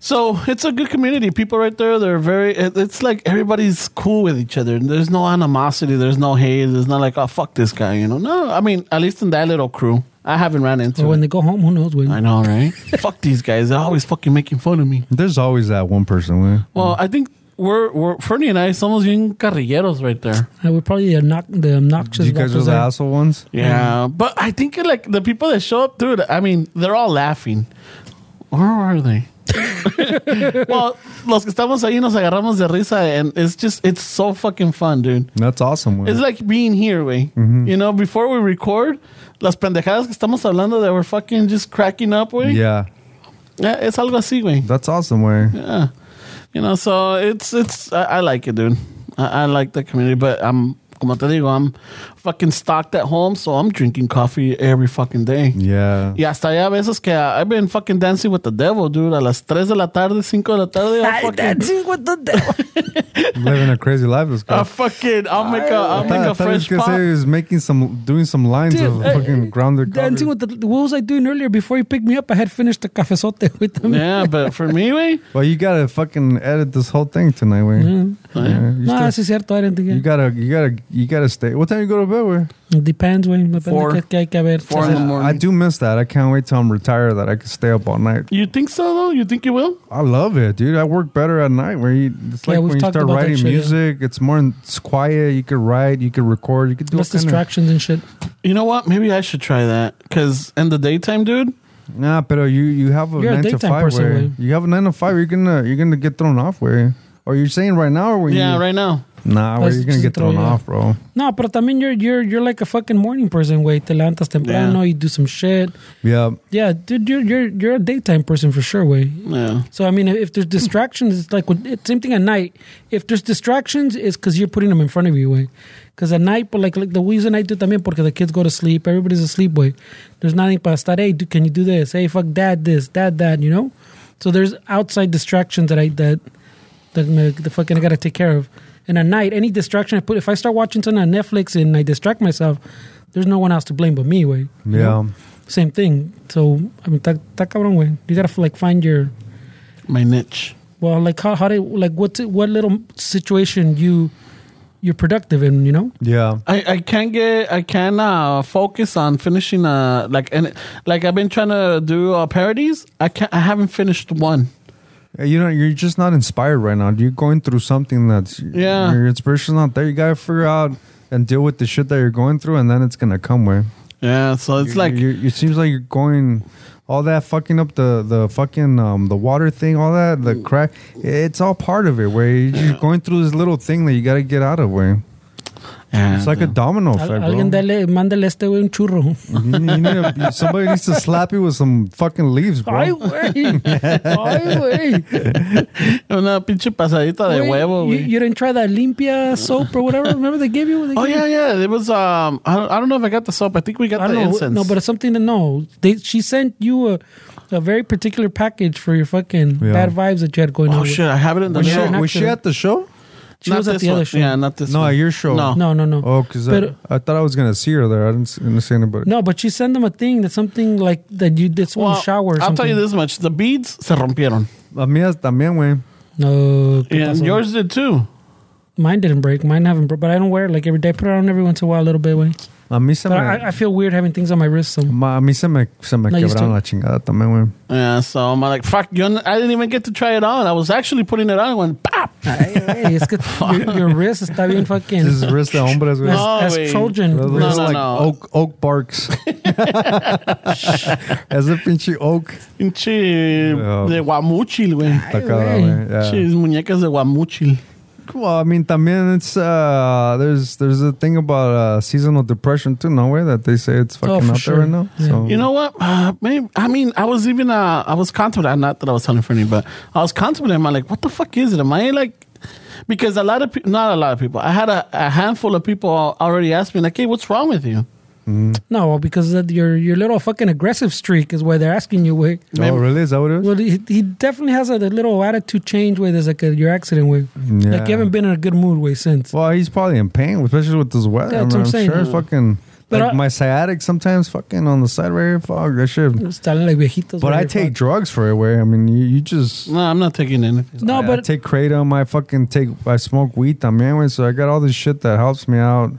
S1: so it's a good community people right there they're very it, it's like everybody's cool with each other there's no animosity there's no hate there's not like oh fuck this guy you know no i mean at least in that little crew i haven't ran into
S3: Or when
S1: it.
S3: they go home, who knows? When
S1: i know right fuck these guys they're always fucking making fun of me
S2: There's always that one person. Way.
S1: well i think we're we're fernie and i somos bien carrilleros right there
S3: I would probably obnox- the obnoxious.
S2: you guys are
S3: rappers
S2: the
S3: there.
S2: asshole ones.
S1: Yeah, but I think like the people that show up, dude. I mean, they're all laughing. Where are they? well, los que estamos ahí nos agarramos de risa, and it's just it's so fucking fun, dude.
S2: That's awesome. Way.
S1: It's like being here, way. You know, before we record, las pendejadas que estamos hablando that we're fucking just cracking up, way.
S2: yeah,
S1: yeah, it's algo así, way.
S2: that's awesome. Way.
S1: Yeah, Eh, you know, so it's it's I, I like it, dude. I, I like the community, but I'm como te digo, I'm fucking stocked at home, so I'm drinking coffee every fucking day.
S2: Yeah.
S1: Y hasta allá a veces que I- I've been fucking dancing with the devil, dude. A las 3 de la tarde, 5 de la tarde, I'll fucking,
S2: Living a crazy life. This guy.
S1: I'll fucking, I'll make a,
S2: I
S1: I'll
S2: thought-
S1: make
S2: I
S1: a
S2: thought he was
S1: fresh
S2: gonna
S1: pop.
S2: say he was making some, doing some lines
S3: Dude,
S2: of
S3: uh,
S2: fucking grounded.
S3: Dancing
S2: coffee.
S3: with the. What was I doing earlier before you picked me up? I had finished the cafezote with them.
S1: Yeah, but for me, wey,
S2: Well, you gotta fucking edit this whole thing tonight, way.
S3: Mm-hmm.
S2: Yeah,
S1: eh,
S2: you,
S3: No,
S2: still-
S3: sí es cierto. I didn't think.
S2: you gotta, you gotta, you gotta stay. What time you go to bed, way?
S3: it depends, güey. Depende
S1: Four.
S3: qué- qué hay que haber.
S1: Four in the morning.
S2: I do miss that. I can't wait till I'm retired that I can stay up all night.
S1: you think so though? You think you will?
S2: I love it, dude. I work better at night. Where you, it's
S3: Yeah,
S2: like
S3: we've
S2: when you
S3: talked
S2: start
S3: about that
S2: writing
S3: shit, yeah.
S2: music, it's more, in- it's quiet. You could write, you could record, you could do
S3: Less
S2: all kinda-
S3: distractions and shit.
S1: You know what? Maybe I should try that. Cause in the daytime, dude,
S2: Nah, pero you you have a
S3: You're a
S2: nine to
S3: daytime
S2: five
S3: person,
S2: way.
S3: way.
S2: You have a nine to five. You're gonna you're gonna get thrown off way. Or you're saying right now, or when
S1: yeah,
S2: you,
S1: right now.
S2: Nah, where
S3: Pues,
S2: you're gonna
S3: just
S2: get
S3: throw
S2: thrown
S3: you off.
S2: off, bro.
S3: No, pero también you're you're you're like a fucking morning person, güey. Te levantas temprano,
S1: Yeah.
S3: you do some shit.
S2: Yeah,
S3: Yeah, dude, you're you're you're a daytime person for sure, güey.
S1: Yeah.
S3: So I mean, if there's distractions, it's like with- it's same thing at night. If there's distractions, it's because you're putting them in front of you, way. Because at night, but like like the reason I do también porque the kids go to sleep, everybody's asleep, way. There's nothing para estar. Hey, do, can you do this? Hey, fuck dad, this, dad, that, you know. So there's outside distractions that I that that me- the fucking I gotta take care of. And at night, any distraction I put, if I start watching something on Netflix and I distract myself, there's no one else to blame but me, way.
S2: yeah.
S3: Same thing. So I mean, ta, ta cabrón, way. You gotta like find your
S1: My niche.
S3: well, like how how did like what what little situation you you're productive in. You know,
S2: Yeah.
S1: I, I can't get I can uh, focus on finishing uh like and like I've been trying to do uh, parodies. I can't I haven't finished one.
S2: You know, you're just not inspired right now. You're going through something that's
S1: Yeah.
S2: Your inspiration's not there. You gotta figure out and deal with the shit that you're going through, and then it's gonna come. Where
S1: Yeah, so it's
S2: You-
S1: like
S2: you, it seems like you're going all that fucking up the the fucking um the water thing, all that the crack. It's all part of it. Where you're just going through this little thing that you gotta get out of. Where
S1: Yeah,
S2: it's like a domino effect,
S3: Al-
S2: bro.
S3: alguien dale, mándale a este güey un churro.
S2: You need- you need a- somebody needs to slap you with some fucking leaves, bro.
S3: Ay, güey. Ay, güey.
S1: una pinche pasadita de
S3: Güey,
S1: huevo.
S3: You,
S1: güey.
S3: you didn't try that limpia soap or whatever. Remember they gave you? They
S1: Oh
S3: gave
S1: yeah,
S3: you-
S1: yeah. It was um. I don't, I don't know if I got the soap. I think we got
S3: I
S1: the
S3: don't know.
S1: incense.
S3: Ah, No, but it's something to know. They, she sent you a, a very particular package for your fucking
S2: Yeah.
S3: bad vibes that you had going on.
S1: oh
S3: with.
S1: shit, I have it in the
S3: Was
S2: Was,
S3: she-
S1: mail.
S2: she,
S3: Yeah.
S2: was she at the show?
S3: She
S1: Not
S3: was at
S1: this
S3: the
S1: one.
S3: other show.
S1: Yeah, not this.
S2: No,
S1: one.
S2: at your show.
S1: No.
S3: No, no, no.
S2: Oh, because
S3: Pero-
S2: I, I thought I was gonna see her there. I didn't, s- didn't see anybody.
S3: No, but she sent them a thing that's something like that you did someone
S1: Well,
S3: shower. Or
S1: I'll tell you
S3: something.
S1: this much: the beads se rompieron,
S2: A mías también, güey.
S3: No, ¿qué
S1: and
S3: pasó?
S1: yours did too.
S3: Mine didn't break. Mine haven't broke, but I don't wear it like every day. I put it on every once in a while, a little bit, way.
S2: A mí se
S3: But
S2: me,
S3: I, I feel weird having things on my wrist. So
S2: ma- a mí se me, se me
S3: No, you
S2: quebraron
S3: still-
S2: la chingada también, güey.
S1: Yeah, so I'm like, fuck. You know, I didn't even get to try it on. I was actually putting it on and went, pop.
S3: Ay, güey, es que your, your wrist está bien fucking.
S2: This is wrist de hombres, güey.
S3: That's,
S1: No,
S3: that's
S1: güey.
S3: Trojan.
S2: Those are
S3: wrist.
S1: no,
S2: like
S1: no.
S2: oak oak barks. As a pinche oak.
S1: Pinche
S2: Yeah.
S1: de guamuchil, güey.
S2: Tacada,
S3: güey.
S2: güey. Yeah.
S1: Pinches muñecas de guamuchil.
S2: Well, I mean, también it's uh, there's there's a thing about uh, seasonal depression too, no way that they say it's fucking
S3: Oh, for
S2: out
S3: sure.
S2: there right now.
S3: Yeah.
S2: So
S1: You know what? Uh, maybe, I mean, I was even, uh, I was contemplating, not that I was telling for any, but I was contemplating, I'm like, what the fuck is it? Am I like, because a lot of people, not a lot of people, I had a, a handful of people already asked me, like, hey, what's wrong with you?
S3: No, well, because of your your little fucking aggressive streak is why they're asking you. Wait,
S2: oh, really? Is that what it is?
S3: well, he, he definitely has a, little attitude change. Way there's like a, your accident. Way like
S2: Yeah.
S3: you haven't been in a good mood. Way since.
S2: Well, he's probably in pain, especially with this weather.
S3: Yeah,
S2: I
S3: that's
S2: mean,
S3: what I'm
S2: I'm
S3: saying.
S2: sure it's fucking
S3: But
S2: like
S3: I-
S2: my sciatic sometimes fucking on the side right here. Fuck that shit.
S3: Están like viejitos.
S2: But
S3: güey,
S2: I
S3: fuck.
S2: take drugs for it. Where I mean, you, you just
S1: No, I'm not taking anything.
S3: no,
S2: I, I
S3: but
S2: take kratom. I fucking take. I smoke weed. I'm anyway, so I got all this shit that helps me out.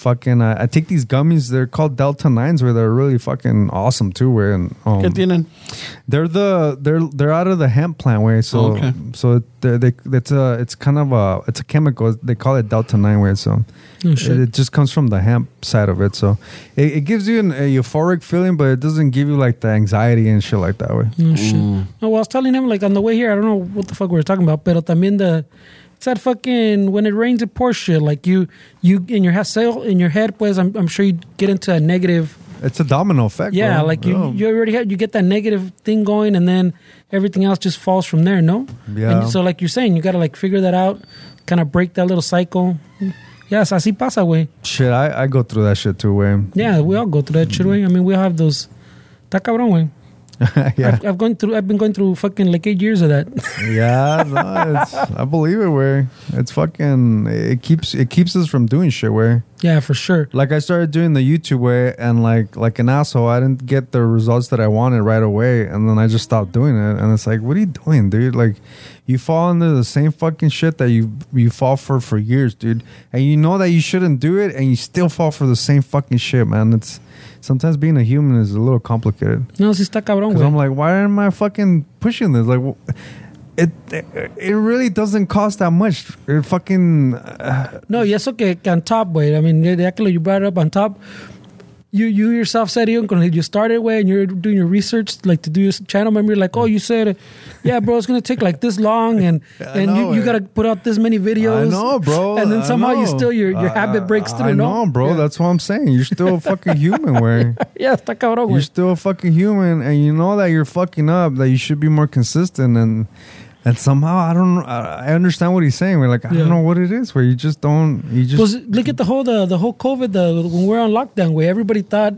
S2: Fucking, I, I take these gummies. They're called Delta Nines, where they're really fucking awesome too. Where and um,
S1: ¿Qué tienen?
S2: they're the they're they're out of the hemp plant way. So
S1: Oh, Okay.
S2: so they they it's a it's kind of a it's a chemical. They call it delta nine way. So
S3: Oh,
S2: it,
S3: shit.
S2: it just comes from the hemp side of it. So it, it gives you an a euphoric feeling, but it doesn't give you like the anxiety and shit like that way.
S3: Oh, shit.
S2: Mm.
S3: No, well, I was telling him like on the way here. I don't know what the fuck we were talking about, but también the it's that fucking when it rains it pours shit. Like you you in your ha- in your head, pues. I'm I'm sure you get into a negative.
S2: It's a domino effect.
S3: Yeah,
S2: bro. Oh.
S3: like you,
S2: Yeah.
S3: you already had you get that negative thing going, and then everything else just falls from there. No,
S2: Yeah.
S3: And so, like you're saying, you gotta like figure that out, kind of break that little cycle. Yes, así pasa, way.
S2: shit. I, I go through that shit too, way.
S3: Yeah, we all go through that shit, way. I mean, we all have those. Está cabrón, way.
S2: yeah,
S3: I've, I've gone through. I've been going through fucking like eight years of that.
S2: yeah. No, it's, I believe it. Where it's fucking it keeps it keeps us from doing shit. Where
S3: yeah, for sure.
S2: like I started doing the YouTube way, and like like an asshole, I didn't get the results that I wanted right away, and then I just stopped doing it. And it's like, what are you doing, dude? Like, you fall into the same fucking shit that you you fall for for years, dude. And you know that you shouldn't do it, and you still fall for the same fucking shit, man. It's sometimes being a human is a little complicated.
S3: No, sí está cabrón,
S2: Because
S3: güey.
S2: I'm like, why am I fucking pushing this? Like, wh- it it really doesn't cost that much. It fucking
S3: No, y eso que, que on top, güey. I mean, ya que lo you brought it up on top, you you yourself said you you started, güey, and you're doing your research, like to do your channel. Remember, you're like, oh, you said, yeah, bro, it's gonna take like this long, and and
S2: know,
S3: you, you
S2: güey.
S3: gotta put out this many videos.
S2: I know, bro.
S3: And then
S2: I
S3: somehow you
S2: know.
S3: still your your
S2: I-
S3: habit breaks through.
S2: I
S3: no,
S2: know, bro. That's what I'm saying. You're still a fucking human, way.
S3: Yeah, está cabrón,
S2: You're
S3: güey.
S2: still a fucking human, and you know that you're fucking up. That you should be more consistent, and and somehow I don't. I, I understand what he's saying. We're like, I
S3: Yeah.
S2: don't know what it is. Where you just don't. You just
S3: Pues look at the whole the, the whole COVID the, when we're on lockdown way everybody thought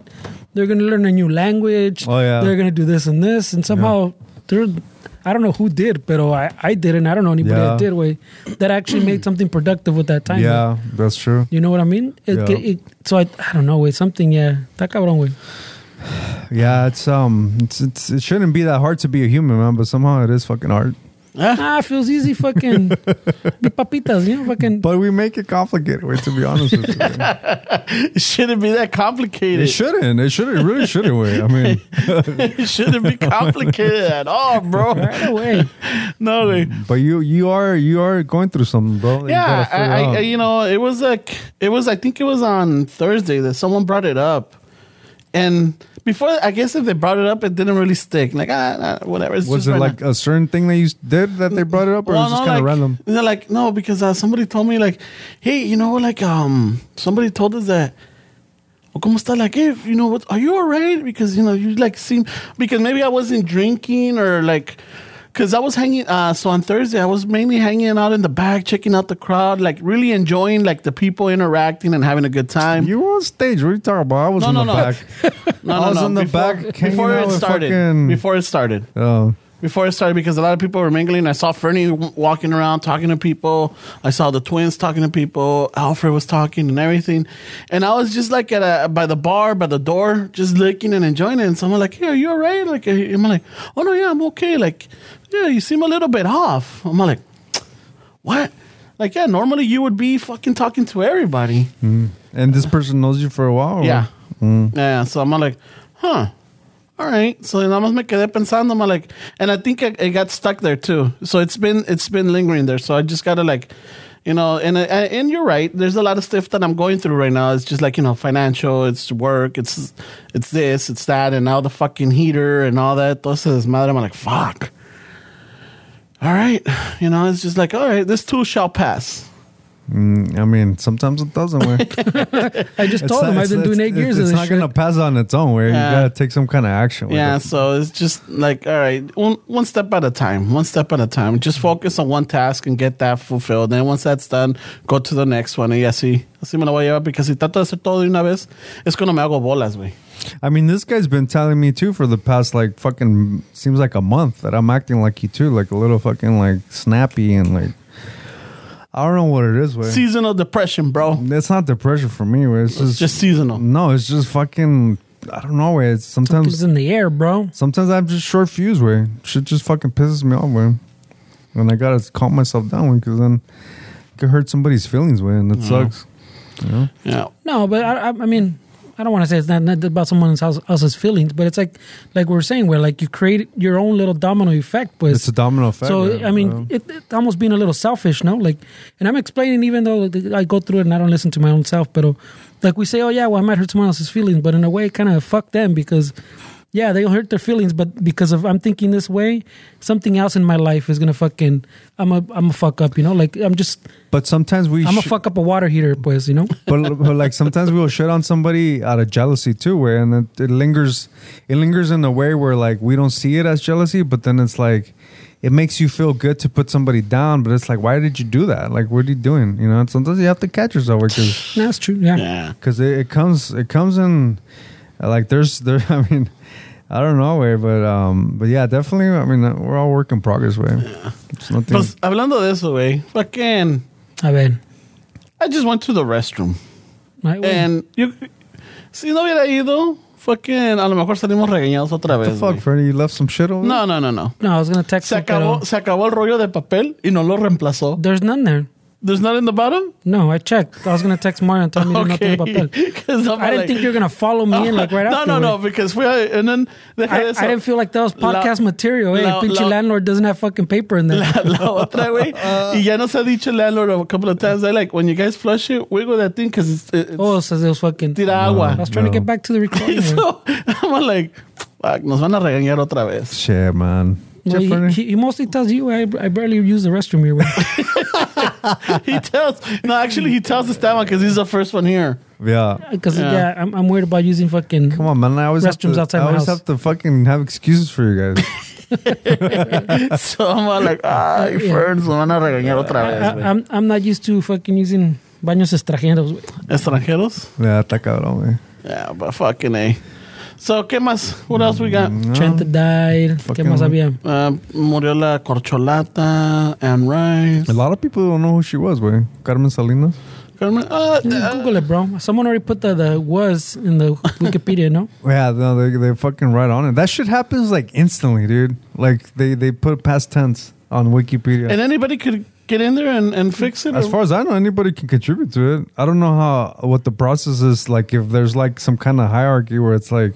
S3: they're gonna learn a new language.
S2: Oh, yeah.
S3: They're gonna do this and this and somehow they're I don't know who did, but oh, I, I didn't. I don't know anybody that
S2: Yeah.
S3: did way that actually made something productive with that time. güey.
S2: yeah, that's true.
S3: You know what I mean? It,
S2: Yeah.
S3: it, so I, I don't know, way something, yeah. Está cabrón, güey.
S2: Yeah, it's um, it's, it's it shouldn't be that hard to be a human, man. But somehow it is fucking hard.
S3: Ah, feels easy. Fucking be papitas, you know. Fucking
S2: But we make it complicated, way, to be honest with you.
S1: It shouldn't be that complicated.
S2: It shouldn't. It shouldn't. It really shouldn't, way. I mean,
S1: it shouldn't be complicated at all, bro.
S3: right away.
S1: No, they,
S2: but you you are you are going through something, bro. that you
S1: yeah,
S2: gotta figure
S1: I, I,
S2: out.
S1: you know, it was like it was. I think it was on Thursday that someone brought it up, and before I guess if they brought it up, it didn't really stick. Like ah, ah, whatever. It's
S2: was
S1: just
S2: it
S1: right
S2: like
S1: now.
S2: a certain thing that you did that they brought it up, or
S1: Well,
S2: was it just
S1: no,
S2: kind of
S1: like,
S2: random?
S1: They're like, no, because uh, somebody told me like, hey, you know, like um, somebody told us that. "Oh, ¿Cómo está? Like, hey, you know what? Are you all right? Because, you know, you like seem, because maybe I wasn't drinking or like, because I was hanging, uh, so on Thursday, I was mainly hanging out in the back, checking out the crowd, like really enjoying like the people interacting and having a good time.
S2: You were on stage. What are you talking about? I was
S1: No,
S2: in
S1: no,
S2: the
S1: no.
S2: back.
S1: no,
S2: I was in the back hanging
S1: Before
S2: out
S1: it
S2: with
S1: started.
S2: fucking-
S1: Before it started.
S2: Oh,
S1: before it started because a lot of people were mingling. I saw Fernie w- walking around talking to people. I saw the twins talking to people. Alfred was talking and everything. And I was just like at a by the bar, by the door, just looking and enjoying it. And someone like, "Hey, are you alright?" Like, uh, I'm like, "Oh no, yeah, I'm okay." Like, yeah, you seem a little bit off. I'm like, what? Like, yeah, normally you would be fucking talking to everybody.
S2: and this person knows you for a while. or-
S1: Yeah. Yeah. So I'm like, huh. All right. So nada más me quedé pensando. I'm like, and I think it, it got stuck there too. So it's been it's been lingering there. So I just gotta like, you know, and I- I- and you're right. There's a lot of stuff that I'm going through right now. It's just like you know, financial. It's work. It's it's this. It's that. And now the fucking heater and all that. Entonces, madre, I'm like, fuck. All right. You know, it's just like, all right, this too shall pass.
S2: Mm, I mean, sometimes it doesn't work.
S3: I just told him I've been doing eight years
S2: It's,
S3: of
S2: it's
S3: this
S2: not
S3: shit.
S2: gonna pass on its own. Where
S1: Yeah.
S2: you gotta take some kind of action. with
S1: Yeah,
S2: it.
S1: so it's just like all right, one, one step at a time, one step at a time. Just focus on one task and get that fulfilled. Then once that's done, go to the next one. Y así, así me lo voy a llevar. Porque si trato de hacer todo de una vez, es cuando me hago bolas, güey.
S2: I mean, this guy's been telling me too for the past like fucking seems like a month that I'm acting like you too, like a little fucking like snappy and like I don't know what it is. Way.
S1: Seasonal depression, bro.
S2: It's not depression for me. Way. It's,
S1: It's
S2: just,
S1: just seasonal.
S2: no. It's just fucking. I don't know. Way. It's
S3: It's
S2: sometimes
S3: in the air, bro.
S2: sometimes I'm just short fuse. Way. Shit just fucking pisses me off. Way. And I gotta calm myself down because then it could hurt somebody's feelings. Way, and it
S3: Mm.
S2: sucks.
S1: Yeah,
S3: No, but I, I, I mean, I don't want to say it's not, not about someone else, else's feelings, but it's like, like we are saying, where like you create your own little domino effect. Pues
S2: It's a domino effect.
S3: So
S2: way,
S3: I mean,
S2: bro.
S3: it, it almost being a little selfish, no? Like, and I'm explaining even though th- I go through it and I don't listen to my own self, but uh, like we say, oh yeah, well I might hurt someone else's feelings, but in a way, kind of fuck them because, yeah, they'll hurt their feelings, but because of I'm thinking this way, something else in my life is gonna fucking I'm a I'm a fuck up, you know? Like I'm just
S2: but sometimes we
S3: I'm a
S2: sh-
S3: fuck up a water heater, pues, you know?
S2: but, but like sometimes we will shit on somebody out of jealousy too, where and it, it lingers, it lingers in a way where like we don't see it as jealousy, but then it's like it makes you feel good to put somebody down, but it's like why did you do that? Like what are you doing? You know, and sometimes you have to catch yourself because
S3: That's true, yeah.
S1: yeah.
S2: because it, it comes it comes in uh, like there's there. I mean. I don't know where, but um, but yeah, definitely. I mean, uh, we're all work in progress, way. It's nothing.
S1: Pues, hablando de eso, güey. Fucking,
S3: I mean,
S1: I just went to the restroom.
S3: right? Well,
S1: And you, si no hubiera ido, fucking, a lo mejor salimos regañados otra
S2: the
S1: vez.
S2: fuck,
S1: güey.
S2: Freddie, you left some shit over. there?
S1: No, no, no, no.
S3: no, I was gonna text
S1: Se
S3: him, pero
S1: acabó, se acabó el rollo de papel y no lo reemplazó.
S3: there's none there.
S1: There's not in the bottom?
S3: No, I checked. I was gonna text Mario and tell me nothing about that.
S1: 'Cause I'm
S3: I didn't
S1: like-
S3: think you were gonna follow me in like right
S1: no,
S3: after.
S1: No, no, no,
S3: güey.
S1: because we and then deja
S3: I,
S1: de
S3: I
S1: eso.
S3: didn't feel like that was podcast
S1: La-
S3: material. Hey,
S1: la-
S3: pinche
S1: la-
S3: landlord doesn't have fucking paper in there.
S1: la otra, güey.
S3: Uh,
S1: y ya nos ha dicho el landlord a couple of times. I like when you guys flush it, wiggle that thing because it's, it's
S3: oh, it says it was fucking.
S1: tira
S3: I
S1: agua.
S3: was trying to get back to the recording. güey.
S1: so I'm like, fuck, nos van a regañar otra vez.
S2: shit, man.
S3: Well,
S2: Shit, Freddie.
S3: he, he, he mostly tells you I, I barely use the restroom here. güey."
S1: he tells, no, actually, he tells the Esteban because he's the first one here.
S2: yeah.
S3: Because
S1: Yeah.
S3: yeah, I'm, I'm worried about using fucking.
S2: Come on, man. I always have
S3: Restrooms
S2: to,
S3: outside
S2: I
S3: my
S2: always
S3: house.
S2: have to fucking have excuses for you guys.
S1: so I'm like, ay,
S3: Yeah. Ah,
S1: Ferns, nos van a regañar otra
S3: I,
S1: vez.
S3: I,
S1: güey."
S3: I'm I'm not used to fucking using baños extranjeros. güey.
S1: ¿Extranjeros?
S2: yeah, está cabrón, güey.
S1: Yeah, but fucking A. So, ¿qué más? What else we got?
S3: Trent died. ¿Qué
S2: Fucking-
S3: más había?
S1: Uh, murió la corcholata, Anne Rice.
S2: A lot of people don't know who she was, güey. Carmen Salinas.
S1: Carmen- ah, uh,
S3: Google it, bro. Someone already put the, the was in the Wikipedia. No.
S2: Yeah, no, they they fucking right on it. That shit happens like instantly, dude. Like they they put past tense on Wikipedia.
S1: And anybody could get in there and, and fix it.
S2: as
S1: or-
S2: far as I know, anybody can contribute to it. I don't know how what the process is like. If there's like some kind of hierarchy where it's like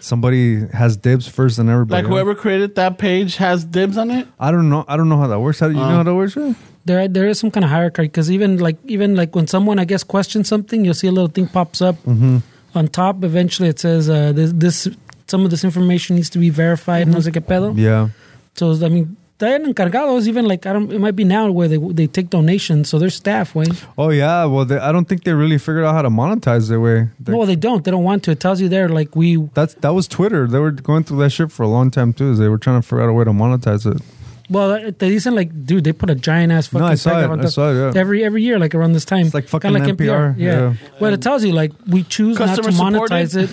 S2: somebody has dibs first and everybody.
S1: like
S2: else.
S1: whoever created that page has dibs on it.
S2: I don't know. I don't know how that works. How do
S3: Uh.
S2: you know how that works? Ray?
S3: there there is some kind of hierarchy because even like even like when someone I guess questions something, you'll see a little thing pops up on top. Eventually, it says uh, this, this some of this information needs to be verified. No sé qué pedo.
S2: Yeah.
S3: So I mean, they're encargados. Even like I don't. It might be now where they they take donations. So their staff way.
S2: Oh yeah. Well, they, I don't think they really figured out how to monetize their way. They-
S3: Well, they don't. They don't want to. It tells you there like we.
S2: that's that was Twitter. They were going through that shit for a long time too. Is they were trying to figure out a way to monetize it.
S3: Well, uh, they isn't like dude. They put a giant ass fucking.
S2: No, I saw
S3: tag
S2: it.
S3: on
S2: I
S3: top.
S2: saw it, yeah.
S3: Every every year, like around this time,
S2: It's like fucking
S3: Kinda
S2: NPR, yeah.
S3: Well, it tells you like we choose not to
S1: Customer
S3: monetize it.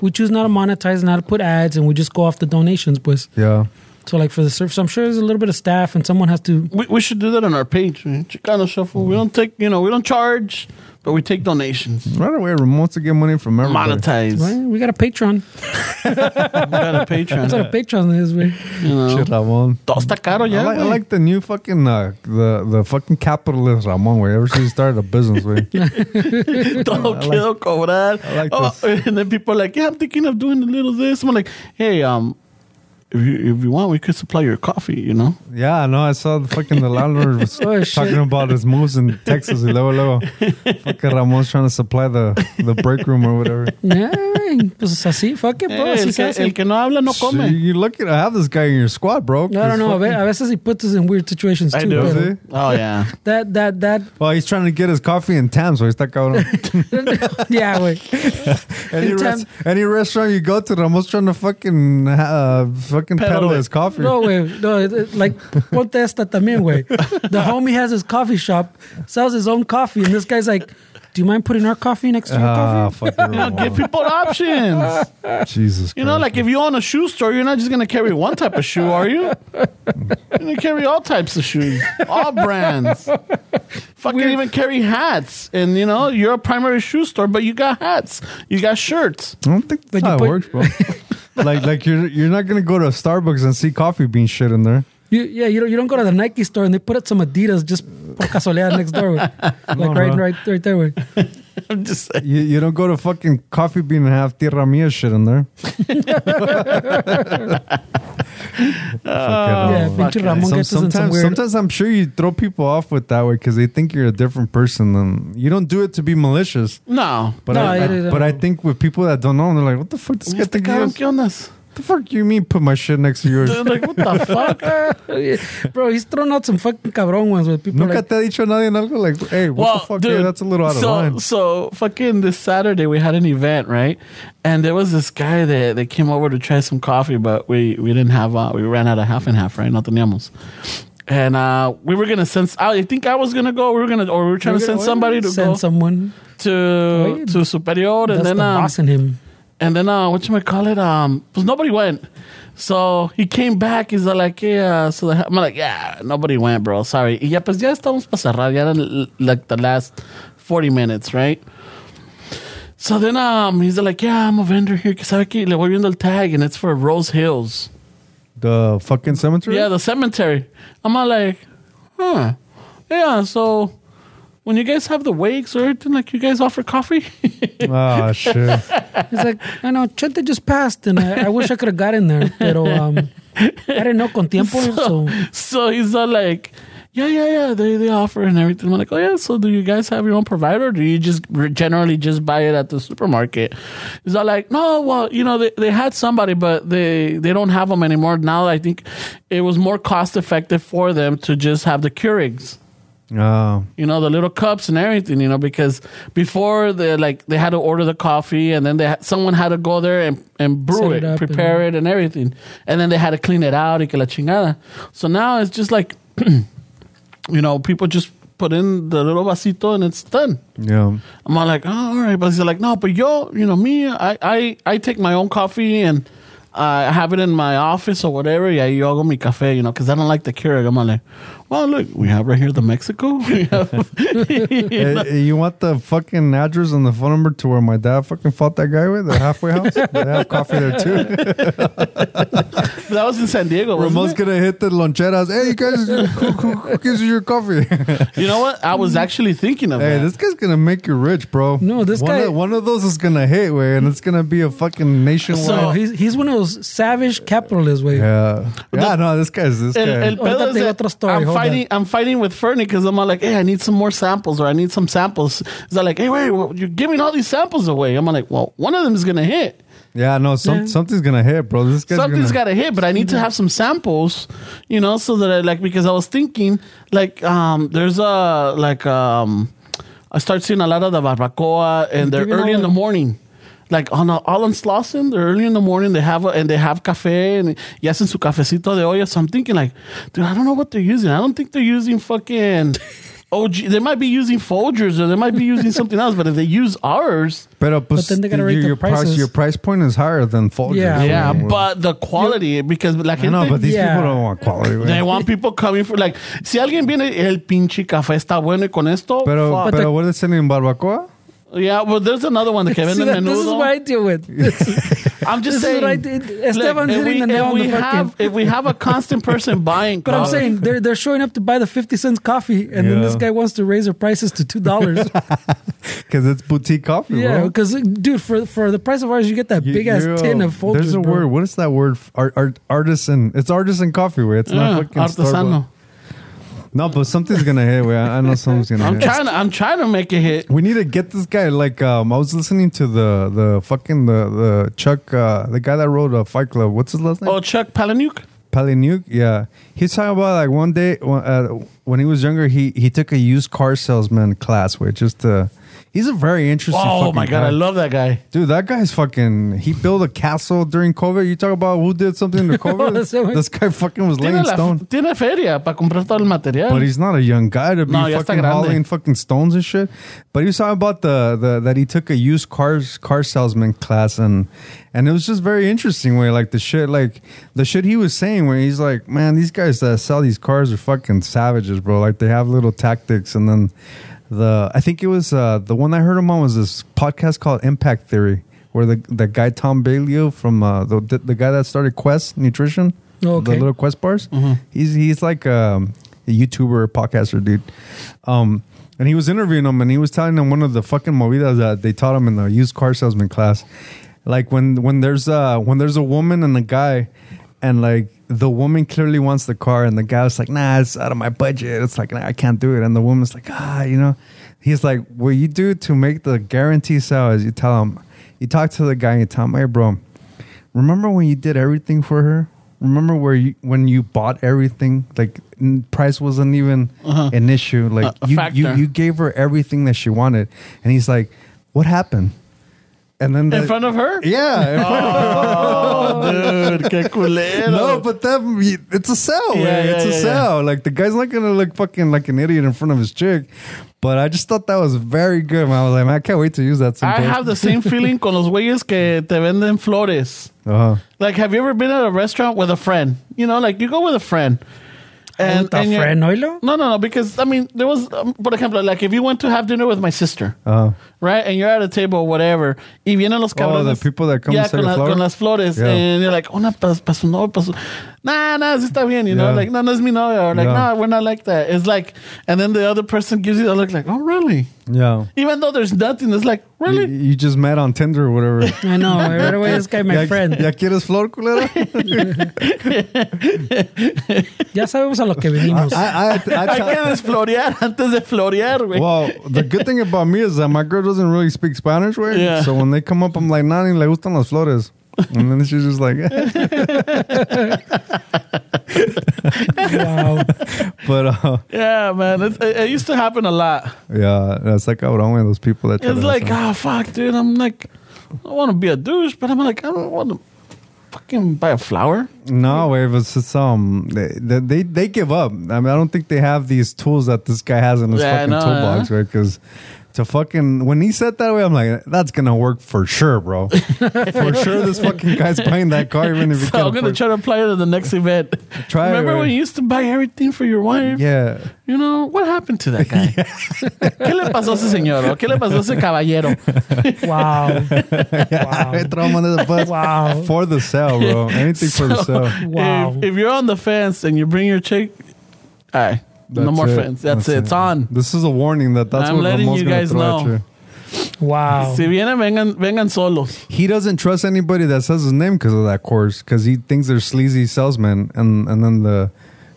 S3: we choose not to monetize, not to put ads, and we just go off the donations, pues.
S2: Yeah.
S3: So like for the surf, so I'm sure there's a little bit of staff, and someone has to.
S1: We, we should do that on our page. man. Chicano Shuffle. We don't take, you know, we don't charge, but we take donations.
S2: Right away, remotes to get money from everybody.
S1: Monetize.
S3: Well, we got a Patreon.
S1: We got a
S3: That's what a
S1: Patreon.
S3: Patreon is. We
S1: you know.
S2: Shit, Ramon.
S1: Todo está caro ya,
S2: I like, I
S1: güey.
S2: like the new fucking uh, the the fucking capitalist Ramon. Way ever since he started a business, way
S1: Todo quiero cobrar.
S2: I like
S1: oh, and then people are like, yeah, I'm thinking of doing a little this. I'm like, hey, um, if you, if you want, we could supply your coffee, you know?
S2: yeah, no, I saw the fucking the landlord was
S3: Oh, shit.
S2: talking about his moves in Texas. y Luego, luego, fucking Ramon's trying to supply the the break room or whatever.
S3: yeah, pues es así. Fuck it, bro.
S1: Eh,
S3: así
S1: el,
S3: se
S1: que, el
S3: hace.
S1: que no habla no
S2: So
S1: come.
S2: you look at I have this guy in your squad, bro.
S3: I don't know. A
S2: He's
S3: ve- a veces he puts us in weird situations too.
S1: I do.
S2: Does
S3: pero
S2: he?
S1: Oh, yeah.
S3: That that that.
S2: fucking- Well, he's trying to get his coffee in Tams, so he's stuck out.
S3: yeah, wait.
S2: Any,
S3: In
S2: res-
S3: Tam-
S2: any restaurant you go to, Ramon's trying to fucking uh, fucking
S1: Peddle
S2: peddle
S1: it.
S2: his coffee.
S3: No, güey. No, it- it- like, ponte esta también, güey. The homie has his coffee shop, sells his own coffee, and this guy's like, do you mind putting our coffee next to your
S2: ah,
S3: coffee?
S2: fucking
S1: Give
S2: Ramon.
S1: people options.
S2: Jesus.
S1: You know,
S2: Christ.
S1: like if you own a shoe store, you're not just gonna carry one type of shoe, are you? You're gonna carry all types of shoes, all brands. Fucking even carry hats, and you know you're a primary shoe store, but you got hats, you got shirts.
S2: I don't think that's
S3: you
S2: how
S3: put-
S2: it works, bro. like, like you're you're not gonna go to Starbucks and see coffee bean shit in there.
S3: You, yeah, you don't, you don't go to the Nike store and they put up some Adidas just por casualidad next door, güey. Like,
S2: No,
S3: right,
S2: bro.
S3: right, right there, güey.
S1: I'm just saying.
S2: You, you don't go to fucking coffee bean and have tierra mia shit in there. Fuck it, no.
S3: yeah, pinche Ramon
S2: Some-
S3: gets us in some
S2: sometimes,
S3: weird...
S2: sometimes I'm sure you throw people off with that way because they think you're a different person than you don't do it to be malicious.
S1: No,
S2: But
S3: No,
S2: I,
S3: I-
S2: I-
S3: I-
S2: but I think with people that don't know, they're like, "What the fuck? This guy
S1: este
S2: think he
S1: cabrón,
S2: is?
S1: ¿qué ondas?
S2: What the fuck you mean? Put my shit next to yours?
S1: They're like, what the fuck?
S3: Bro, he's thrown out some fucking cabrón ones with people
S2: Nunca
S3: like...
S2: te ha dicho nadie en algo like, hey, what the fuck? Hey, that's a little out of
S1: so,
S2: line.
S1: So fucking this Saturday we had an event, right? And there was this guy that, that came over to try some coffee, but we, we didn't have uh, we ran out of half and half, right? Not teníamos. And uh, we were gonna send. I think I was gonna go. We were gonna, or we were trying to send somebody to
S3: Send
S1: go
S3: someone.
S1: to
S3: Wait.
S1: to Superior,
S3: That's
S1: and then
S3: the
S1: um,
S3: boss in him.
S1: and then uh, what you call it? Um, 'cause nobody went. So he came back. He's like, yeah. So the, I'm like, yeah, nobody went, bro. Sorry. Y ya pues ya estamos para cerrar. Ya eran l- like the last 40 minutes, right? So then um, he's like, yeah, I'm a vendor here. Que sabe que le voy viendo el tag and it's for Rose Hills.
S2: The fucking cemetery?
S1: Yeah, the cemetery. I'm all like, huh. Yeah, so when you guys have the wakes or anything, like you guys offer coffee?
S2: Oh, shit.
S3: He's like, I know, Chente just passed, and I, I wish I could have gotten there, pero um, I didn't know con tiempo, so...
S1: so he's all like, yeah, yeah, yeah, they, they offer and everything. I'm like, oh, yeah, so do you guys have your own provider or do you just re- generally just buy it at the supermarket? He's all like, no, well, you know, they, they had somebody, but they, they don't have them anymore. Now I think it was more cost effective for them to just have the Keurigs.
S2: Oh,
S1: you know the little cups and everything you know because before they like they had to order the coffee and then they had, someone had to go there and, and brew
S3: Set
S1: it,
S3: it up
S1: prepare it and everything and then they had to clean it out y que la chingada so now it's just like you know people just put in the little vasito and it's done
S2: yeah.
S1: I'm all like, oh, all right. But he's like, no, but yo, you know, me, I, I, I take my own coffee and I have it in my office or whatever. Yeah, yo hago mi café, you know, because I don't like the Keurig. I'm all like, Well, look, we have right here the Mexico. We have-
S2: Eh, eh, you want the fucking address and the phone number to where my dad fucking fought that guy with the halfway house? they have coffee there too.
S1: that was in San Diego. wasn't
S2: Ramon's
S1: it?
S2: gonna hit the loncheras. Hey, you guys, who, who, who gives you your coffee? hey,
S1: You know what? I was actually thinking of that.
S2: this guy's gonna make you rich, bro.
S3: No, this
S2: one
S3: guy-
S2: Of, one of those is gonna hit, way, and it's gonna be a fucking nationwide.
S3: So he's, he's one of those savage capitalists, way.
S2: yeah, yeah. No, this guy's this
S1: El,
S2: guy.
S1: el pedo
S3: Ahorita
S1: es
S3: te digo
S1: that
S3: otra story,
S1: I'm
S3: hold on.
S1: fighting. I'm fighting with Fernie because I'm all like, hey, I need some more samples, or I need some samples. He's all like, hey, wait, well, you're giving all these samples away. I'm all like, well, one of them is gonna hit.
S2: yeah, no, some,
S3: Yeah.
S2: something's gonna hit, bro. This guy's
S1: Something's
S2: gonna,
S1: got to hit, but I need to have some samples, you know, so that I like because I was thinking like um there's a like um I start seeing a lot of the barbacoa and they're
S3: Giving
S1: early
S3: all
S1: in the
S3: the-
S1: morning. Like on a, all on Slauson, they're early in the morning. They have a, and they have cafe and y hacen su cafecito de olla. So I'm thinking like, dude, I don't know what they're using. I don't think they're using fucking OG. They might be using Folgers or they might be using something else. But if they use ours,
S2: Pero, pues,
S3: then they gotta
S2: your-
S3: rate the
S2: your price.
S3: prices.
S2: Your price point is higher than Folgers.
S3: Yeah.
S1: yeah.
S2: bro.
S1: But the quality because like
S2: I know, but these
S3: Yeah.
S2: people don't want quality. güey.
S1: They want people coming for like si alguien viene el pinche café está bueno y con esto
S2: Pero,
S1: fuck.
S2: pero
S3: the-
S2: what are they selling in barbacoa?
S1: yeah well there's another one that que
S3: See,
S1: venden
S3: that-
S1: menudo
S3: this is what I deal with.
S1: I'm just
S3: this is
S1: saying
S3: what I did. Esteban's
S1: if
S3: hitting
S1: we,
S3: the
S1: if
S3: nail on the
S1: we
S3: fucking-
S1: have if we have a constant person buying
S3: But I'm
S1: coffee-
S3: saying they're they're showing up to buy the fifty cents coffee, and then this
S2: Yeah.
S3: guy wants to raise their prices to two dollars.
S2: Because it's boutique coffee,
S3: yeah,
S2: bro.
S3: because dude, for for the price of ours, you get that
S2: You-
S3: big ass
S2: you're,
S3: tin
S2: uh,
S3: of Folgers.
S2: There's a
S3: bro.
S2: word. What is that word? Art, art, artisan. It's artisan coffee. Way. It's
S1: Yeah,
S2: not fucking
S1: Ah, artesano.
S2: Starbucks. No, but something's gonna hit. Way. I, I know something's gonna
S1: I'm
S2: hit.
S1: trying to I'm trying to make a hit
S2: we need to get this guy. Like, um, I was listening to the the fucking the the Chuck, uh, the guy that wrote uh, Fight Club. What's his last name?
S1: oh Chuck Palahniuk
S2: Palahniuk, yeah, he's talking about like one day when, uh, when he was younger, he he took a used car salesman class, where just uh, he's a very interesting.
S1: oh
S2: fucking
S1: my god
S2: guy.
S1: I love that guy
S2: Dude, that guy's fucking. He built a castle during COVID. You talk about who did something to COVID. this guy fucking was
S1: tiene,
S2: laying
S1: la,
S2: stone.
S1: tiene feria para comprar todo el material
S2: But he's not a young guy to be
S1: No, ya está
S2: fucking
S1: grande.
S2: hauling fucking stones and shit. But he was talking about the, the that he took a used cars car salesman class and and it was just very interesting way like the shit like the shit he was saying where he's like, man, these guys that sell these cars are fucking savages, bro. Like they have little tactics and then the I think it was uh, the one I heard him on was this podcast called Impact Theory. Where the, the guy Tom Bailey from uh, the the guy that started Quest Nutrition,
S3: Oh,
S2: the
S3: okay.
S2: little Quest bars. He's he's like um, a YouTuber, podcaster dude. Um, and he was interviewing him, and he was telling him one of the fucking movidas that they taught him in the used car salesman class. Like when when there's a when there's a woman and a guy, and like the woman clearly wants the car, and the guy's like, nah, it's out of my budget. It's like nah, I can't do it, and the woman's like, ah, you know. He's like, what you do to make the guarantee sell is you tell him, you talk to the guy, and you tell him, hey, bro, remember when you did everything for her remember where you when you bought everything like n- price wasn't even an issue like
S1: Uh-huh. A- a
S2: you, you
S1: factor.
S2: you gave her everything that she wanted and he's like what happened and
S1: in
S2: then the-
S1: front of her
S2: yeah in front of-
S1: oh dude qué culero
S2: no but that it's a sell
S1: Yeah,
S2: man.
S1: yeah,
S2: it's a
S1: yeah, yeah.
S2: sell like the guy's not gonna look fucking like an idiot in front of his chick but i just thought that was very good man. i was like man, i can't wait to use that
S1: I
S2: someday.
S1: have the same feeling con los güeyes que te venden flores
S2: uh-huh.
S1: Like, have you ever been at a restaurant with a friend? You know, like you go with a friend.
S3: Puta,
S1: you're-
S3: friend, oilo?
S1: No, no, no. Because I mean, there was, um, por ejemplo, like if you went to have dinner with my sister,
S2: Uh-huh.
S1: right? And you're at a table, or whatever. Y vienen los
S2: Oh,
S1: cabrones.
S2: the people that come
S1: yeah,
S2: and say
S1: con,
S2: the
S1: la-
S2: flower?
S1: con las flores,
S2: Yeah.
S1: and you're like, una para pa su novio, pa su. Nah, nah, sí está bien. You know,
S2: Yeah.
S1: like, no, no es mi novia. Or like,
S2: Yeah.
S1: nah, we're not like that. It's like, and then the other person gives you the look, like, oh, really?
S2: yeah
S1: Even though there's nothing, it's like,
S2: you,
S1: really?
S2: you just met on tinder or whatever
S3: I know. Right away, this guy, my
S2: ya,
S3: friend.
S2: ya quieres flor culera
S3: Ya sabemos a lo que venimos.
S2: I, I, I,
S1: Hay que desflorear antes de florear, güey.
S2: well, the good thing about me is that my girl doesn't really speak Spanish, way.
S1: Yeah.
S2: So when they come up, I'm like, Nani, le gustan las flores. And then she's just like, eh.
S3: wow.
S2: but uh,
S1: Yeah, man, it's, it, it used to happen a lot.
S2: yeah, that's like I would only those people that. try
S1: It's
S2: to
S1: like,
S2: hustle.
S1: ah, fuck, dude. I'm like, I want to be a douche, but I'm like, I don't want to fucking buy a flower.
S2: no, way, but it's just, um, they, they- they they give up. I mean, I don't think they have these tools that this guy has in his
S1: Yeah, I
S2: fucking
S1: know,
S2: toolbox,
S1: yeah.
S2: right? Because to fucking when he said that way, I'm like, that's gonna work for sure, bro. for sure, this fucking guy's buying that car even if he
S1: So
S2: can't
S1: I'm gonna
S2: afford-
S1: try to apply it to the next event.
S2: Try it,
S1: Remember
S2: right?
S1: when you used to buy everything for your wife?
S2: Yeah,
S1: You know what happened to that guy? ¿Qué le pasó a ese señor? ¿O ¿Qué le pasó a ese caballero?
S3: Wow.
S2: I throw him under the bus.
S3: Wow.
S2: For the sale, bro. Anything for
S1: So-
S2: the sale.
S3: Wow.
S1: If, if you're on the fence and you bring your chick, all right, no
S2: That's
S1: more
S2: it.
S1: fence. That's, it. It's on.
S2: This is a warning that that's
S1: I'm
S2: what
S1: letting
S2: Ramon's
S1: you
S2: gonna
S1: guys
S2: throw at
S1: know.
S2: you.
S3: Wow.
S1: Si vienen, vengan, vengan solos.
S2: He doesn't trust anybody that says his name because of that course, because he thinks they're sleazy salesmen, and and then the.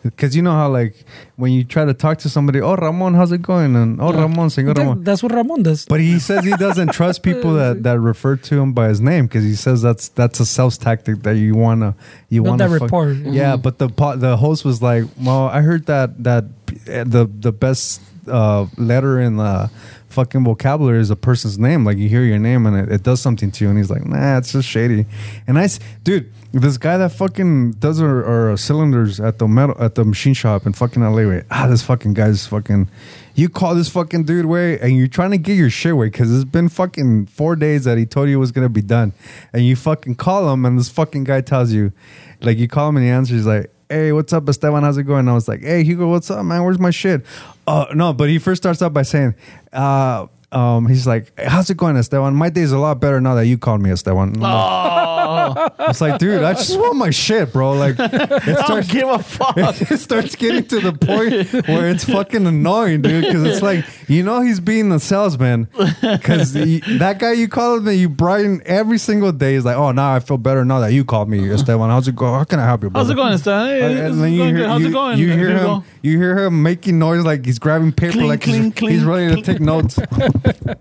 S2: Because you know how, like, when you try to talk to somebody, oh, Ramon, how's it going? And oh, Ramon, Senor
S3: That-
S2: Ramon.
S3: that's what Ramon does.
S2: But he says he doesn't trust people that, that refer to him by his name because he says that's that's a sales tactic that you wanna you
S3: Build
S2: wanna
S3: that rapport.
S2: Yeah, but the po- the host was like, "Well, I heard that that uh, the the best uh, letter in the fucking vocabulary is a person's name. Like you hear your name and it, it does something to you." And he's like, "Nah, it's just shady." And I, s- dude, this guy that fucking does our, our cylinders at the metal at the machine shop in fucking LA, way. Ah, this fucking guy's fucking. You call this fucking dude way, and you're trying to get your shit way because it's been fucking four days that he told you it was gonna be done, and you fucking call him, and this fucking guy tells you, like you call him and he answers like, "Hey, what's up, Esteban? How's it going?" I was like, "Hey, Hugo, what's up, man? Where's my shit?" Uh, no, but he first starts out by saying, uh, um, "He's like, "Hey, how's it going, Esteban? My day's a lot better now that you called me, Esteban." And I'm like- I was like, "Dude, I just want my shit, bro." Like, it
S1: I don't
S2: starts,
S1: give a fuck.
S2: it starts getting to the point where it's fucking annoying, dude. Because it's like, you know, he's being the salesman. Because that guy you called me, you brought in every single day. He's like, oh, now I feel better now that you called me, Esteban. How's it going? How can I help you?
S1: How's it
S2: brother?"
S1: going, Stan? Hey,
S2: Uh, And-
S1: this
S2: and
S1: is
S2: then you
S1: going
S2: hear-
S1: good. How's
S2: you-
S1: it going?
S2: You hear
S1: Hugo?
S2: him. You hear him making noise like he's grabbing paper,
S1: Clink,
S2: like
S1: clink,
S2: he's,
S1: clink,
S2: he's ready to
S1: clink.
S2: take notes.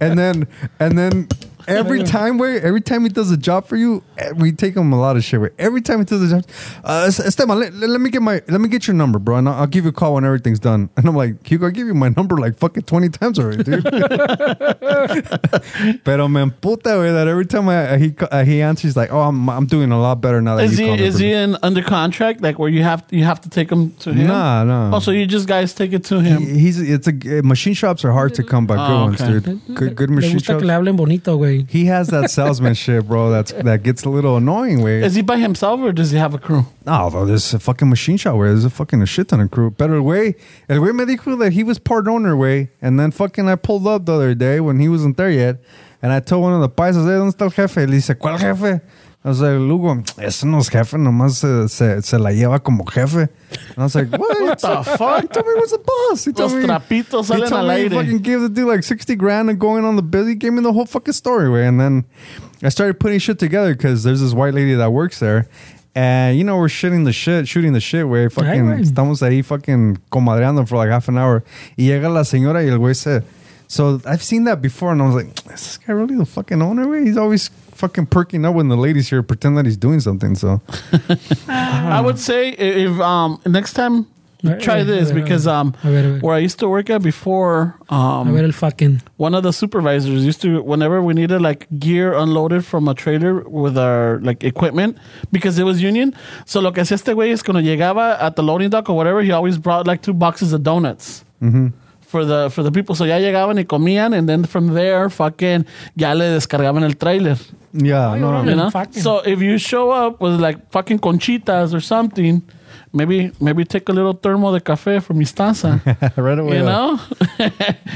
S2: and then, and then, every time where every time he does a job for you, eh, we take him a lot of shit. Where every time he does a job, uh, Es- Esteban, let, let me get my let me get your number, bro, and I'll, I'll give you a call when everything's done. And I'm like, Hugo, I give you my number like fucking twenty times already, dude. Pero me emputa, güey, that every time I, he ca- he answers, he's like, oh, I'm I'm doing a lot better now that
S1: Is
S2: you
S1: he
S2: called me,
S1: is
S2: bro."
S1: he in under contract? Like where you have you have to take him to him?
S2: Nah, nah.
S1: Oh, so you just guys take it to him.
S2: He's it's a uh, machine shops are hard to come by. Good
S1: Oh,
S2: ones,
S1: okay.
S2: dude. Good good
S3: Le
S2: machine
S3: gusta
S2: shops.
S3: que le hablen bonito, güey.
S2: He has that salesmanship, bro. That's that gets a little annoying. Way
S1: Is he by himself or does he have a crew?
S2: no, bro, there's a fucking machine shop. Way there's a fucking a shit ton of crew. Better way, el way me dijo that he was part owner. Way and then fucking I pulled up the other day when he wasn't there yet, and I told one of the paisas, "Hey, dónde está el jefe?" Le dice, "¿Cuál jefe?" I was like, Lugo, ese no es jefe, nomás se, se, se la lleva como jefe. And I was like, what?
S1: the
S2: fuck? He told me he was the boss. He told
S1: Los
S2: me,
S1: trapitos
S2: he
S1: salen
S2: told
S1: al
S2: me he
S1: aire.
S2: fucking gave the dude like 60 grand and going on the bill. He gave me the whole fucking story, way. And then I started putting shit together because there's this white lady that works there. And you know, we're shitting the shit, shooting the shit, way. Fucking,
S3: güey.
S2: estamos ahí fucking comadreando for like half an hour. Y llega la señora y el güey se. So I've seen that before and I was like, is this guy really the fucking owner, way? He's always fucking perking up when the ladies here pretend that he's doing something. So
S1: I would say i- if um next time you
S2: Uh,
S3: Right,
S1: try
S3: right,
S1: this
S3: right, right.
S1: because um
S3: A ver, a ver.
S1: where I used to work at before
S3: A ver
S1: um
S3: el fucking.
S1: one of the supervisors used to whenever we needed like gear unloaded from a trailer with our like equipment because it was union. So lo que hacía este güey es cuando llegaba at the loading dock or whatever, he always brought like two boxes of donuts. For the, for the people. So ya llegaban y comían, and then from there, fucking, ya le descargaban el trailer.
S2: yeah, no, no,
S1: You know?
S3: Fucking.
S1: So if you show up with like fucking conchitas or something, maybe maybe take a little thermo de cafe from Istanza.
S2: right away.
S1: you
S2: uh,
S1: know?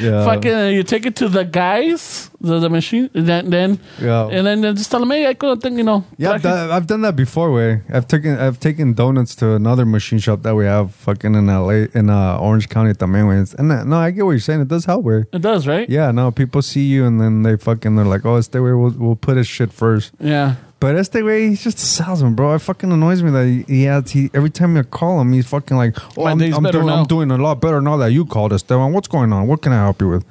S2: yeah.
S1: fucking uh, you take it to the guys, the, the machine, and then, then
S2: Yeah.
S1: and then just tell them, hey, I couldn't think, you know.
S2: Yeah, I've
S1: traje-
S2: done, I've done that before. Way I've taken I've taken donuts to another machine shop that we have fucking in L.A. in uh, Orange County, también. Way and uh, no, I get what you're saying. It does help. Way
S1: It does, right?
S2: yeah, no, people see you and then they fucking they're like, oh, este way, we'll we'll put his shit first.
S1: Yeah.
S2: But este way, he's just a salesman, bro. It fucking annoys me that he, he has he every time you call him, he's fucking like, oh,
S1: My
S2: I'm,
S1: day's
S2: I'm
S1: better
S2: doing,
S1: now.
S2: I'm doing a lot better now that you called Esteban. What's going on? What can I help you with?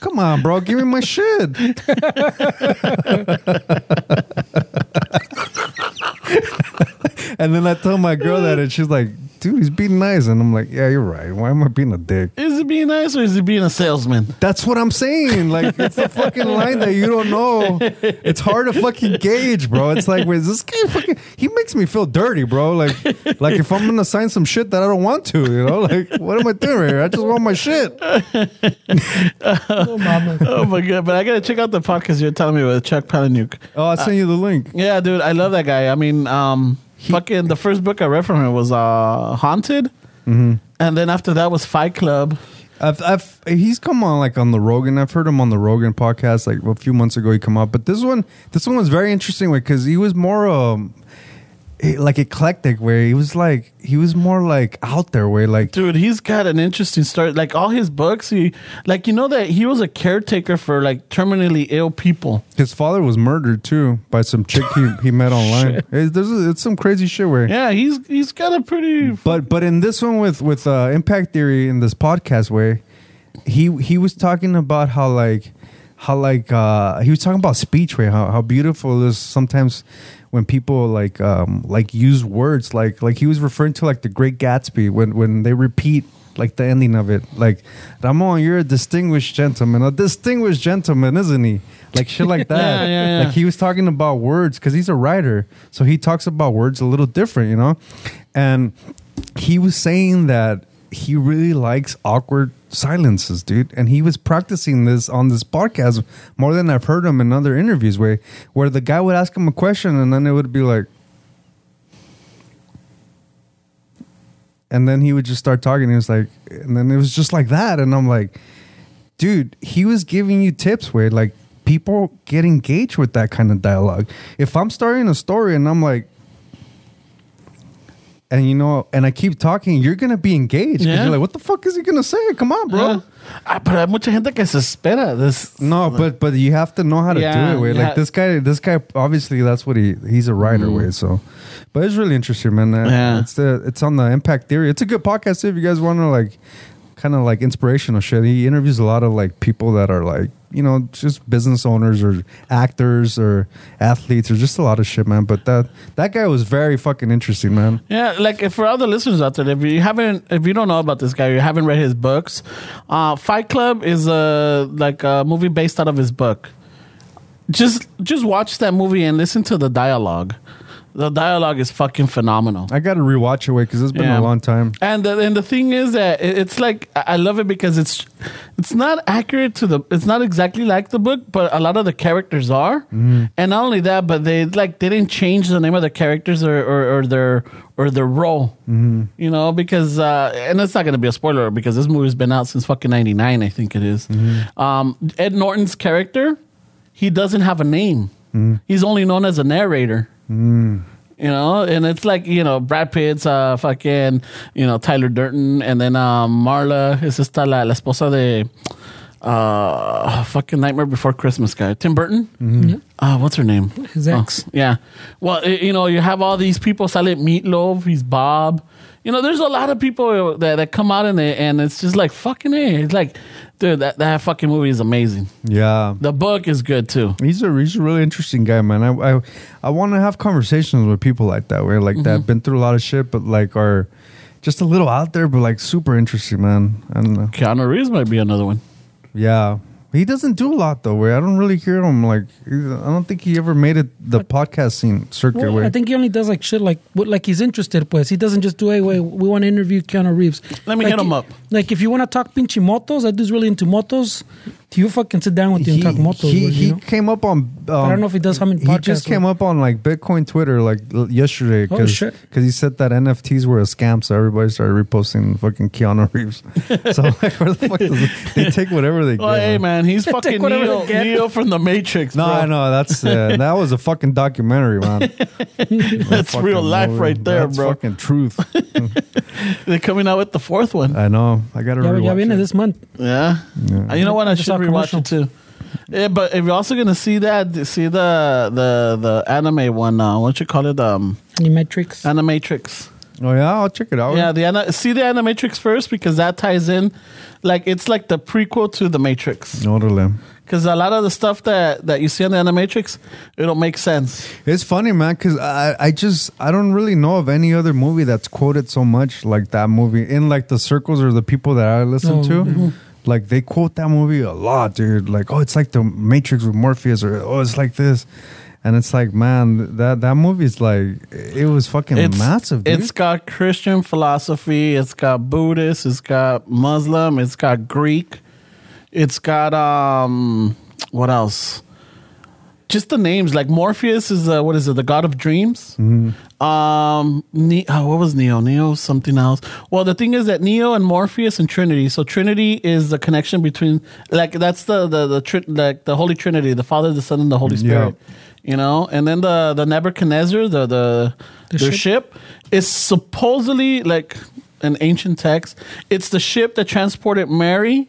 S2: Come on, bro, give me my shit. and then I tell my girl that, and she's like, dude, he's being nice. And I'm like, yeah, you're right. Why am I being a dick?
S1: Is he being nice or is he being a salesman?
S2: That's what I'm saying. Like, it's the fucking line that you don't know. It's hard to fucking gauge, bro. It's like, wait, is this guy fucking, he makes me feel dirty, bro. Like, like if I'm gonna sign some shit that I don't want to, you know, like, what am I doing right here? I just want my shit.
S3: No mama.
S1: Oh my god! But I gotta check out the podcast you're telling me with Chuck Palahniuk.
S2: Oh, I'll send you the link.
S1: Yeah, dude, I love that guy. I mean, um, fucking the first book I read from him was uh, Haunted,
S2: Mm-hmm.
S1: and then after that was Fight Club.
S2: I've, I've, he's come on like on the Rogan. I've heard him on the Rogan podcast like a few months ago. He come up, but this one, this one was very interesting because he was more um, eh, like eclectic. Where he was like, he was more like out there. Where like,
S1: Dude, he's got an interesting story. Like all his books, he like you know that he was a caretaker for like terminally ill people.
S2: his father was murdered too by some chick he, he met online. It's, there's a- it's some crazy shit. Where
S1: Yeah, he's he's got a pretty
S2: But but in this one with with uh, Impact Theory in this podcast way, he he was talking about how like how like uh, he was talking about speech way how how beautiful it is sometimes when people like um like use words like like he was referring to like the Great Gatsby when when they repeat like the ending of it like Ramon you're a distinguished gentleman a distinguished gentleman isn't he like shit like that
S1: Yeah, yeah, yeah.
S2: like he was talking about words because he's a writer so he talks about words a little different you know and he was saying that he really likes awkward silences dude and he was practicing this on this podcast more than i've heard him in other interviews where where the guy would ask him a question and then it would be like and then he would just start talking he was like and then it was just like that and i'm like dude, he was giving you tips where like people get engaged with that kind of dialogue. If I'm starting a story and I'm like, and you know, and I keep talking, you're gonna be engaged. 'cause
S1: Yeah.
S2: You're like, what the fuck is he gonna say? Come on, bro.
S1: Yeah. Ah, pero hay mucha gente que se espera this.
S2: No, but but you have to know how to
S1: Yeah,
S2: do it. Way.
S1: yeah. Mm.
S2: Like this guy, this guy obviously that's what he he's a writer. Way so, but it's really interesting, man. Uh,
S1: Yeah.
S2: it's the it's on the Impact Theory. It's a good podcast too, if you guys want to like kind of like inspirational shit. He interviews a lot of like people that are like you know just business owners or actors or athletes or just a lot of shit, man. But that that guy was very fucking interesting, man.
S1: Yeah, like if for all the listeners out there, if you haven't, if you don't know about this guy, you haven't read his books. Uh, Fight Club is a like a movie based out of his book. Just just watch that movie and listen to the dialogue. The dialogue is fucking phenomenal.
S2: I got to rewatch it way because it's been
S1: Yeah.
S2: a long time.
S1: And the, and the thing is that it- it's like I I love it because it's it's not accurate to the it's not exactly like the book, but a lot of the characters are.
S2: Mm.
S1: And not only that, but they like they didn't change the name of the characters or or, or their or their role.
S2: Mm-hmm.
S1: You know, because uh, and it's not going to be a spoiler because this movie's been out since fucking ninety nine, I think it is.
S2: Mm-hmm.
S1: Um, Ed Norton's character, he doesn't have a name.
S2: Mm.
S1: He's only known as a narrator. You know, and it's like you know Brad Pitt's uh, fucking you know Tyler Durden, and then um, Marla is esta la, la esposa de uh, fucking Nightmare Before Christmas guy Tim Burton. Uh, what's her name?
S3: His ex.
S1: Oh, yeah. Well, i you know you have all these people. Silent Meatloaf. He's Bob. You know, there's a lot of people that, that come out in it, and it's just like fucking. It. It's like, dude, that that fucking movie is amazing.
S2: Yeah.
S1: The book is good too.
S2: He's a he's a really interesting guy, man. I I, I want to have conversations with people like that, where like
S3: Mm-hmm.
S2: that been through a lot of shit, but like are just a little out there, but like super interesting, man. I don't know.
S1: Keanu Reeves might be another one.
S2: Yeah, he doesn't do a lot though. Where I don't really hear him. Like I don't think he ever made it the podcast scene circuit.
S3: Well,
S2: where
S3: I think he only does like shit like what like he's interested pues. He doesn't just do hey wait we want to interview Keanu Reeves.
S1: Let me
S3: like,
S1: hit him up.
S3: Like if you want to talk pinche motos, that dude's really into motos. You fucking sit down with you
S2: he,
S3: and talk motos.
S2: he,
S3: güey,
S2: he
S3: you know?
S2: came up on. Um,
S3: I don't know if he does how many
S2: He just
S3: podcasts,
S2: came
S3: or-
S2: up on like Bitcoin Twitter like l- yesterday
S3: Oh,
S2: because
S3: shit.
S2: he said that NFTs were a scam, so everybody started reposting fucking Keanu Reeves. so like, where the fuck does they take whatever they
S1: Well,
S2: get?
S1: Oh, hey man,
S2: man.
S1: he's
S3: Take
S1: fucking
S3: whatever
S1: Neo,
S3: they get.
S1: Neo from the Matrix.
S2: No,
S1: bro.
S2: I know that's uh, that was a fucking documentary, man.
S1: That's
S2: Fucking
S1: real life
S2: movie.
S1: right there,
S2: That's
S1: bro.
S2: Fucking truth.
S1: They're coming out with the fourth one.
S2: I know. I gotta.
S3: Ya, ya
S2: rewatch
S3: viene
S2: it.
S3: this month.
S1: yeah. Uh, You know what? I
S3: Just
S1: should
S3: saw a
S1: rewatch it too. Yeah, but if you're also gonna see that, see the the the anime one. Uh, what you call it? Um,
S3: Any metrics?
S2: Ah,
S1: Animatrix.
S2: Oh yeah, I'll check it out.
S1: Yeah, the ana- see the Animatrix first because that ties in, like it's like the prequel to the Matrix.
S2: Orale.
S1: because a lot of the stuff that that you see on the animatrix it'll make sense
S2: It's funny, man, because I, I just I don't really know of any other movie that's quoted so much like that movie in like the circles or the people that I listen
S3: Oh,
S2: to. Like they quote that movie a lot, dude. Like, oh, it's like the Matrix with Morpheus, or oh, it's like this, and it's like, man, that that movie's like it was fucking
S1: it's
S2: massive, dude.
S1: It's got Christian philosophy. It's got Buddhist. It's got Muslim. It's got Greek. It's got um, what else? Just the names. Like Morpheus is uh, what is it? The god of dreams.
S2: Mm-hmm.
S1: Um, ne- oh, what was Neo? Neo something else. Well, the thing is that Neo and Morpheus and Trinity. So Trinity is the connection between like that's the the the tri- like the Holy Trinity, the Father, the Son, and the Holy Spirit. You know, and then the the Nebuchadnezzar, the the,
S3: The
S1: their
S3: ship?
S1: ship is supposedly like an ancient text. It's the ship that transported Mary.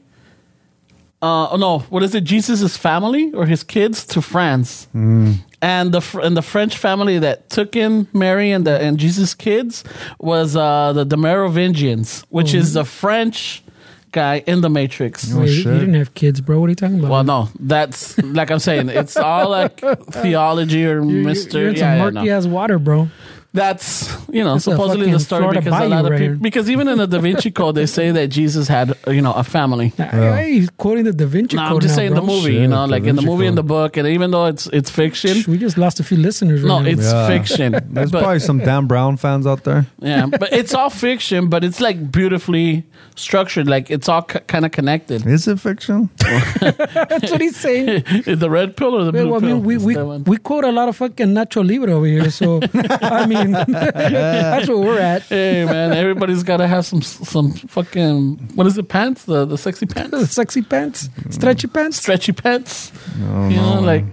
S1: Uh, oh, no, what is it? Jesus' family or his kids to France,
S3: Hmm.
S1: and the Fr- and the French family that took in Mary and the and Jesus' kids was uh, the the Merovingians, which
S3: Oh.
S1: is the French guy in the Matrix.
S2: Oh,
S3: Wait,
S2: shit.
S3: You didn't have kids, bro. What are you talking about?
S1: Well, no, that's like I'm saying, it's all like theology or
S3: You're- you're-
S1: mystery.
S3: You're in
S1: yeah,
S3: some
S1: yeah,
S3: murky
S1: no.
S3: ass water, bro.
S1: That's you know
S3: That's a
S1: supposedly
S3: fucking
S1: the story
S3: Florida
S1: because a
S3: bayou
S1: lot of
S3: right here.
S1: people because even in the Da Vinci Code they say that Jesus had you know a family.
S3: Nah, Why are you quoting the Da Vinci
S1: No,
S3: Code
S1: I'm just
S3: now,
S1: saying
S3: bro?
S1: the movie, you
S2: Shit,
S1: know,
S2: Da
S1: like in the
S2: Vinci
S1: movie and
S2: Code.
S1: the book, and even though it's it's
S3: Shh,
S1: fiction,
S3: We just lost a few listeners. Right
S1: no,
S3: now.
S1: it's
S2: Yeah.
S1: fiction.
S2: There's
S1: but,
S2: probably some Dan Brown fans out there.
S1: yeah, but it's all fiction, but it's like beautifully structured, like it's all c- kind of connected.
S2: Is it fiction?
S3: that's what he's saying.
S1: the red pill or the blue
S3: Well, I
S1: pill?
S3: mean, we,
S1: It's
S3: we,
S1: that one.
S3: we quote a lot of fucking Nacho Libre over here, so I mean, that's where we're at.
S1: Hey man, everybody's got to have some some fucking what is it pants? The the sexy pants.
S3: Sexy pants, stretchy pants.
S1: stretchy pants. you know, like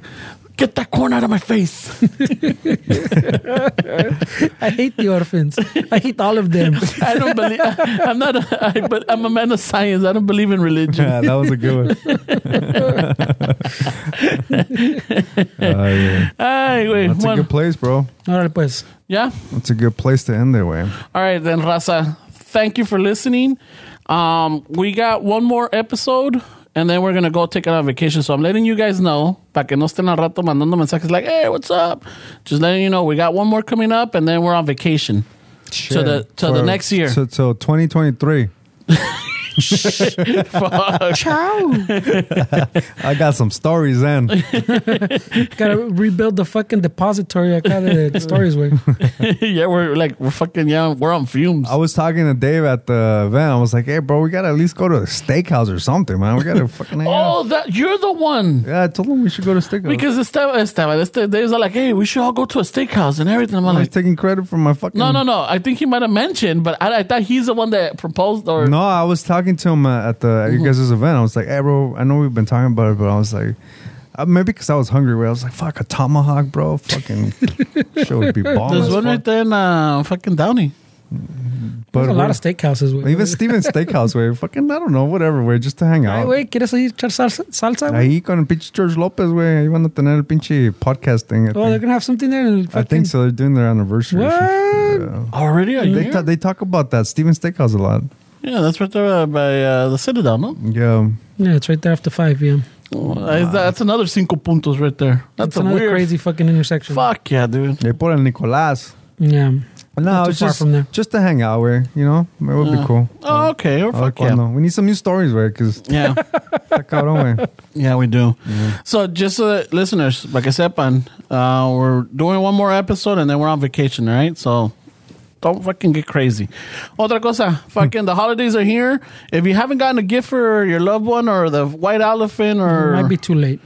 S1: get that corn out of my face.
S3: I hate the orphans. I hate all of them.
S1: I don't believe. I, I'm not. A, I, but I'm a man of science. I don't believe in religion.
S2: yeah, that was a good one. Ah, yeah.
S1: Ay, güey,
S2: That's a
S1: Juan.
S2: good place, bro.
S3: Alright, pues.
S1: yeah.
S2: That's a good place to end it, way.
S1: All right then, Raza. Thank you for listening. Um, we got one more episode. And then we're gonna go take it on vacation. So I'm letting you guys know, para que no estén al rato mandando mensajes like, "Hey, what's up?" Just letting you know, we got one more coming up, and then we're on vacation. To the to the
S2: For-
S1: next year.
S2: So, so 2023.
S1: Fuck.
S2: I got some stories then.
S3: Gotta rebuild the fucking depository acá de stories, güey.
S1: yeah, we're like we're fucking yeah, we're on fumes.
S2: I was talking to Dave at the event. I was like, hey, bro, we got to at least go to a steakhouse or something, man. We got to fucking hang
S1: Oh,
S2: out.
S1: that you're the one.
S2: Yeah, I told him we should go to steakhouse.
S1: Because Esteban, Esteban, Esteban, they was like, hey, we should all go to a steakhouse and everything. I'm
S2: I was
S1: like,
S2: taking credit for my fucking.
S1: no, no, no. I think he might have mentioned, but I, I thought he's the one that proposed or.
S2: No, I was talking to him uh, at the at
S1: Mm-hmm.
S2: you guys' event. I was like, "Hey, bro, I know we've been talking about it, but I was like, uh, maybe because I was hungry. Where I was like, fuck a tomahawk, bro, fucking shit would be bomb.
S1: There's
S2: as
S1: one right
S2: fuck."
S1: there in uh, fucking Downey.
S2: But
S3: There's a lot
S2: we're-
S3: of steakhouses, güey.
S2: even Steven Steakhouse, way fucking I don't know, whatever, way just to hang
S3: Ay,
S2: out.
S3: güey, ¿quieres ir echar salsa? salsa güey?
S2: Ahí con el pinche George López, güey. Ahí van a tener el pinche podcast thing. I
S3: Oh, they're
S2: think,
S3: gonna have something there. in the
S2: I think
S3: fucking-
S2: so. They're doing their anniversary. or some shit,
S3: What?
S2: yeah.
S1: Already? Are you
S2: They,
S1: here?
S2: ta- they talk about that Steven Steakhouse a lot.
S1: yeah, that's right there uh, by uh, the Citadel, no?
S2: Yeah,
S3: Yeah, it's right there after 5 p.m.
S1: Uh, that's another cinco puntos right there. That's
S3: Oh, That's
S1: a
S3: another
S1: weird.
S3: crazy fucking intersection.
S1: Fuck yeah, dude.
S2: they put el Nicolás.
S3: Yeah.
S2: No,
S3: too
S2: it's
S3: far
S2: just
S3: from there. Uh,
S2: just to hang out, where you know, it would be cool.
S1: Oh, okay. Or
S2: I like
S1: fuck yeah.
S2: cuando. We need some new stories, way, because
S1: Yeah.
S2: cabrón, way.
S1: Yeah, we do. So, just so that listeners, like I said, pan, uh, we're doing one more episode and then we're on vacation, all right? So, don't fucking get crazy. Otra cosa, fucking the holidays are here. If you haven't gotten a gift for your loved one or the white elephant or.
S3: Might be too late.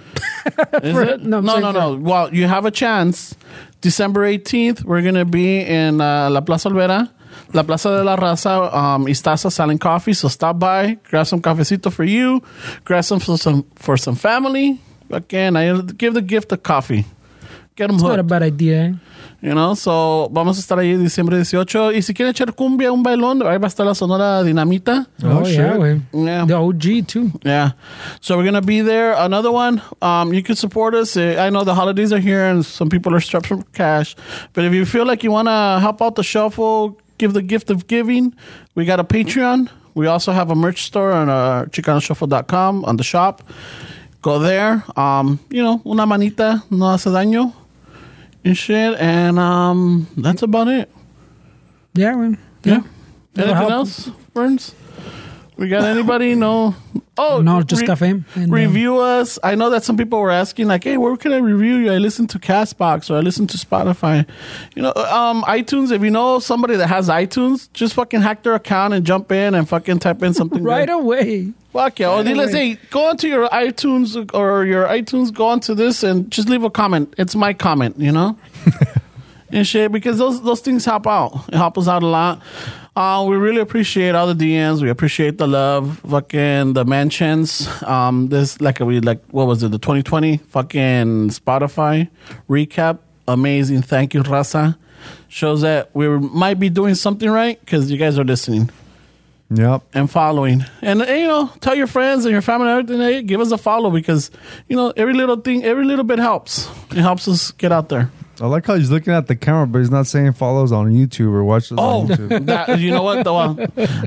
S1: Is
S3: for-
S1: it?
S3: no,
S1: No, no,
S3: I'm saying
S1: no, Well, you have a chance. December 18th, we're going to be in uh, La Plaza Olvera, La Plaza de la Raza, um, Istaza selling coffee. So stop by, grab some cafecito for you, grab some for some, for some family. Again, I give the gift of coffee. Get them
S3: It's not a
S1: hooked,
S3: bad idea, eh?
S1: you know. So vamos a estar ahí diciembre 18. Y si quieren echar cumbia, un bailón, ahí va a estar la Sonora Dinamita.
S2: Oh,
S3: yeah,
S2: shit.
S3: güey.
S1: Yeah.
S3: The OG, too.
S1: Yeah. So we're going to be there. Another one, um, you can support us. Uh, I know the holidays are here and some people are strapped for cash. But if you feel like you want to help out the shuffle, give the gift of giving, we got a Patreon. We also have a merch store on uh, chicanoshuffle.com on the shop. Go there. Um, you know, una manita no hace daño and shit. And um, that's about it.
S3: Yeah, man.
S1: Yeah.
S3: That'll
S1: Anything
S3: help.
S1: else, Burns? We got anybody? No. Oh,
S3: No, just Café and, uh,
S1: review us. I know that some people were asking, like, "Hey, where can I review you? I listen to Castbox or I listen to Spotify. You know, um, iTunes. If you know somebody that has iTunes, just fucking hack their account and jump in and fucking type in something.
S3: Right
S1: good.
S3: away.
S1: Fuck yeah. Or let's say, go onto your iTunes or your iTunes, go onto this and just leave a comment. It's my comment, you know? and shit, because those, those things help out. It helps us out a lot. Uh, we really appreciate all the DMs. We appreciate the love, fucking the mentions. Um, this like we like what was it? The 2020 fucking Spotify recap. Amazing. Thank you, Raza. Shows that we might be doing something right because you guys are listening
S2: Yep.
S1: and following. And, uh, you know, tell your friends and your family and everything, hey, give us a follow because, you know, every little thing, every little bit helps. It helps us get out there.
S2: I like how he's looking at the camera, but he's not saying follows on YouTube or watch us
S3: Oh,
S2: on YouTube.
S1: Oh, that, you know what though?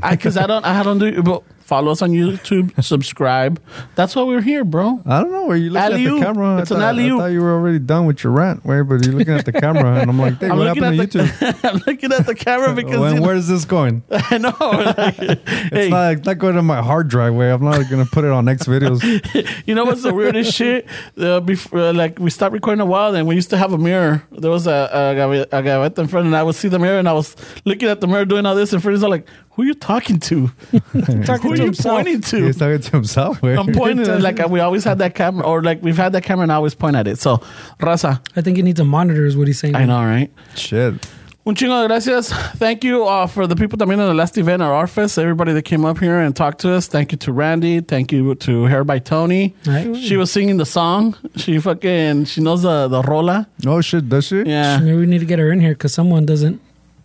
S1: Because I, don't, I don't do. But follow us on YouTube, subscribe. That's why we're here, bro.
S2: I don't know where you look at the
S1: Alley-oop.
S2: camera.
S1: It's
S2: I
S1: an
S2: thought,
S1: alley-oop.
S2: I thought you were already done with your rant, where but you're looking at the camera, and I'm like, "Dang,
S1: I'm
S2: what
S1: looking
S2: happened
S1: at
S2: to YouTube?
S1: the, I'm looking at the camera because
S2: When-
S1: you know,
S2: where is this going? It's
S1: I know. like, hey,
S2: not, it's not going to my hard drive. Where I'm not going to put it on next videos.
S1: you know what's the weirdest shit? Uh, before, uh, like we stopped recording a while, and we used to have a mirror. There was a, a, gav- a gaveta in front, and I would see the mirror, and I was looking at the mirror doing all this, and friends are like, "Who you talking to? Who
S3: Talking
S1: are
S3: to
S1: you
S3: himself.
S1: pointing to?"
S2: He's talking to himself. Where?
S1: I'm pointing at like we always had that camera, or like we've had that camera, and I always point at it. So, Raza,
S3: I think he needs a monitor, is what he's saying.
S1: I know, right?
S2: Shit.
S1: Un chingo de gracias. Thank you uh, for the people that made it in the last event at our fest. Everybody that came up here and talked to us. Thank you to Randy. Thank you to Hair by Tony.
S3: Right.
S1: She was singing the song. She fucking she knows the the rola.
S2: No shit. Does she?
S1: Yeah.
S3: Maybe we need to get her in here because someone doesn't.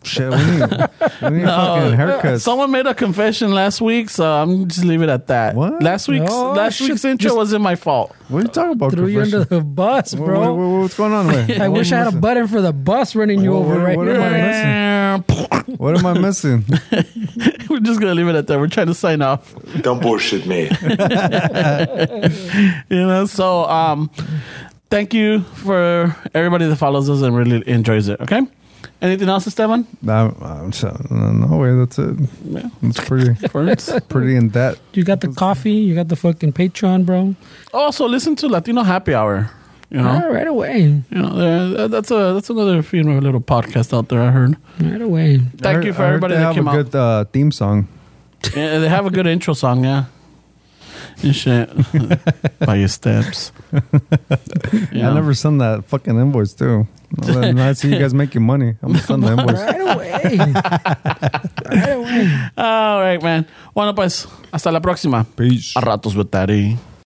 S2: Shit. We need, we need fucking haircuts.
S1: Someone made a confession last week, so I'm just leave it at that.
S2: What?
S1: Last week's
S3: No,
S1: last
S3: shit,
S1: week's intro
S3: just-
S1: wasn't my fault.
S2: what are you talking about?
S3: Threw you under
S2: confession?
S3: the bus,
S2: What-
S3: bro.
S2: what- what- what's going on? Where?
S3: I wish I had a button for the bus running you
S2: What-
S3: over
S2: what-
S3: right
S2: what
S3: now.
S2: am I missing? What am I missing?
S1: We're just gonna leave it at that. We're trying to sign off.
S5: Don't bullshit me.
S1: You know, so um thank you for everybody that follows us and really enjoys it. Okay? Anything else, Esteban?
S2: No, I'm so- no way. That's it.
S1: Yeah.
S2: It's pretty, pretty in debt.
S3: You got the coffee. You got the fucking Patreon, bro.
S1: also listen to Latino Happy Hour. You know,
S3: Ah, right away.
S1: you know there- that's a that's another you know, little podcast out there. I heard.
S3: Right away.
S1: Thank you for
S2: I heard
S1: everybody
S2: they
S1: that
S2: have
S1: came
S2: a
S1: out.
S2: good uh, theme song.
S1: Yeah, they have a good intro song, yeah. And shit by your steps. Yeah.
S2: I never send that fucking invoice too. Now that- now I see you guys making money. I'm gonna send the invoice.
S3: Right away. right away.
S1: All right, man. Bueno, pues, hasta la próxima.
S2: Peace.
S1: A ratos with Daddy.